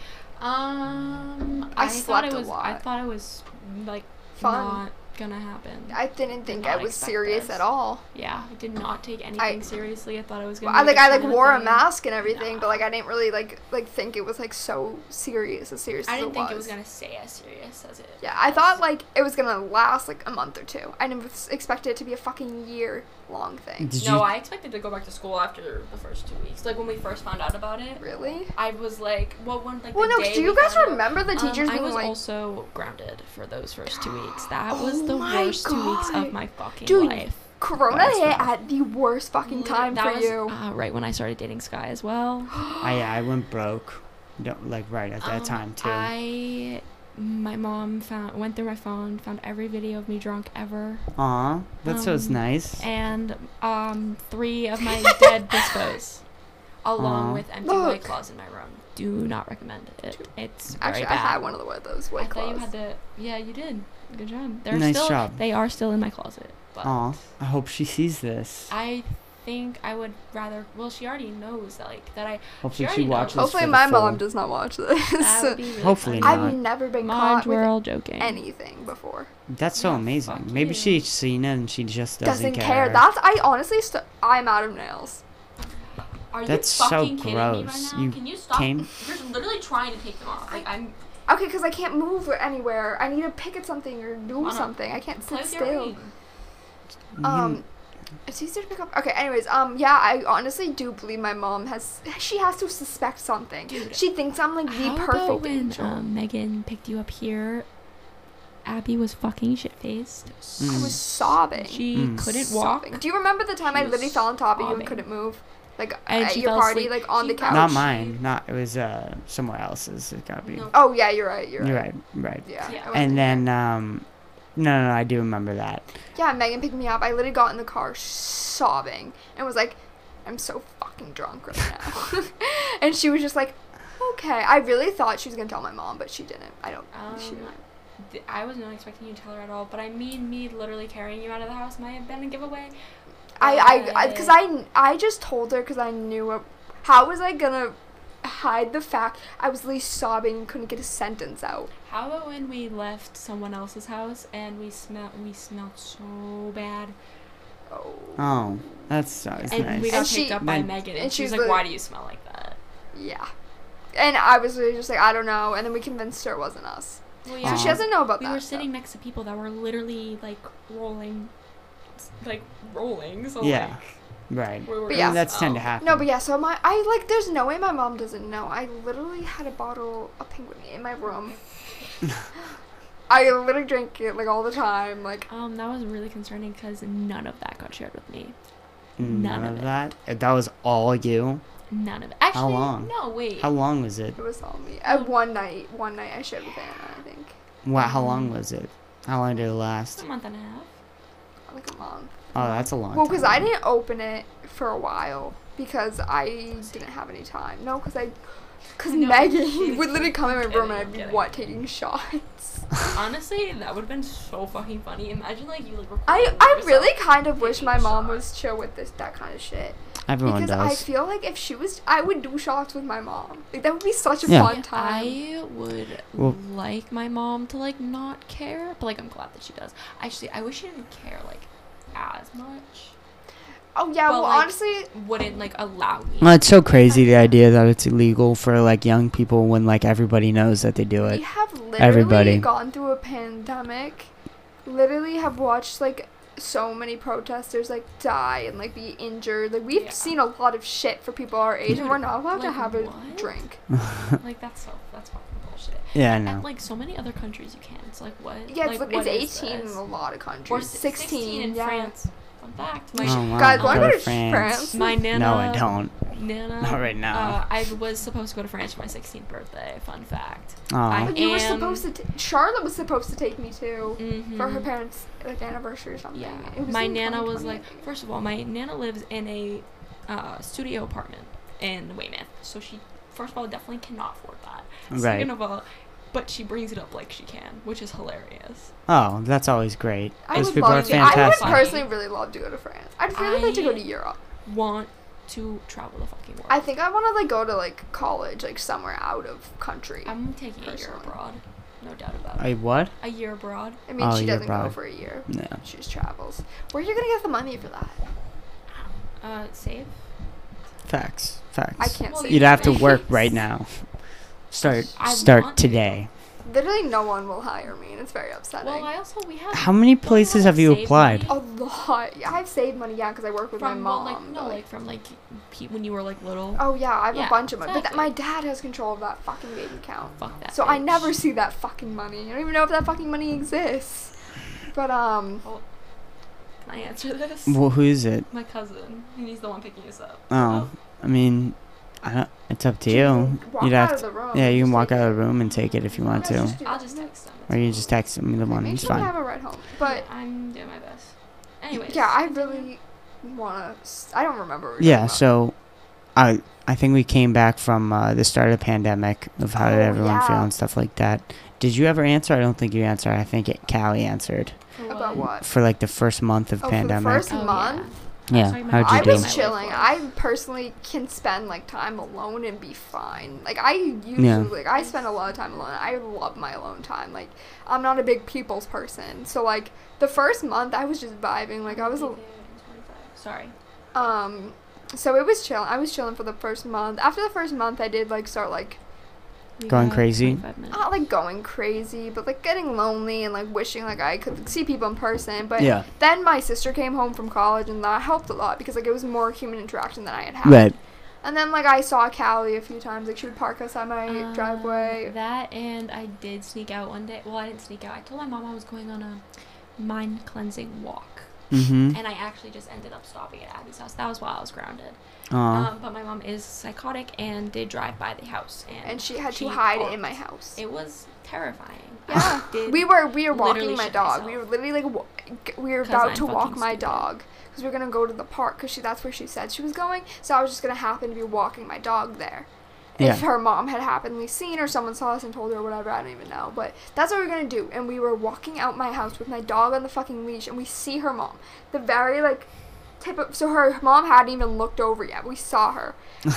S3: Um,
S1: I
S3: thought
S1: slept
S3: it
S1: a
S3: was, I
S1: lot.
S3: thought it was like
S1: Fun.
S3: not gonna happen.
S1: I didn't think
S3: not
S1: I was
S3: expect
S1: serious
S3: this.
S1: at all.
S3: Yeah, I did not take anything seriously. I thought I was gonna.
S1: I
S3: be
S1: like I like
S3: different
S1: wore a
S3: than-
S1: mask and everything, but
S3: Nah.
S1: like I didn't really like like think it was like so serious as serious
S12: I
S1: as
S12: didn't
S1: it
S12: think
S1: was.
S12: it was gonna stay as serious as it.
S1: yeah, I thought like it was gonna last like a month or two. I never s- expected it to be a fucking year long thing.
S4: Did
S12: no,
S4: you
S12: I expected to go back to school after the first two weeks. Like when we first found out about it,
S1: Really?
S12: I was like, "Well, when like
S1: Well,
S12: the
S1: no. 'cause
S12: day
S1: Do you
S12: we
S1: guys
S12: found out-
S1: remember the
S3: Um,
S1: teachers
S3: I
S1: being
S3: was
S1: like,
S3: also grounded for those first two weeks.
S1: (gasps)
S3: That was
S1: Oh
S3: the
S1: my
S3: worst two weeks
S1: God.
S3: of my fucking
S1: Dude,
S3: life.
S1: "Corona
S4: That's
S1: hit
S4: rough.
S1: at the worst fucking
S12: Literally,
S1: time
S12: that
S1: for
S12: was-
S1: you."
S3: Uh, right when I started dating Sky
S1: (gasps)
S3: as well.
S4: I yeah, I went broke. No, like right at that
S3: Um,
S4: time too.
S3: I, my mom found went through my phone, found every video of me drunk ever,
S4: Aw, that sounds
S3: um,
S4: nice.
S3: and um three of
S1: (laughs)
S3: my dead bispos.
S12: along
S4: Aw.
S12: with empty white
S1: Look.
S12: claws in my room.
S3: Do not recommend it. It's very
S1: Actually, I
S3: bad.
S1: had one of the those
S3: I
S1: white
S3: thought
S1: claws.
S3: you had the. Yeah, you did. Good job. They're
S4: Nice
S3: still,
S4: job.
S3: They are still in my closet. But
S4: Aw, I hope she sees this.
S3: I think I would rather. Well, she already knows that like
S1: (laughs)
S3: that I.
S4: Hopefully
S3: she
S4: she
S3: already knows.
S4: watches.
S1: Hopefully,
S4: for the
S1: my
S4: full-
S1: mom does not watch
S3: That
S1: (laughs)
S3: would
S1: this.
S3: be really
S4: Hopefully
S3: funny.
S4: not.
S1: I've never been
S3: Mind
S1: caught
S3: we're
S1: with
S3: all joking.
S1: anything before.
S4: That's so
S12: Yeah,
S4: amazing.
S12: fuck
S4: Maybe
S12: you.
S4: she's seen it and she just doesn't,
S1: Doesn't, care. That's I honestly, st- I'm out of nails.
S12: Are
S4: That's so
S12: you fucking kidding me
S4: gross.
S12: right now?
S4: You
S12: Can you stop?
S4: came-
S12: You're literally trying to take them off. Like I'm
S1: Okay, because I can't move anywhere. I need to pick at something or do
S12: Lana,
S1: something. I can't
S12: play
S1: sit
S12: with your
S1: still.
S12: ring.
S4: You-
S1: Um, it's easier to pick up. Okay, anyways, um, yeah, I honestly do believe my mom has. She has to suspect something. she thinks I'm like the
S3: How about
S1: perfect
S3: when
S1: angel.
S3: um, Megan picked you up here? Abby was fucking shit faced.
S1: I
S4: Mm.
S1: was sobbing.
S3: She
S4: Mm.
S3: couldn't walk.
S1: sobbing. Do you remember the time
S3: She
S1: I
S3: was
S1: literally fell on top of you and
S3: sobbing.
S1: couldn't move? Like
S3: And
S1: at
S3: she
S1: your
S3: fell
S1: party,
S3: asleep.
S1: like on the
S12: She
S1: couch.
S12: fell-
S4: not
S12: she-
S4: mine. Not it was uh somewhere else's. It gotta be.
S12: No.
S1: Oh yeah, you're right. You're,
S4: You're
S1: right.
S4: right. Right.
S1: Yeah.
S12: Yeah.
S1: I wasn't
S4: And
S1: there.
S4: then um, no, no, no, I do remember that.
S1: Yeah, Megan picked me up. I literally got in the car sobbing and was like, I'm so fucking drunk right now. (laughs) and she was just like, okay. I really thought she was going to tell my mom, but she didn't. I don't. she
S3: Oh
S12: Um,
S1: didn't.
S12: th- I was not expecting you to tell her at all, but I mean, me literally carrying you out of the house might have been a giveaway.
S1: I, I, because I, kn- I just told her because I knew what, how was I going to hide the fact I was literally sobbing and couldn't get a sentence out?
S12: How about when we left someone else's house and we smelled we smelled so bad,
S1: Oh.
S4: Oh, that's always
S12: and
S4: nice.
S12: we got
S1: And
S12: picked
S1: she-
S12: up by
S4: Then-
S12: Megan, and,
S1: and
S12: she was
S1: she's
S12: like, "Why
S1: like-
S12: do you smell like that?"
S1: Yeah. And I was really just like, I don't know. And then we convinced her it wasn't us.
S12: Well,
S4: yeah.
S1: So she doesn't know about
S3: We
S1: that.
S3: were
S1: though.
S3: sitting next to people that were literally like rolling.
S12: like rolling. So
S4: Yeah. right.
S12: like, we were
S1: But
S4: I
S1: yeah.
S4: mean, that's tend to
S12: Oh.
S4: happen.
S1: No, but yeah, so my I like there's no way my mom doesn't know. I literally had a bottle of penguin in my
S3: (laughs)
S1: room. I literally drink it like all the time. Like
S3: Um, that was really concerning because none of that got shared with me.
S4: none,
S3: none
S4: of
S3: of it.
S4: that. Uh, That was all you.
S3: None of it. Actually,
S4: long?
S3: no, wait.
S4: How long was it?
S1: it was all me.
S3: Oh.
S1: Uh, one night, one night I shared with Anna, I think,
S4: What? How long was it? How long did it last?
S3: a month and a half.
S1: like a month.
S4: Oh, that's a long.
S1: Well, because I
S4: time.
S1: didn't open it for a while because I didn't have any time. No, because I, because
S12: No,
S1: Megan
S12: kidding.
S1: would literally come in my
S12: Kidding,
S1: room and I'd be
S12: kidding.
S1: what taking shots.
S12: Honestly, that would have been so fucking funny. Imagine like you like.
S1: I
S12: recording
S1: I
S12: yourself.
S1: really kind of wish
S12: taking
S1: my mom
S12: shots.
S1: was chill with this that kind of shit.
S4: Everyone
S1: because I
S4: does.
S1: feel like if she was, I would do shots with my mom. Like that would be such a
S4: Yeah.
S1: fun time.
S3: I would
S4: Well-
S3: like my mom to like not care, but like I'm glad that she does. Actually, I wish she didn't care like as much.
S1: oh yeah.
S3: but,
S1: Well,
S3: like-
S1: honestly,
S3: Wouldn't like allow me.
S4: well, it's so crazy the idea that it's illegal for like young people when like everybody knows that they do
S1: we
S4: it.
S1: have literally
S4: everybody.
S1: gone through a pandemic. Literally have watched like so many protesters like die and like be injured. Like we've
S12: Yeah.
S1: seen a lot of shit for people our age, and we're not allowed to
S3: like,
S1: have a
S3: what?
S1: drink.
S12: like that's so that's fucking bullshit.
S4: yeah, I
S3: At
S4: know.
S3: like so many other countries, you can. It's like what?
S1: Yeah, it's,
S3: Like,
S1: like,
S3: what is
S1: it's 18 in
S3: this?
S1: a lot of
S12: Or
S1: countries.
S12: s-
S1: 16,
S12: in
S1: yeah.
S12: France.
S3: Fun fact. My,
S4: Oh, wow.
S1: Guys,
S4: Go
S1: wanna go to
S4: France.
S1: France?
S3: my nana.
S4: No, I don't.
S3: Nana.
S4: Not right now.
S3: Uh, I was supposed to go to France for my 16th birthday. Fun fact.
S4: Oh,
S3: I-
S1: You were
S3: And-
S1: supposed to. T- Charlotte was supposed to take me to
S3: Mm-hmm.
S1: for her parents' like anniversary or something.
S3: Yeah.
S1: It was
S3: My
S1: in
S3: nana was
S1: 2020,
S3: like,
S1: I think.
S3: first of all, my nana lives in a uh, studio apartment in Weymouth, so she, first of all, definitely cannot afford that.
S4: right.
S3: Second of all, but she brings it up like she can, which is hilarious.
S4: Oh, that's always great.
S1: I
S4: Those
S1: would
S4: people are
S1: love to. I
S4: fantastic.
S1: would personally really love to go to France. I'd really like to go
S3: I-
S1: to Europe.
S3: Want to travel the fucking world?
S1: I think I want to like go to like college, like somewhere out of country. i
S3: I'm taking a year
S1: Personally.
S3: abroad, no doubt about it.
S4: Wait, what?
S3: A year abroad.
S1: mean,
S4: Oh,
S1: she
S4: you're
S1: doesn't go
S4: right.
S1: for a year.
S4: No.
S1: She just travels. Where are you gonna get the money for that?
S3: Uh, save.
S4: Facts. Facts.
S1: I can't
S3: Well,
S1: say.
S4: You'd have to work
S1: (laughs)
S4: right now. Start.
S3: I
S4: Start
S3: want to.
S4: today.
S1: Literally, no one will hire me, and it's very upsetting.
S3: Well, I also we have
S4: How many places have you
S3: save
S4: applied?
S1: a lot. Yeah, I've saved money, yeah, because I work with Oh, my
S3: from well,
S1: mom.
S3: like no,
S1: but,
S3: like from like pe- when you were like little.
S1: oh yeah, I have
S3: Yeah,
S1: a bunch of money, but that,
S3: exactly.
S1: my dad has control of that fucking baby account,
S3: Fuck that.
S1: so I
S3: bitch.
S1: never see that fucking money. I don't even know if that fucking money exists. But um,
S3: Can I answer this?
S4: Well, who is it?
S3: My cousin, and he's the one picking us up.
S4: Oh, I mean, I don't. It's up to you.
S1: walk
S4: You'd
S1: out
S4: have
S1: of the room.
S4: to. Yeah, you can
S1: Just
S4: walk
S1: take
S4: out of
S1: it.
S4: the room and take it if you want
S1: Yeah,
S4: to,
S1: just do
S3: I'll
S1: that.
S3: just text him.
S4: or you just text me the one.
S1: Make
S4: It's
S1: sure you have
S4: fine.
S1: a ride home. But
S3: I'm doing my best. Anyways.
S1: yeah, I really wanna. s- I don't remember. What we were
S4: Yeah.
S1: talking about.
S4: So, I I think we came back from uh, the start of the pandemic of how did
S1: Oh,
S4: everyone feel
S1: yeah.
S4: and stuff like that. Did you ever answer? I don't think you answered. I think it, Callie answered
S1: about what?
S4: for like the first month
S1: Oh,
S4: of
S1: for the
S4: pandemic.
S1: first
S3: Oh,
S1: month.
S4: yeah.
S3: Sorry, my
S4: How'd
S3: mom-
S4: you
S1: I
S4: do?
S1: was
S3: My
S1: chilling.
S3: life
S1: I personally can spend like time alone and be fine. Like I usually
S4: Yeah.
S1: like I spend a lot of time alone. I love my alone time. Like I'm not a big people's person. So like the first month I was just vibing. Like I was al-
S3: Sorry.
S1: um so it was chill. I was chilling for the first month. After the first month I did like start like
S3: We
S4: Going
S3: got
S4: crazy?
S3: 25 minutes.
S1: not like going crazy, but like getting lonely and like wishing like I could see people in person. But
S4: Yeah.
S1: then my sister came home from college and that helped a lot because like it was more human interaction than I had had.
S4: Right.
S1: And then like I saw Callie a few times. Like she would park outside my driveway.
S3: Um, That and I did sneak out one day. Well, I didn't sneak out. I told my mom I was going on a mind cleansing walk,
S4: Mm-hmm.
S3: and I actually just ended up stopping at Abby's house. That was while I was grounded.
S4: Aw.
S3: Um, but my mom is psychotic and did drive by the house, and,
S1: And she had to hide in my house.
S3: It was terrifying.
S1: Yeah.
S3: I did
S1: we were we were
S3: literally
S1: walking my
S3: shit
S1: dog. We
S3: myself.
S1: were literally like wa- g- we were
S3: 'Cause
S1: about
S3: I'm
S1: to walk
S3: fucking
S1: my
S3: stupid.
S1: dog because we were gonna go to the park because she that's where she said she was going. So I was just gonna happen to be walking my dog there.
S4: Yeah.
S1: If her mom had happenly seen or someone saw us and told her or whatever, I don't even know. But that's what we were gonna do. And we were walking out my house with my dog on the fucking leash, and we see her mom. The very like tip of so her mom hadn't even looked over yet. We saw her. We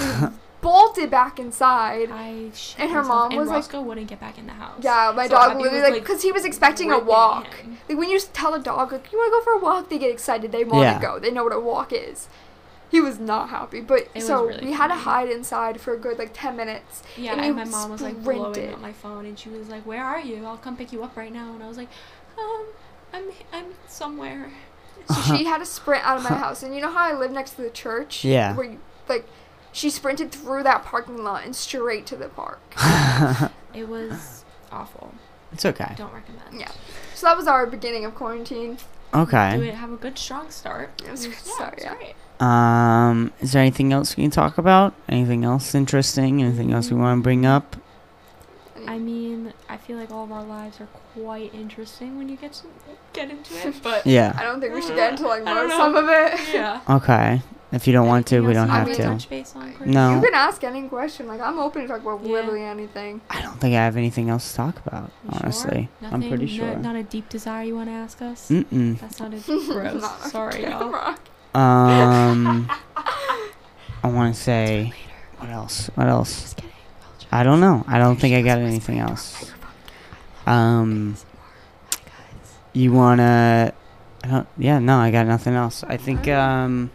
S1: bolted back inside.
S3: I shit
S1: And her
S3: myself,
S1: mom
S3: and
S1: was like-
S3: Roscoe wouldn't get back in the house.
S1: Yeah, my
S3: So
S1: dog
S3: Abby
S1: literally
S3: was,
S1: like
S3: like,
S1: because he was expecting a
S3: ripping
S1: walk.
S3: him.
S1: Like when you s- tell a dog like you want to go for a walk, they get excited. They want to
S4: Yeah.
S1: go. They know what a walk is. He was not happy, but
S3: It was
S1: so
S3: really
S1: we had to
S3: funny.
S1: hide inside for a good like ten minutes.
S3: Yeah,
S1: and
S3: and,
S1: you
S3: my mom was like blowing
S1: sprinted.
S3: up my phone, and she was like, "Where are you? I'll come pick you up right now." And I was like, "Um, I'm I'm somewhere."
S1: So
S4: (laughs)
S1: she had to sprint out of my house, and you know how I live next to the church.
S4: Yeah.
S1: where you, like she sprinted through that parking lot and straight to the park.
S3: It was awful.
S4: it's okay.
S3: Don't recommend.
S1: Yeah. So that was our beginning of quarantine.
S4: Okay.
S3: Do it. Have a good strong start.
S1: It was
S3: Mm, Yeah,
S1: so,
S3: it's
S1: yeah.
S3: great.
S4: Um, is there anything else we can talk about? Anything else interesting? Anything else we want to bring up?
S3: I mean, I feel like all of our lives are quite interesting when you get to get
S1: (laughs)
S3: into it, but
S1: I
S4: Yeah.
S1: don't think we should get into like
S3: I don't
S1: more some of it.
S3: yeah.
S4: Okay. If you don't want to, we don't
S1: you
S4: have
S1: wanna
S4: to.
S3: Touch base on Chris?
S1: You
S4: No,
S1: can ask any question. Like I'm open to talk about
S3: Yeah.
S1: literally anything.
S4: I don't think I have anything else to talk about.
S3: You sure?
S4: Honestly,
S3: Nothing,
S4: I'm pretty
S3: no-
S4: sure.
S3: Not a deep desire you want to ask us.
S4: Mm
S3: That sounded
S1: (laughs)
S3: gross.
S1: Not on
S3: Sorry, y'all.
S1: camera.
S4: mm. Um, I want to say, what else? What else?
S3: Just kidding.
S4: I don't know. I don't think I got anything else. Um, you wanna? I don't. Yeah, no, I got nothing else. I think. Um,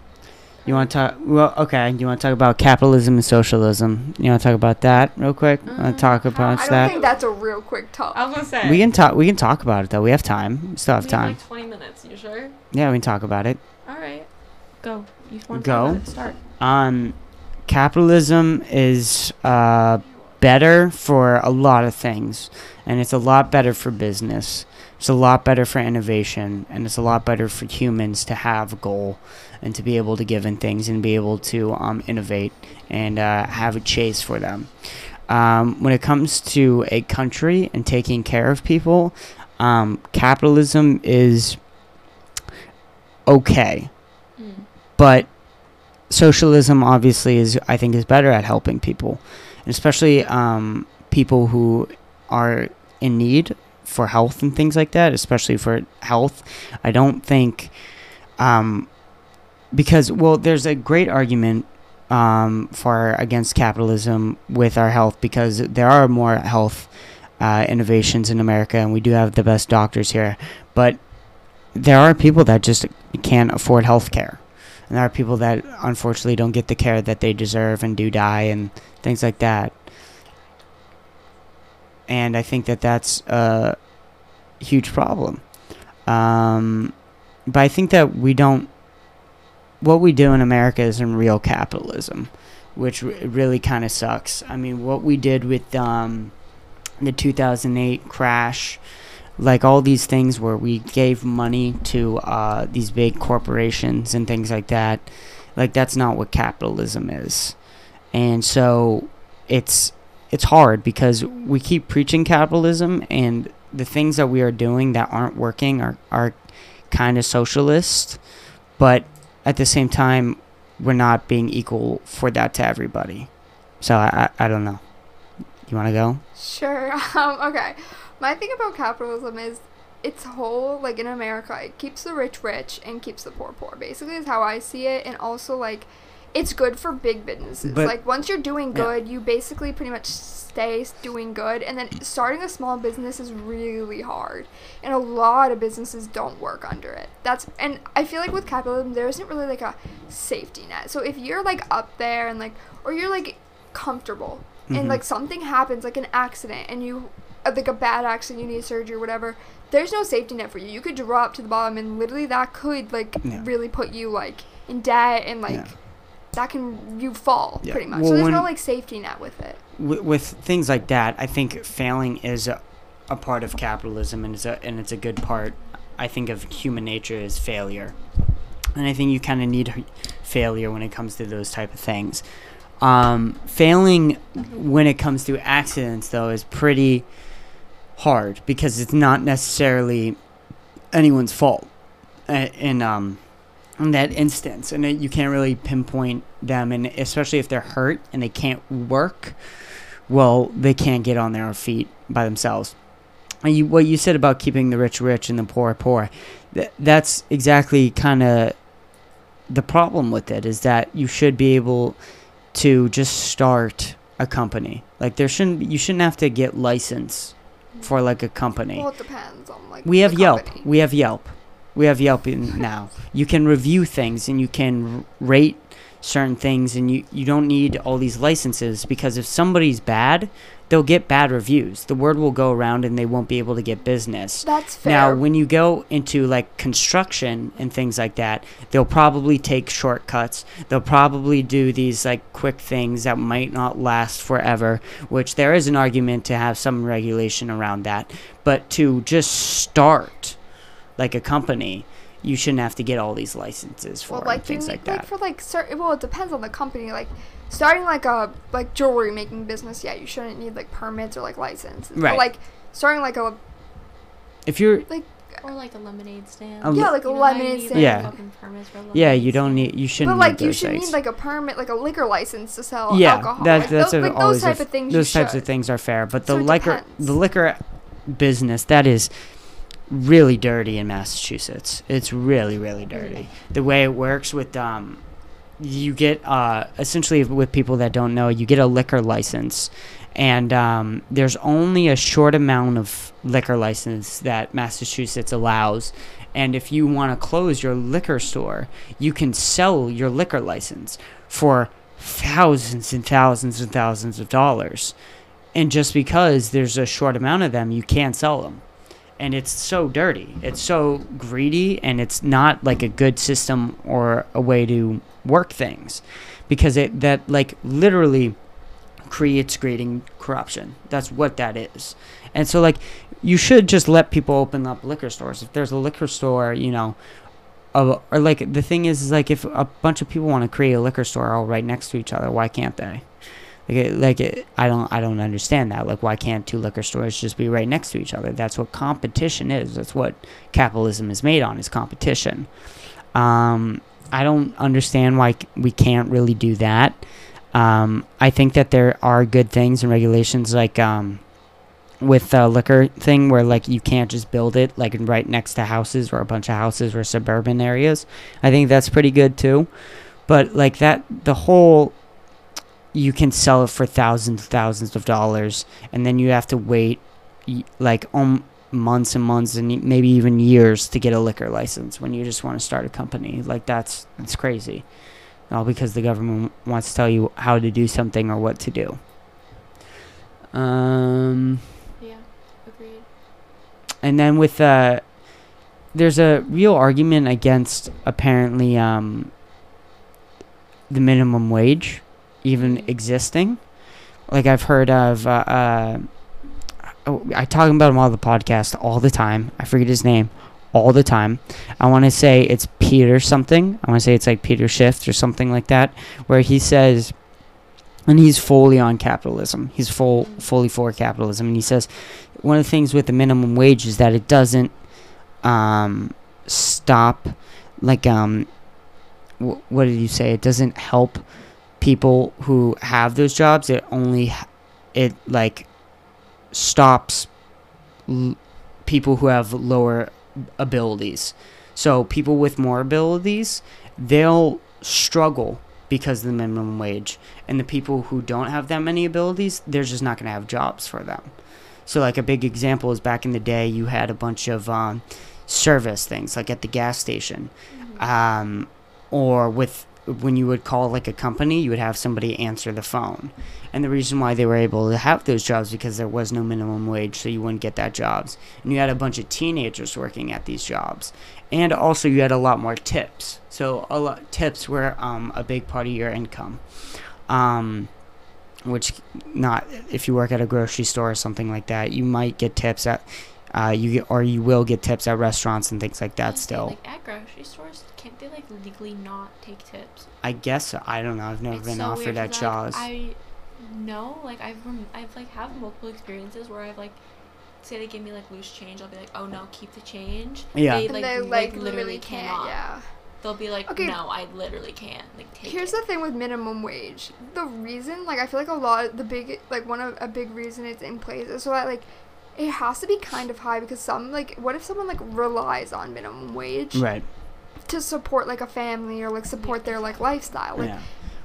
S4: you want to talk? Well, okay. You want to talk about capitalism and socialism? You want to talk about that real quick? want
S3: Mm,
S4: to talk
S3: I- I
S4: about
S1: I don't
S4: that?
S1: think that's a real quick talk.
S3: I was gonna say.
S4: We can talk. We can talk about it though. We have time. We still have
S3: we
S4: time.
S3: Like Twenty minutes. You sure?
S4: Yeah, we can talk about it.
S3: All right. Go. You want
S4: Go.
S3: to start?
S4: Um, capitalism is uh, better for a lot of things, and it's a lot better for business. It's a lot better for innovation, and it's a lot better for humans to have a goal and to be able to give in things and be able to um, innovate and uh, have a chase for them. Um, when it comes to a country and taking care of people, um, capitalism is okay,
S12: Mm.
S4: but socialism obviously is I think is better at helping people, and especially um, people who are in need for health and things like that, especially for health. I don't think um, because well, there's a great argument um, for against capitalism with our health because there are more health uh, innovations in America, and we do have the best doctors here, but there are people that just can't afford health care and there are people that unfortunately don't get the care that they deserve and do die and things like that. And I think that that's a huge problem. Um, but I think that we don't. What we do in America isn't real capitalism, which r- really kind of sucks. I mean, what we did with um, the 2008 crash like all these things where we gave money to uh, these big corporations and things like that like that's not what capitalism is and so it's it's hard because we keep preaching capitalism and the things that we are doing that aren't working are, are kind of socialist but at the same time we're not being equal for that to everybody so i, I, I don't know you want to go
S1: Sure. (laughs) Um, okay. My thing about capitalism is its whole, like in America, it keeps the rich rich and keeps the poor poor. Basically, is how I see it. And also, like, it's good for big businesses.
S4: But-
S1: like, once you're doing
S4: Yeah.
S1: good, you basically pretty much stay s- doing good. And then starting a small business is really hard. And a lot of businesses don't work under it. That's, and I feel like with capitalism, there isn't really like a safety net. So if you're like up there and like, or you're like comfortable,
S4: Mhm.
S1: and like something happens, like an accident, and you uh, like a bad accident, you need surgery or whatever. There's no safety net for you. You could drop to the bottom, and literally that could like
S4: Yeah.
S1: really put you like in debt, and like
S4: Yeah.
S1: that can you fall
S4: Yeah.
S1: pretty much.
S4: Well,
S1: so there's no
S4: when-
S1: like safety net with it.
S4: with, with things like that, I think failing is a, a part of capitalism, and it's a and it's a good part. I think of human nature as failure, and I think you kind of need h- failure when it comes to those type of things. Um, failing when it comes to accidents, though, is pretty hard because it's not necessarily anyone's fault a- in um, in that instance, and it, you can't really pinpoint them, and especially if they're hurt and they can't work, well, they can't get on their feet by themselves. And you, what you said about keeping the rich rich and the poor poor, th- that's exactly kind of the problem with it is that you should be able to just start a company. Like there shouldn't be- you shouldn't have to get license for like a company.
S1: Well, it depends on like.
S4: We
S1: the
S4: have Yelp.
S1: company.
S4: We have Yelp. We have Yelp in now. You can review things and you can r- rate certain things, and you, you don't need all these licenses because if somebody's bad, they'll get bad reviews. The word will go around and they won't be able to get business.
S1: That's fair.
S4: Now, when you go into like construction and things like that, they'll probably take shortcuts. They'll probably do these like quick things that might not last forever, which there is an argument to have some regulation around that. But to just start like a company, you shouldn't have to get all these licenses for
S1: well,
S4: and
S1: like
S4: things
S1: you need,
S4: like that.
S1: for like certain. Well, it depends on the company. Like starting like a like jewelry making business, yeah, you shouldn't need like permits or like licenses.
S4: Right.
S1: But like starting like a
S4: if you're
S12: Or like a lemonade stand.
S4: A
S1: Yeah, like a
S12: how you
S1: lemonade
S12: need,
S1: stand.
S4: Yeah.
S12: fucking permits for a
S4: yeah,
S12: lemonade
S4: you don't
S12: stand?
S4: need you shouldn't
S1: But like
S4: need
S1: you
S4: those
S1: should
S4: things.
S1: need like a permit, like a liquor license to sell
S4: yeah,
S1: alcohol.
S4: that-
S1: like,
S4: that's
S1: those,
S4: what
S1: like,
S4: always
S1: those type
S4: is-
S1: of things.
S4: Those
S1: you
S4: types
S1: should.
S4: of things are fair, but
S1: So
S4: the
S1: it
S4: liquor
S1: depends.
S4: the liquor business that is really dirty in Massachusetts. It's really really dirty. The way it works with um you get uh essentially with people that don't know, you get a liquor license and um, there's only a short amount of liquor license that Massachusetts allows. And if you want to close your liquor store, you can sell your liquor license for thousands and thousands and thousands of dollars. And just because there's a short amount of them, you can't sell them. And it's so dirty. It's so greedy and it's not like a good system or a way to work things because it that like literally creates creating corruption. That's what that is. And so like you should just let people open up liquor stores. If there's a liquor store, you know, a, or like the thing is, is like if a bunch of people want to create a liquor store all right next to each other, why can't they? Like, it, like it, I don't, I don't understand that. Like, why can't two liquor stores just be right next to each other? That's what competition is. That's what capitalism is made on is competition. Um, I don't understand why c- we can't really do that. Um, I think that there are good things and regulations like um, with the liquor thing where like you can't just build it like right next to houses or a bunch of houses or suburban areas. I think that's pretty good too. But like that, the whole you can sell it for thousands thousands of dollars and then you have to wait y- like um, months and months and y- maybe even years to get a liquor license when you just want to start a company like that's that's crazy all because the government wants to tell you how to do something or what to do um
S12: Yeah, agreed.
S4: and then with uh there's a real argument against apparently um the minimum wage even
S12: Mhm.
S4: existing like i've heard of uh, uh oh, i talk about him on the podcast all the time i forget his name all the time i want to say it's peter something i want to say it's like peter shift or something like that where he says and he's fully on capitalism he's full fully for capitalism and he says one of the things with the minimum wage is that it doesn't um, stop like um w- what did you say it doesn't help people who have those jobs it only h- it like stops l- people who have lower abilities so people with more abilities they'll struggle because of the minimum wage and the people who don't have that many abilities they're just not going to have jobs for them so like a big example is back in the day, you had a bunch of um, service things like at the gas station,
S12: Mm-hmm.
S4: um, or with when you would call like a company, you would have somebody answer the phone. And the reason why they were able to have those jobs because there was no minimum wage, so you wouldn't get that jobs. And you had a bunch of teenagers working at these jobs, and also you had a lot more tips. So a lot tips were um, a big part of your income. Um, which not if you work at a grocery store or something like that, you might get tips at uh, you get, or you will get tips at restaurants and things like that.
S3: Mm-hmm.
S12: Honestly,
S4: Still,
S12: Like at grocery stores, can't they like legally not take tips?
S4: I guess so. I don't know. I've never
S12: It's
S4: been
S12: so
S4: offered
S12: weird
S4: at
S12: 'cause I, like,
S4: Jaws.
S12: I know, like I've rem- I've like have multiple experiences where I've like say they give me like loose change, I'll be like, oh no, keep the change.
S4: Yeah.
S12: they,
S1: And
S12: like,
S1: they
S12: li-
S1: like
S12: literally
S1: literally
S12: cannot.
S1: can't. Yeah.
S12: They'll be like,
S1: Okay.
S12: no, I literally can't. Like take
S1: Here's
S12: it.
S1: the thing with minimum wage. The reason, like, I feel like a lot of the big, like, one of a big reason it's in place is so that, like, it has to be kind of high because some, like, what if someone, like, relies on minimum wage
S4: right.
S1: to support, like, a family or, like, support their, like, lifestyle? Like,
S4: yeah.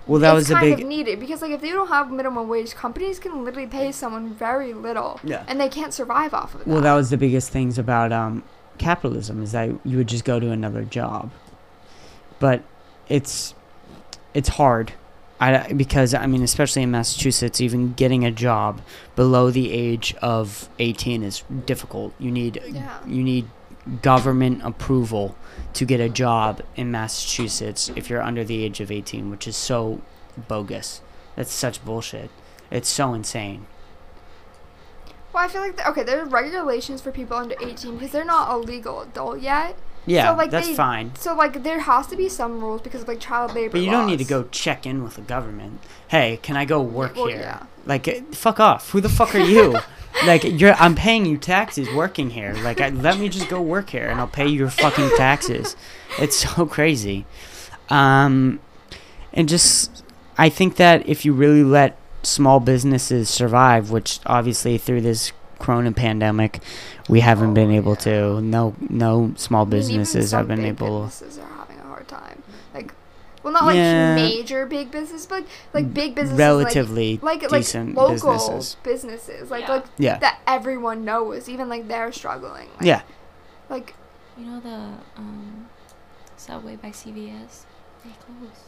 S4: Well, that
S1: it's
S4: was a
S1: kind
S4: big.
S1: of needed because, like, if they don't have minimum wage, companies can literally pay someone very little
S4: Yeah.
S1: and they can't survive off of that.
S4: Well, that was the biggest things about um, capitalism is that you would just go to another job, but it's it's hard. I, because I mean, especially in Massachusetts, even getting a job below the age of eighteen is difficult. You need
S1: Yeah.
S4: you need government approval to get a job in Massachusetts if you're under the age of eighteen, which is so bogus. That's such bullshit. It's so insane.
S1: Well, I feel like, th- okay, there are regulations for people under 18 because they're not a legal adult yet.
S4: Yeah,
S1: like,
S4: that's
S1: they-
S4: fine.
S1: So, like, there has to be some rules because of, like, child labor.
S4: But you don't need to
S1: laws.
S4: go check in with the government. Hey, can I go work
S1: well,
S4: here?
S1: yeah.
S4: Like, eh, fuck off. Who the fuck
S1: (laughs)
S4: are you? like, you're. I'm paying you taxes working here. Like, I, let me just go work here and I'll pay your fucking taxes. It's so (laughs) crazy. Um, and just, I think that if you really let small businesses survive, which obviously through this corona pandemic, we haven't been
S1: Oh,
S4: able
S1: yeah.
S4: to. No, no small
S1: I mean, even
S4: businesses
S1: some
S4: have been
S1: big
S4: able.
S1: Businesses are having a hard time. Like, well, not like
S4: Yeah.
S1: major big business, but like big businesses,
S4: relatively
S1: like like,
S4: decent
S1: like local
S4: businesses.
S1: like
S5: Yeah.
S1: like
S4: Yeah.
S1: that everyone knows. Even like they're struggling. Like,
S4: Yeah.
S1: Like
S12: You know the um, subway by CVS. They closed.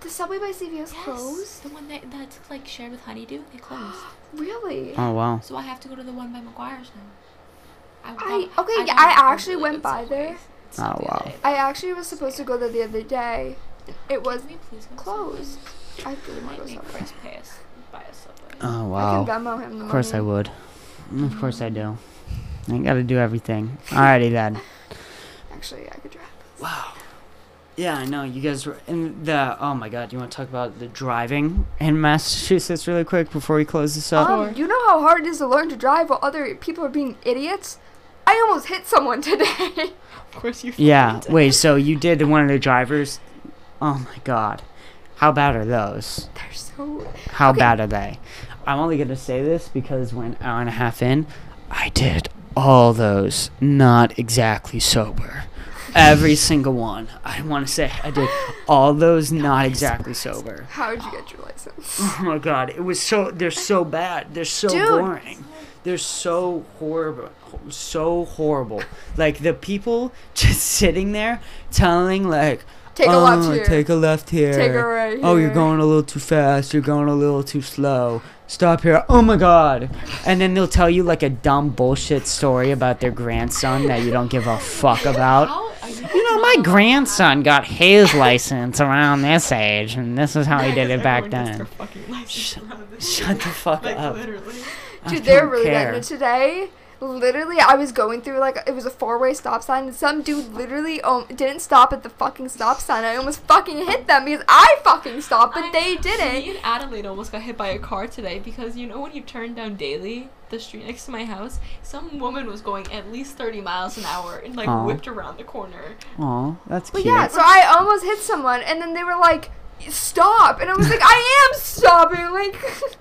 S1: the subway by CVS
S12: Yes,
S1: closed.
S12: The one that that's like shared with Honeydew,
S1: (gasps)
S12: they closed.
S1: Really?
S4: Oh wow.
S12: so I have to go to the one by McGuire's now.
S1: I
S12: I, got-
S1: okay. yeah,
S12: got
S1: I
S12: a
S1: actually
S12: really
S1: went
S12: good
S1: by there.
S12: Subway.
S4: Oh, wow.
S1: I actually was supposed to go there the other day. It was
S12: Can we please go to
S1: closed. I really
S12: Subway?
S1: want
S12: Might
S1: to go
S12: make
S1: somewhere.
S12: Chris pay us by a subway.
S4: Oh
S1: I
S4: wow.
S1: can Venmo him the
S4: Of course I
S1: money.
S4: would. Of course I do. I gotta do everything.
S1: (laughs)
S4: Alrighty then.
S1: Actually, I could drive.
S4: Wow. Yeah, I know. You guys were in the. Oh my God! You want to talk about the driving in Massachusetts really quick before we close this up?
S1: Um, you know how hard it is to learn to drive while other people are being idiots? I almost hit someone today. (laughs)
S12: Of course you.
S4: yeah. Wait. So you did one of the drivers? Oh my God! How bad are those?
S1: They're so.
S4: How
S1: Okay.
S4: bad are they? I'm only gonna say this because we're an hour and a half in, I did all those not exactly sober. Every single one. I want to say I did all those not exactly sober.
S1: How did you get your license?
S4: Oh my god, it was so. They're so bad. They're so
S1: Dude.
S4: boring. They're so horrible. So horrible. Like the people (laughs) just sitting there telling like,
S1: Take a
S4: oh,
S1: left here.
S4: Take a left here.
S1: Take a right here.
S4: Oh, you're going a little too fast. You're going a little too slow. Stop here. Oh my god. And then they'll tell you like a dumb bullshit story about their grandson that you don't give a fuck about.
S12: How are you?
S4: You know, my grandson got his license around this age, and this is how
S12: (laughs)
S4: he did it back
S12: Everyone gets their
S4: then.
S12: fucking license around this
S4: Shut the fuck
S12: Like
S4: up.
S12: literally.
S4: I
S1: Dude, they're
S4: don't
S1: really
S4: care.
S1: letting it today. Literally, I was going through like it was a four-way stop sign, and some dude literally um, didn't stop at the fucking stop sign. I almost fucking hit them because I fucking stopped, but
S12: I-
S1: they
S12: Me
S1: didn't.
S12: and Adelaide almost got hit by a car today because you know when you turn down Daly, the street next to my house, some woman was going at least 30 miles an hour and like
S4: Aw.
S12: whipped around the corner.
S4: Aw, that's
S1: But
S4: cute.
S1: yeah, so I almost hit someone, and then they were like, "Stop!" and I was like, "I am stopping!" Like, (laughs)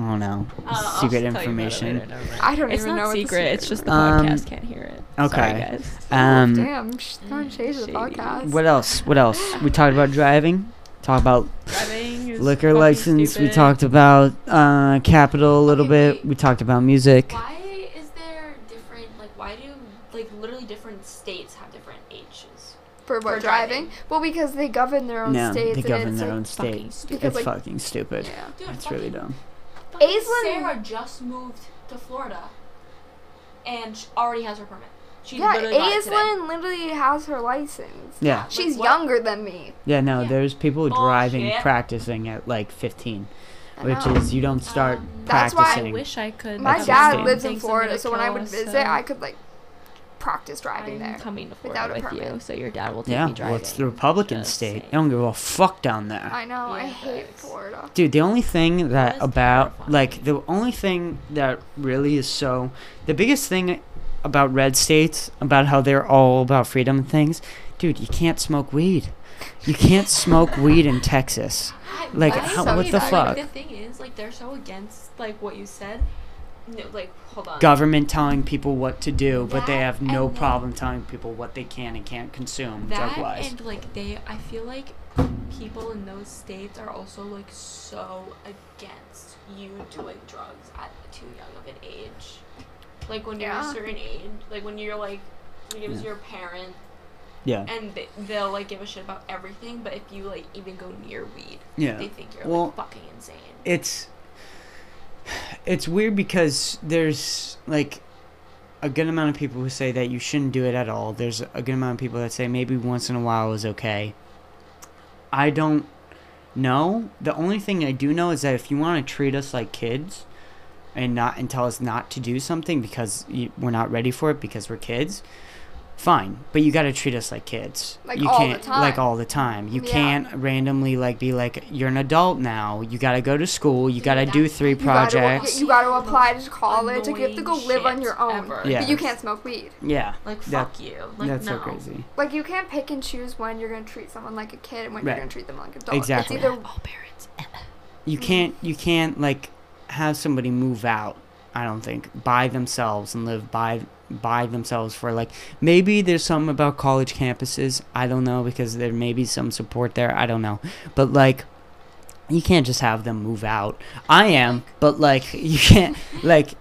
S4: oh no.
S12: Uh, I'll
S4: Secret
S12: just tell you about it later,
S4: information.
S12: never mind.
S1: I don't
S12: It's
S1: even
S12: not
S1: know
S12: secret. It's just the
S4: Um,
S12: podcast can't hear it. Sorry,
S4: okay.
S12: guys.
S4: Um.
S1: Damn, sh-
S12: Mm,
S1: throwing shade to the
S12: Shady.
S1: podcast.
S4: What else? What else? We talked about driving. Talk about
S12: Driving is
S4: liquor
S12: fucking
S4: license. We
S12: stupid.
S4: talked about uh, capital a little
S3: Okay,
S4: bit.
S3: wait.
S4: We talked about music.
S3: Why is there different? Like, why do like literally different states have different ages?
S1: for what
S3: for
S1: driving?
S3: driving.
S1: Well, because they govern their own
S4: No,
S1: states.
S4: they govern
S1: and
S4: their own
S1: it's
S12: fucking
S4: states.
S1: stupid.
S4: It's
S1: Like-
S4: fucking
S1: like,
S4: stupid.
S1: Yeah.
S3: Dude,
S4: It's really dumb.
S3: fucking
S1: Aislinn-
S3: Sarah just moved to Florida, and sh- already has her permit. She
S1: Yeah,
S3: literally got it today.
S1: Aislinn literally has her license.
S4: Yeah,
S1: She's
S3: what?
S1: younger than me.
S4: yeah. No,
S3: Yeah.
S4: there's people driving
S3: Bullshit.
S4: practicing at like 15,
S1: I
S4: which
S1: know.
S4: is you don't start
S3: Um,
S1: that's why I
S12: I
S4: practicing.
S12: wish I could. um,
S1: my
S4: that's
S1: dad
S4: insane.
S1: lives in Florida, so when I would visit,
S12: uh,
S1: I could like practice driving
S12: am
S1: there.
S12: coming to
S1: without
S12: Florida
S1: a
S12: with
S1: permit.
S12: you, so your dad will take
S4: yeah,
S12: me driving.
S4: well, it's the Republican
S12: Just
S4: state.
S12: saying.
S4: They don't give a fuck down there.
S1: I know. I
S12: Yeah,
S1: hate
S12: thanks.
S1: Florida.
S4: Dude, the only thing that
S12: is
S4: about
S12: terrifying.
S4: like the only thing that really is so the biggest thing about red states about how they're all about freedom and things, dude, you can't smoke weed. You can't smoke weed in
S12: (laughs)
S4: Texas.
S3: I-
S4: Like,
S3: I
S4: how,
S1: so
S4: what the
S1: either.
S4: fuck?
S12: The thing is, like, they're so against like what you said.
S3: No, like, hold on.
S4: Government telling people what to do, but they
S12: That
S4: have no
S12: and then-
S4: problem telling people what they can and can't consume drug
S12: That
S4: wise.
S12: and like they, I feel like people in those states are also like so against you doing drugs at too young of an age.
S3: Like when you're
S1: Yeah.
S3: a certain age, like when you're like, when it was your parent,
S4: Yeah.
S3: and they, they'll like give a shit about everything. But if you like even go near weed,
S4: Yeah.
S3: they think you're
S4: Well-
S3: like fucking insane.
S4: it's it's weird because there's like a good amount of people who say that you shouldn't do it at all. There's a good amount of people that say maybe once in a while is okay. I don't know. The only thing I do know is that if you want to treat us like kids and not and tell us not to do something because you, we're not ready for it because we're kids, fine. But you got to treat us like kids.
S1: Like
S4: you
S1: all the
S4: can't like
S1: time.
S4: all the time. You
S1: Yeah.
S4: can't randomly like be like you're an adult now. You got to go to school. You got to do three
S1: You gotta-
S4: projects.
S1: You got to apply to college. Like you have to go
S12: Annoying
S1: live on
S12: shit
S1: your own.
S12: ever.
S4: Yeah.
S1: But you can't smoke weed.
S4: Yeah.
S12: Like
S4: That-
S12: fuck you. Like
S4: That's so
S12: no.
S4: crazy.
S1: Like you can't pick and choose when you're gonna treat someone like a kid and when
S4: Right.
S1: you're gonna treat them like an adult.
S4: Exactly.
S1: It's either
S12: All parents.
S4: You can't you can't like have somebody move out, I don't think, by themselves and live by by themselves for like maybe there's something about college campuses, I don't know because there may be some support there, I don't know. But like you can't just have them move out. I am, but like (laughs) you can't like I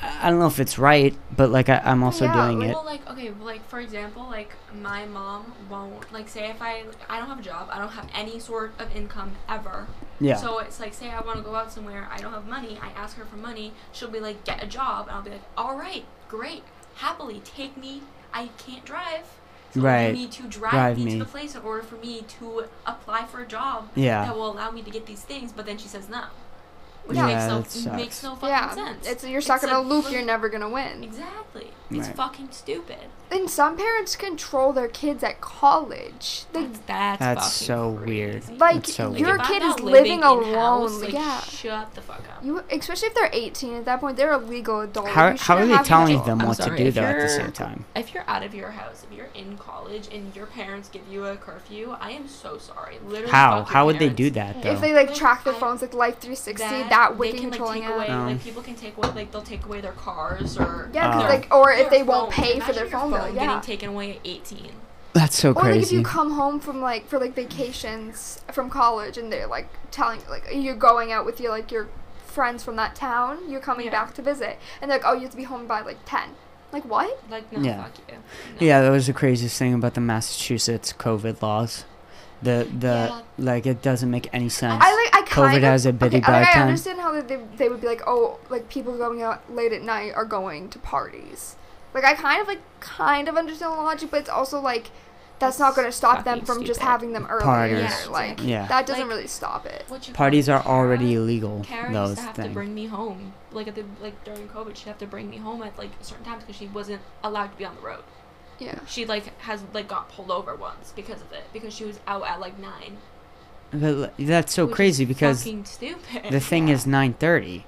S4: I don't know if it's right, but like I, I'm also
S1: Yeah,
S4: doing it.
S3: Well, like okay, well, like for example, like my mom won't like say if I I don't have a job, I don't have any sort of income ever.
S4: Yeah.
S3: So it's like say I want to go out somewhere, I don't have money, I ask her for money, she'll be like get a job, and I'll be like all right, great, happily take me. I can't drive, It's only
S4: Right.
S3: For me to drive,
S4: Drive
S3: me,
S4: me.
S3: to the place in order for me to apply for a job
S4: Yeah.
S3: that will allow me to get these things, but then she says no. Which
S4: Yeah,
S3: makes,
S4: that
S3: no, makes
S4: sucks.
S3: no fucking
S1: Yeah,
S3: sense.
S1: it's you're stuck in
S3: like
S1: a loop.
S3: look-
S1: You're never gonna win.
S3: Exactly. It's
S4: Right.
S3: fucking stupid.
S1: And some parents control their kids at college. They,
S3: That's, that's, fucking
S4: That's so
S3: crazy.
S4: weird.
S1: like
S4: That's so
S1: your
S3: If I'm
S1: kid
S3: not
S1: is living alone.
S3: in-house, like,
S1: yeah.
S3: Shut the fuck up.
S1: You especially if they're 18 at that point, they're a legal adult.
S4: How,
S1: You
S4: how are
S1: shouldn't
S4: they
S1: have
S4: telling
S1: control.
S4: them
S3: I'm
S4: what
S3: sorry,
S4: to do
S3: if
S4: though at the
S3: you're-
S4: same time?
S3: If you're out of your house, if you're in college and your parents give you a curfew, I am so sorry. Literally.
S4: How
S3: fuck your
S4: how would they
S3: parents.
S4: do that though?
S1: If they like
S3: Like,
S1: track their
S3: I-
S1: phones like Life 360, that, would be
S3: they can
S1: controlling
S3: like take away,
S1: it.
S4: Um,
S3: like people can take away, like they'll take away their cars or
S1: Yeah, 'cause,
S4: Uh,
S1: like or if
S3: their
S1: they won't
S3: phones.
S1: pay for
S3: Imagine
S1: their
S3: your
S1: phone bill, yeah.
S3: getting taken away at 18.
S4: That's so
S1: Or like if
S4: crazy.
S1: you come home from like for like vacations from college and they're like telling like you're going out with your like your friends from that town, you're coming
S3: Yeah.
S1: back to visit, and they're like oh you have to be home by like 10. Like what?
S3: Like no,
S4: Yeah.
S3: fuck you.
S4: yeah, that was the craziest thing about the Massachusetts COVID laws. The the
S3: Yeah.
S4: like it doesn't make any sense.
S1: I like I kind
S4: COVID
S1: of
S4: has a bitty
S1: okay,
S4: bad
S1: like, I
S4: time.
S1: understand how they they would be like oh like people going out late at night are going to parties. Like I kind of like kind of understand the logic, but it's also like that's not
S3: It's
S1: going to stop them
S3: fucking
S1: from just
S3: stupid.
S1: having them earlier.
S4: Parties.
S3: Yeah,
S1: like
S4: Yeah.
S1: that doesn't
S3: Like-
S1: really stop it.
S3: What you call
S4: Parties
S3: it,
S4: are already
S3: Kara?
S4: illegal.
S3: Kara
S4: Those
S3: used to have to
S4: things.
S3: bring me home, like at the like during COVID, she'd have to bring me home at like certain times because she wasn't allowed to be on the road.
S1: Yeah.
S3: She like has like got pulled over once because of it because she was out at like nine.
S4: But, like, that's so
S3: which is
S4: crazy because
S3: fucking stupid.
S4: the thing is 9:30.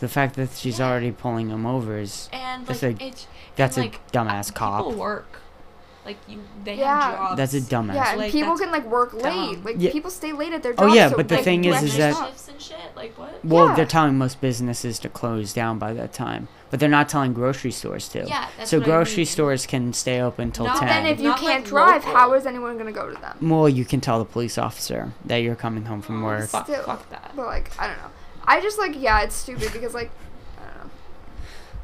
S4: The fact that she's
S3: Yeah.
S4: already pulling him over is
S3: (laughs) and like
S4: that's a-
S3: it's
S4: that's
S3: and, like,
S4: a dumbass
S3: People
S4: cop.
S3: work, like you. They
S1: Yeah.
S3: have jobs.
S4: That's a dumbass.
S1: Yeah, and
S3: Like,
S1: people
S3: that's
S1: can like work late.
S3: dumb.
S1: Like
S4: Yeah.
S1: people stay late at their
S4: Oh,
S1: jobs.
S4: yeah,
S1: so,
S4: but the
S1: like,
S4: thing
S1: do
S4: is-
S1: I
S4: is
S1: just
S4: that-
S1: stop?
S3: shifts and shit. Like what?
S4: Well,
S1: Yeah.
S4: they're telling most businesses to close down by that time, but they're not telling grocery stores to.
S3: Yeah, that's
S4: so
S3: what I
S4: grocery
S3: mean.
S4: stores can stay open till
S1: But
S3: Not
S4: ten.
S1: then if you
S3: Not, like,
S1: can't drive, how
S3: local.
S1: is anyone gonna go to them?
S4: well, you can tell the police officer that you're coming home from work.
S3: Oh, Fuck,
S1: Still-
S3: fuck that.
S1: But like I don't know. I just like yeah, it's stupid because like I don't know.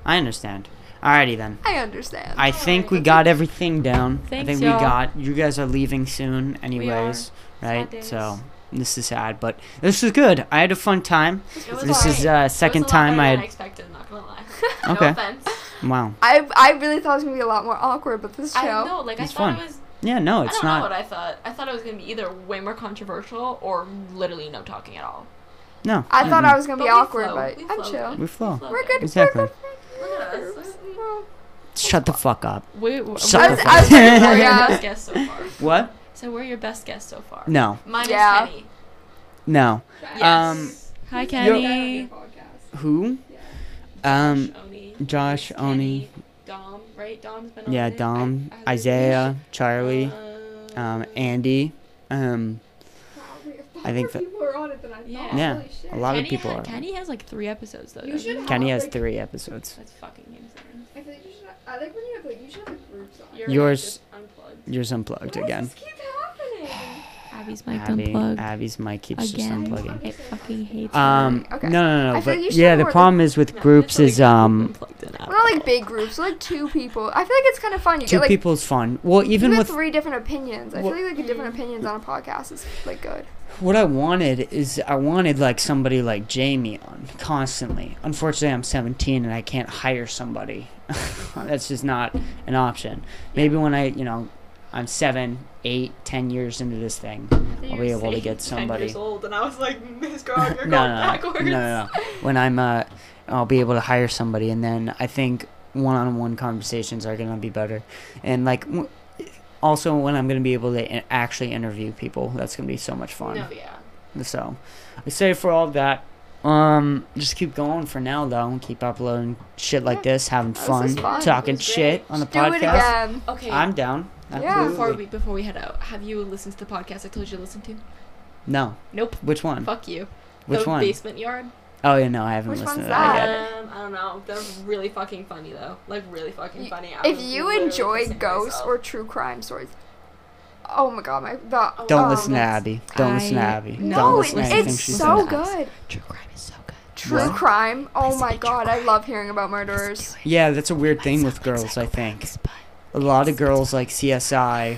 S4: I understand. Alrighty then.
S1: I understand.
S4: I think we got everything down. I
S3: Thanks,
S4: think
S3: y'all.
S4: we got. You guys are leaving soon, anyways,
S3: Sad
S4: right?
S3: days.
S4: So this is sad, but this is good. I had a fun time.
S3: (laughs) It was
S4: this is
S3: alright.
S4: uh, second time I.
S3: I
S4: had
S3: expected. Not gonna
S4: (laughs)
S3: lie. (laughs)
S4: Okay.
S3: No offense.
S4: Wow.
S1: I I really thought it was gonna be a lot more awkward, but this show.
S3: I know. Like
S4: It's
S3: I thought
S4: fun.
S3: it was.
S4: Yeah. No,
S3: I
S4: it's
S3: don't know
S4: not.
S3: what I thought. I thought it was gonna be either way more controversial or literally no talking at all.
S4: No.
S1: I thought I was gonna
S3: But
S1: be
S3: we
S1: awkward,
S3: flow.
S1: but
S3: We
S1: I'm
S3: flow,
S1: chill.
S3: man.
S4: We flow.
S3: flow.
S1: We're good.
S4: Mm-hmm. Exactly.
S1: We're good.
S3: Look at us.
S1: Well,
S4: Shut the fuck up.
S3: We, we,
S4: Shut
S3: we're-
S4: the
S1: I was- I was
S4: fuck
S1: like,
S3: we're your
S1: yeah.
S3: best guest so far.
S4: (laughs) What?
S3: So we're your best guest so far.
S4: No.
S3: Mine
S1: Yeah.
S3: is Kenny.
S4: No. Um.
S3: Hi
S13: Kenny.
S3: Kenny.
S4: Who?
S13: Yeah.
S4: Um.
S3: Oni.
S4: Josh, Oni.
S3: Kenny, Dom, right? Dom's been on
S4: Yeah.
S3: it.
S4: Dom.
S3: I- I-
S4: Isaiah. Charlie. Um.
S3: Um,
S4: Andy. Um. I
S13: I
S4: think
S13: think
S4: that-
S13: that. People are on it than I thought.
S3: Yeah.
S4: Yeah,
S13: Holy shit.
S4: A lot
S3: Kenny
S4: of people
S3: ha-
S4: are.
S3: Kenny has like three episodes though.
S13: You
S3: doesn't
S13: should
S3: he?
S13: have,
S4: Kenny has
S13: like-
S4: three episodes.
S3: That's fucking insane.
S13: I feel like you should. I like when you have like you should have like groups on.
S3: You're
S4: Yours-
S3: just unplugged.
S4: Yours unplugged
S13: Why does
S4: again.
S13: this keep happening?
S3: Abby's mic
S4: Abby,
S3: unplugged.
S4: Abby's mic keeps
S3: Again.
S4: just unplugging.
S3: It fucking hates
S4: Um,
S1: Okay.
S4: no, no, no,
S1: I
S4: no.
S1: feel
S4: But
S1: like you should
S4: yeah, the
S1: more-
S4: problem is with groups is um,
S1: We're not like big groups. We're like two people. I feel like it's kind of fun. You
S4: two
S1: get like
S4: people's fun. Well, even
S1: you get
S4: with
S1: three different opinions. I
S4: Well-
S1: feel like, like different opinions on a podcast is like good.
S4: what I wanted is I wanted like somebody like Jamie on constantly. Unfortunately, I'm 17 and I can't hire somebody. (laughs) That's just not an option. Maybe when I, you know, I'm seven, eight, ten years into this thing, I'll be (laughs)
S3: (laughs)
S4: able to get somebody.
S3: old, and I was like, Miss Girl, you're
S4: (laughs) no, no, no, no, no, no.
S3: (laughs)
S4: When I'm, uh, I'll be able to hire somebody, and then I think one-on-one conversations are gonna be better, and like, w- also when I'm gonna be able to in- actually interview people, that's gonna be so much fun.
S3: No, yeah.
S4: So, I say for all that, um, just keep going for now though, and keep uploading shit like this, having
S1: This
S4: fun,
S1: is fun.
S4: talking
S3: It was
S4: shit
S3: great.
S4: on the
S1: Do
S4: podcast.
S1: it again.
S3: Okay.
S4: I'm down.
S1: Yeah.
S3: before
S4: Absolutely.
S3: we before we head out, have you listened to the podcast I told you to listen to?
S4: No.
S3: Nope.
S4: Which one?
S3: Fuck you.
S4: Which
S3: the
S4: one?
S3: Basement Yard.
S4: Oh yeah, no, I haven't
S1: Which
S4: listened
S1: one's
S4: to that, yet.
S3: Um, I don't know. They're really fucking funny though. Like really fu
S1: Y-
S3: fucking funny. I
S1: If
S3: was
S1: you
S3: literally
S1: enjoy
S3: pissing
S1: ghosts
S3: myself.
S1: or true crime stories, oh my god, my the
S4: Don't
S1: oh,
S4: listen to
S1: that's-
S4: Abby. Don't listen to
S3: I-
S4: Abby.
S3: No,
S4: Don't
S1: No,
S4: listen to anything
S1: it's
S4: she
S1: so
S4: says.
S1: good.
S3: true crime is so good.
S1: True
S4: What?
S1: crime. Oh
S3: Listen
S1: my
S3: to true
S1: god, I love hearing about murderers.
S4: Yeah, that's a weird
S1: (laughs)
S4: thing with girls. I think a lot of girls like CSI,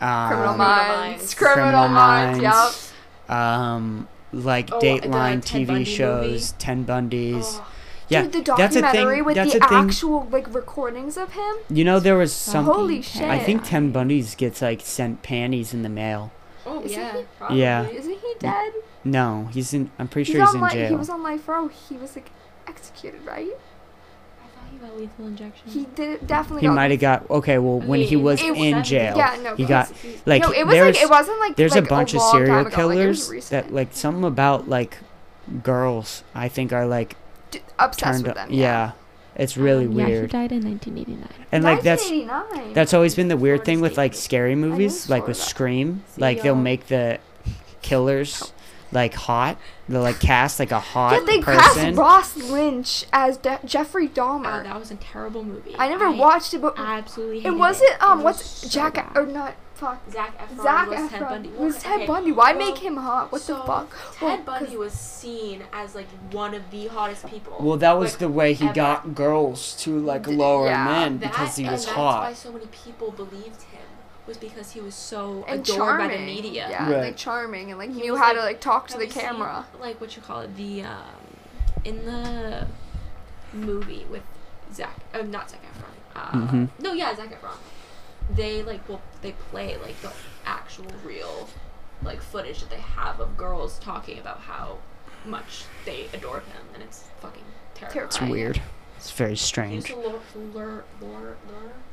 S4: um,
S1: Criminal Minds.
S3: Minds.
S1: Criminal
S4: Criminal
S1: Minds. Yep.
S4: Minds, um, like
S3: Oh, the
S4: Dateline
S3: Ted
S4: TV
S3: Bundy
S4: shows, Ten Bundys.
S3: Oh,
S4: Yeah,
S1: Dude, the
S4: that's a thing-
S1: documentary with
S4: that's
S1: the
S4: a thing-
S1: actual like recordings of him.
S4: You know there was something.
S1: Holy shit.
S4: I think Tim Bundy's gets like sent panties in the mail.
S3: Oh
S1: Is
S3: yeah,
S1: he-
S3: probably.
S4: Yeah.
S1: Isn't he dead?
S4: No, he's in. I'm pretty sure
S1: he's
S4: he's,
S1: on
S4: in
S1: li-
S4: jail. Mm-hmm.
S1: He was on life row. He was like executed, right?
S3: I thought he got lethal injection.
S1: He did definitely.
S4: he
S1: got-
S4: might have got okay. Well, when he
S3: Wait,
S4: was
S1: it was
S4: in
S3: seven.
S4: jail,
S1: Yeah, no.
S4: he
S1: but-
S4: got like
S1: no, it was
S4: there's
S1: like it wasn't like
S4: there's
S1: like,
S4: a bunch of
S1: long
S4: serial
S1: time ago, like, it was
S4: killers
S1: recent.
S4: that like something about like girls. I think are like
S1: D- obsessed
S4: turned
S1: with
S4: up.
S1: them. Um,
S4: yeah. it's really
S3: Yeah, he
S4: weird.
S3: died in 1989.
S4: and like that's
S1: 1989.
S4: that's always been the weird
S3: Florida
S4: thing with
S3: State
S4: like
S3: Police.
S4: scary movies,
S1: I
S4: like with
S1: saw that.
S4: Scream. Like they'll
S1: um,
S3: y'all.
S4: make the
S1: (laughs)
S4: killers like hot. They'll like cast like a hot
S1: yeah, they
S4: person.
S1: cast Ross Lynch as De- Jeffrey Dahmer.
S3: Uh,
S12: Oh, that was a terrible movie.
S1: I never watched it, but
S12: Absolutely.
S1: it
S12: hated
S1: wasn't. Um,
S12: was
S1: what's
S12: so
S1: Jack
S12: bad.
S1: or not? Fuck.
S3: Zach Efron
S1: Zach
S3: was
S1: Efron
S3: Ted Bundy. Well,
S1: was Ted
S3: okay,
S1: Bundy. Why
S3: well,
S1: make him hot? What the
S3: so
S1: fuck? Well,
S3: Ted
S1: 'cause-
S3: Bundy was seen as like one of the hottest people.
S4: Well, that was
S3: Like,
S4: the way he
S3: ever.
S4: got girls to like lower
S1: yeah,
S4: men
S3: Uh, That-
S4: because he
S3: and
S4: was
S3: that's Why
S4: hot.
S3: so many people believed him was because he was so
S1: and
S3: adored
S1: charming.
S3: by the media.
S1: Yeah,
S4: Right.
S1: like charming and like
S3: He
S1: knew
S3: was,
S1: how
S3: like,
S1: to like talk to
S3: Have
S1: the
S3: you seen,
S1: camera.
S3: like what you call it, the um, in the movie with Zach, uh, not Zach Efron. Uh,
S4: Mhm.
S3: No, yeah, Zach Efron. They like well, they play like the actual real like footage that they have of girls talking about how much they adore him, and it's fucking terrifying.
S4: It's
S1: Right.
S4: weird. It's very
S3: He used
S4: strange.
S3: to lure, lure, lure, lure,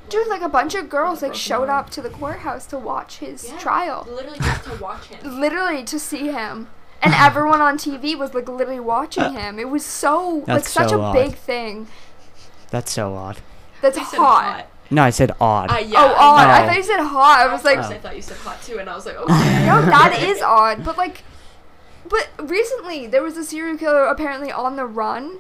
S1: Dude, like a bunch of girls like
S3: Broken
S1: showed
S3: arm.
S1: up to the courthouse to watch his
S3: Yeah.
S1: trial,
S3: literally just to watch him.
S1: literally to see him. And everyone on TV was like literally watching him. It was so like
S4: Uh. That's
S1: such
S4: so
S1: a
S4: odd.
S1: big thing.
S4: That's so odd.
S1: That's
S3: You said
S1: hot.
S4: No, I said odd.
S3: Uh, yeah,
S1: oh, odd.
S4: know.
S1: I thought you said hot. I was like,
S4: Oh.
S12: Oh.
S3: I thought you said hot too, and I was like,
S1: (laughs)
S3: okay.
S1: no,
S12: (laughs)
S1: that is odd. But like, but recently there was a serial killer apparently on the run,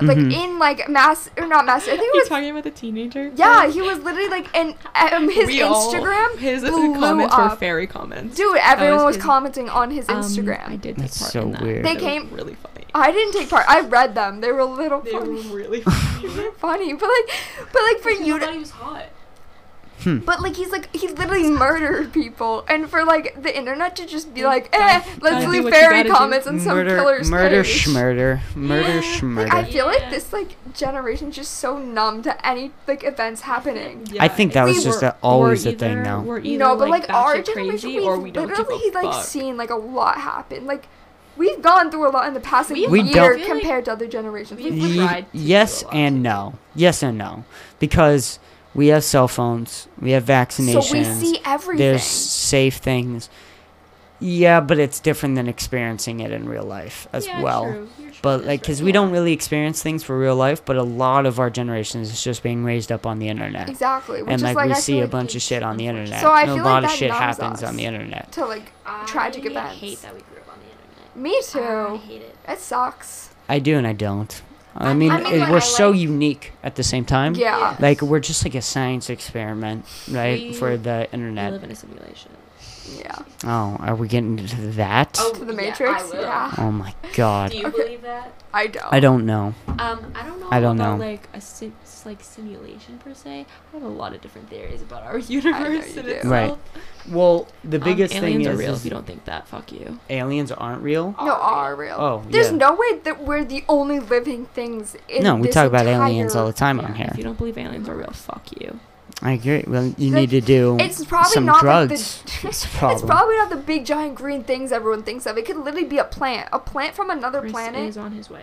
S1: like
S4: Mhm.
S1: in like mass or not mass. I think it was
S12: talking about the teenager?
S1: Yeah, he was literally like, and
S12: (laughs)
S1: um, his
S12: We all-
S1: Instagram,
S12: his
S1: blew
S12: comments were
S1: up.
S12: fairy comments.
S1: dude, everyone
S12: was
S1: was
S12: his-
S1: commenting on his
S12: Um,
S1: Instagram.
S12: I
S1: I,
S12: did take
S4: That's
S12: part
S4: so (laughs)
S12: in that.
S4: weird.
S1: They
S12: That was
S1: came-
S12: really
S1: (laughs)
S12: funny.
S1: didn't take part. I read them. They were a little
S12: They
S1: (laughs)
S12: were
S1: funny, (laughs)
S12: really funny.
S1: funny, but like, but like for you
S3: you
S1: to,
S3: thought he was hot.
S4: Hmm.
S1: but like he's like he literally murdered people, and for like the internet to just be like, eh,
S12: gotta-
S1: let's
S12: gotta do
S1: leave
S12: what you
S1: fairy
S12: gotta do.
S1: comments and some
S4: murder,
S1: killer's
S4: murder,
S1: page.
S4: schmurder, murder, schmurder.
S1: Like, I feel like
S3: Yeah.
S1: this like generation's just so numb to any like events happening.
S4: I think that
S1: we
S4: was just
S1: were-
S4: a, always a thing, though.
S12: We're either
S1: No, but like, our
S12: batshit
S1: generation,
S12: crazy
S1: we've
S12: or we don't give
S1: literally
S12: a
S1: like
S12: fuck.
S1: seen like a lot happen. Like we've gone through a lot in the past like,
S3: We've-
S4: We
S1: year
S4: don't-
S1: compared to other generations.
S3: We've-
S1: Like,
S3: would
S4: Ye-
S3: ride to
S4: yes
S3: do a lot
S4: and
S3: too.
S4: no. Yes and no, because we have cell phones, we have vaccinations.
S1: so we see everything.
S4: There's safe things. Yeah, but it's different than experiencing it in real life as well. But like, because we don't really experience things for real life, but a lot of our generations is just being raised up on the internet,
S1: exactly, which
S4: and
S1: is
S4: like,
S1: like,
S4: we
S1: I
S4: see
S1: feel
S4: a
S1: like
S4: bunch of
S3: it's
S4: shit on the
S3: unfortunate.
S4: internet.
S1: So I
S4: and
S1: feel
S4: a
S1: like
S4: lot of
S1: that
S4: shit
S1: numbs
S4: happens
S1: us.
S4: on the internet.
S1: to like tragic events.
S3: hate that we grew up on the internet.
S1: me
S3: I
S1: too.
S3: hate it.
S1: It sucks.
S4: I do and I don't. I
S3: I-
S4: mean,
S3: I
S1: mean,
S4: it-
S1: like,
S4: we're
S3: I
S4: so
S3: like-
S4: unique at the same time.
S1: Yeah.
S3: Yeah.
S4: Like we're just like a science experiment, right, for
S3: We-
S4: the
S3: We live
S4: internet.
S3: in a simulation.
S1: Yeah.
S4: Oh, are we getting into that?
S3: Oh,
S1: To the
S3: yeah,
S1: Matrix.
S3: I will.
S1: Yeah.
S4: Oh my god.
S1: (laughs)
S3: Do you
S1: Okay.
S3: believe that?
S1: I don't.
S4: I don't know.
S3: Um, I don't know.
S4: I don't
S3: about,
S4: know.
S3: Like a sim- s- like simulation per se. I have a lot of different theories about our (laughs) universe
S1: you
S3: and
S1: do.
S3: itself.
S4: Right. Well, the
S3: Um,
S4: biggest thing
S3: aliens
S4: is,
S3: are real.
S4: is
S3: If you don't think that, fuck you.
S4: aliens aren't real.
S1: No, are real.
S4: Oh,
S1: There's
S4: yeah.
S1: no way that we're the only living things in
S4: no, we
S1: this
S4: talk about aliens
S1: entire-
S4: all the time
S3: Yeah,
S4: on
S3: If you
S4: here.
S3: don't believe aliens are real, fuck you.
S4: I agree. Well, you
S1: Like,
S4: need to do
S1: It's probably
S4: some
S1: not (laughs) Like
S4: drugs.
S1: the,
S4: That's a
S1: It's
S4: problem.
S1: probably not the big giant green things everyone thinks of. It could literally be a plant, a plant from another
S3: Chris
S1: planet.
S3: is on his way.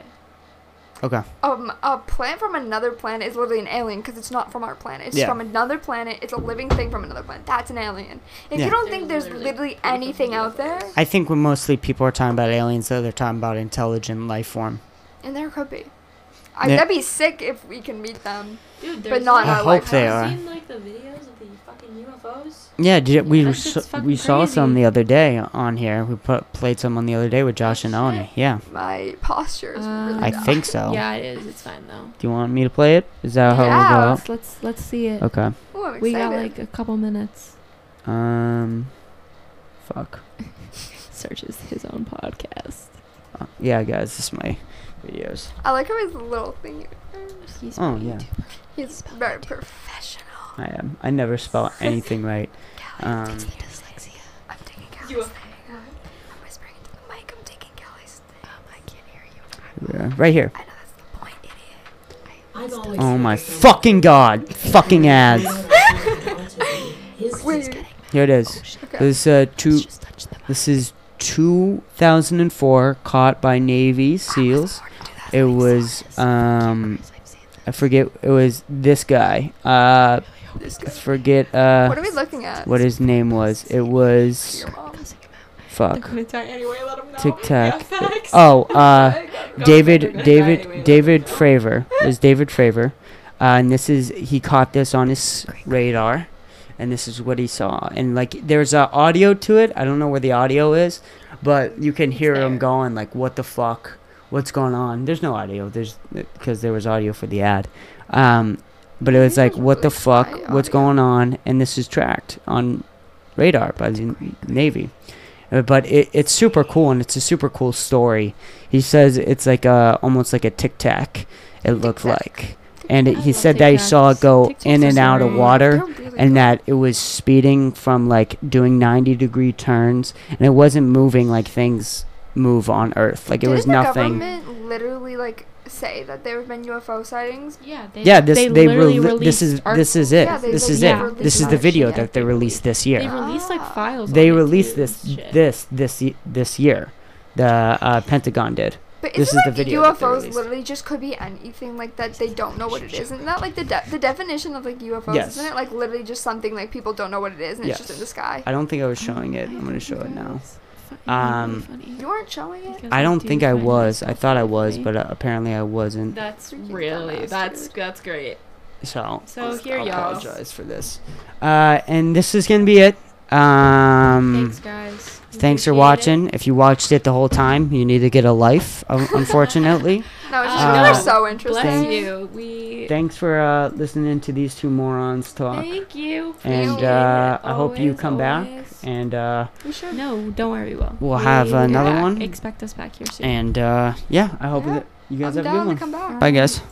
S4: okay.
S1: Um, a plant from another planet is literally an alien because it's not from our planet. It's
S4: Yeah.
S1: from another planet. It's a living thing from another planet. That's an alien. If
S4: Yeah.
S1: you don't
S3: There's
S1: think there's
S3: literally
S1: literally
S3: proof of
S1: anything out there,
S3: universe.
S4: I think when mostly people are talking about aliens, though, they're talking about intelligent life form.
S1: and there could be. I,
S4: Yeah.
S1: That'd be sick if we can meet them.
S3: Dude,
S1: there's, not like- in
S4: I
S1: our
S4: hope they
S3: Have
S4: are.
S3: you seen like the videos of the fucking UFOs?
S4: Yeah, did, we
S3: Yeah, that
S4: s-
S3: shit's fucking
S4: we saw some
S3: crazy. Oh,
S4: the other day on here. We put, played some on the other day with Josh and Oni.
S3: Shit.
S4: Yeah,
S1: My posture is
S3: Uh,
S1: really
S4: I
S1: bad.
S4: think so.
S3: Yeah, it is. It's fine though.
S4: Do you want me to play it? Is that how
S1: Yeah.
S4: we'll
S3: Let's let's, let's see it.
S4: go? Okay.
S1: Ooh, I'm
S3: We got
S1: excited.
S3: like a couple minutes.
S4: Um, fuck.
S3: Searches his own podcast.
S4: Uh, yeah, guys, this is my videos.
S1: I like how his little thing.
S3: He's
S4: Oh
S3: pretty
S4: yeah,
S1: He's very professional.
S4: I am. I never spell anything right. Um,
S1: It's the dyslexia. I'm taking Kelly's thing. I'm whispering into the mic. I'm taking Kelly's thing. Um, I can't hear you.
S4: yeah, right here.
S1: I know that's the point, idiot.
S14: I've always
S4: Oh my
S14: felt-
S4: fucking god. Fucking ads.
S1: Wait.
S4: Here it is.
S1: Okay.
S4: This uh two This is 2004 caught by Navy SEALs. It was um I forget it was this guy. Uh I forget
S1: what
S4: uh
S1: are we looking at?
S4: what his name was. It was
S1: Your mom.
S4: fuck.
S12: gonna die anyway. Let him know.
S4: Tic
S3: (laughs)
S4: Tac.
S12: Yeah, thanks.
S4: Oh, uh
S12: Go for
S4: David
S12: it. Anyway,
S4: David
S12: let
S4: David Fravor. It was David Fravor. Uh, and this is he caught this on his radar and this is what he saw. And like there's uh, audio to it. I don't know where the audio is, but you can hear him going like what the fuck? What's going on? There's no audio. There's because there was audio for the ad. Um but it was
S1: Maybe
S4: like
S1: there's
S4: what
S1: really
S4: the fuck?
S1: high
S4: What's
S1: audio.
S4: going on? And this is tracked on radar by the Navy. Uh, But it, it's super cool and it's a super cool story. He says it's like a almost like a tic tac. It looked like, and it,
S12: I
S4: he
S12: love
S4: said that he
S12: Tic
S4: saw it
S12: Tacs.
S4: go
S12: Tic Tacs
S4: in
S12: are
S4: and
S12: so
S4: out of
S12: good.
S4: water,
S1: They're really
S4: and
S1: good.
S4: that it was speeding from like doing ninety degree turns, and it wasn't moving like things move on Earth. Like it
S1: Didn't
S4: was
S1: the
S4: nothing.
S1: government literally like say that there have been UFO sightings?
S12: Yeah, they,
S4: Yeah, this they,
S12: literally
S4: rele- this is
S12: released art-
S4: this is it.
S1: Yeah, they
S4: this is
S1: released-
S4: it.
S1: released
S4: This is the
S1: art,
S4: video
S1: yeah.
S4: that they released this year.
S12: They released
S3: Ah.
S12: like files.
S4: They
S12: on it,
S4: released
S12: too, and
S4: this
S12: shit.
S4: this this y- this year. The uh, Pentagon did.
S1: But
S4: This
S1: isn't
S4: is the
S1: like
S4: video that they
S1: UFOs
S4: released.
S1: literally just could be anything like that they don't know what it is? Isn't that like the de- the definition of like UFOs?
S4: Yes.
S1: Isn't it like literally just something like people don't know what it is and it's just
S4: Yes.
S1: in the sky?
S4: I don't think I was showing it. I'm gonna show it now. Um,
S1: You aren't showing it.
S12: Because
S4: I don't think
S12: do
S4: I
S12: find
S4: was. I
S12: myself
S4: thought I was,
S12: funny.
S4: but uh, apparently I wasn't.
S12: That's
S1: Freaking
S12: really
S1: dumbass,
S12: that's
S1: dude.
S12: that's great.
S4: So,
S12: So
S4: I
S12: here y'all.
S4: apologize for this. Uh, and this is gonna be it. Um,
S12: Thanks
S4: thanks,
S12: guys. We
S4: for
S12: appreciate it.
S4: watching. If you watched it the whole time, you need to get a life. un- unfortunately,
S1: No, it's just
S12: Uh,
S1: they were so interesting.
S12: Bless
S4: Thank-
S12: you. We
S4: thanks for uh, listening to these two morons talk.
S12: thank you.
S4: And
S12: Appreciate
S4: uh,
S12: it.
S4: I hope you
S12: Always,
S4: come back.
S12: always.
S4: And uh,
S1: We should.
S12: No, don't worry, we will.
S4: We'll have
S12: will be
S4: another
S12: back.
S4: one.
S12: Expect us back here soon.
S4: and uh, yeah, I hope
S1: Yeah,
S4: that you guys
S1: I'm down
S4: have a good
S1: to
S4: one.
S1: come back.
S4: Bye, guys.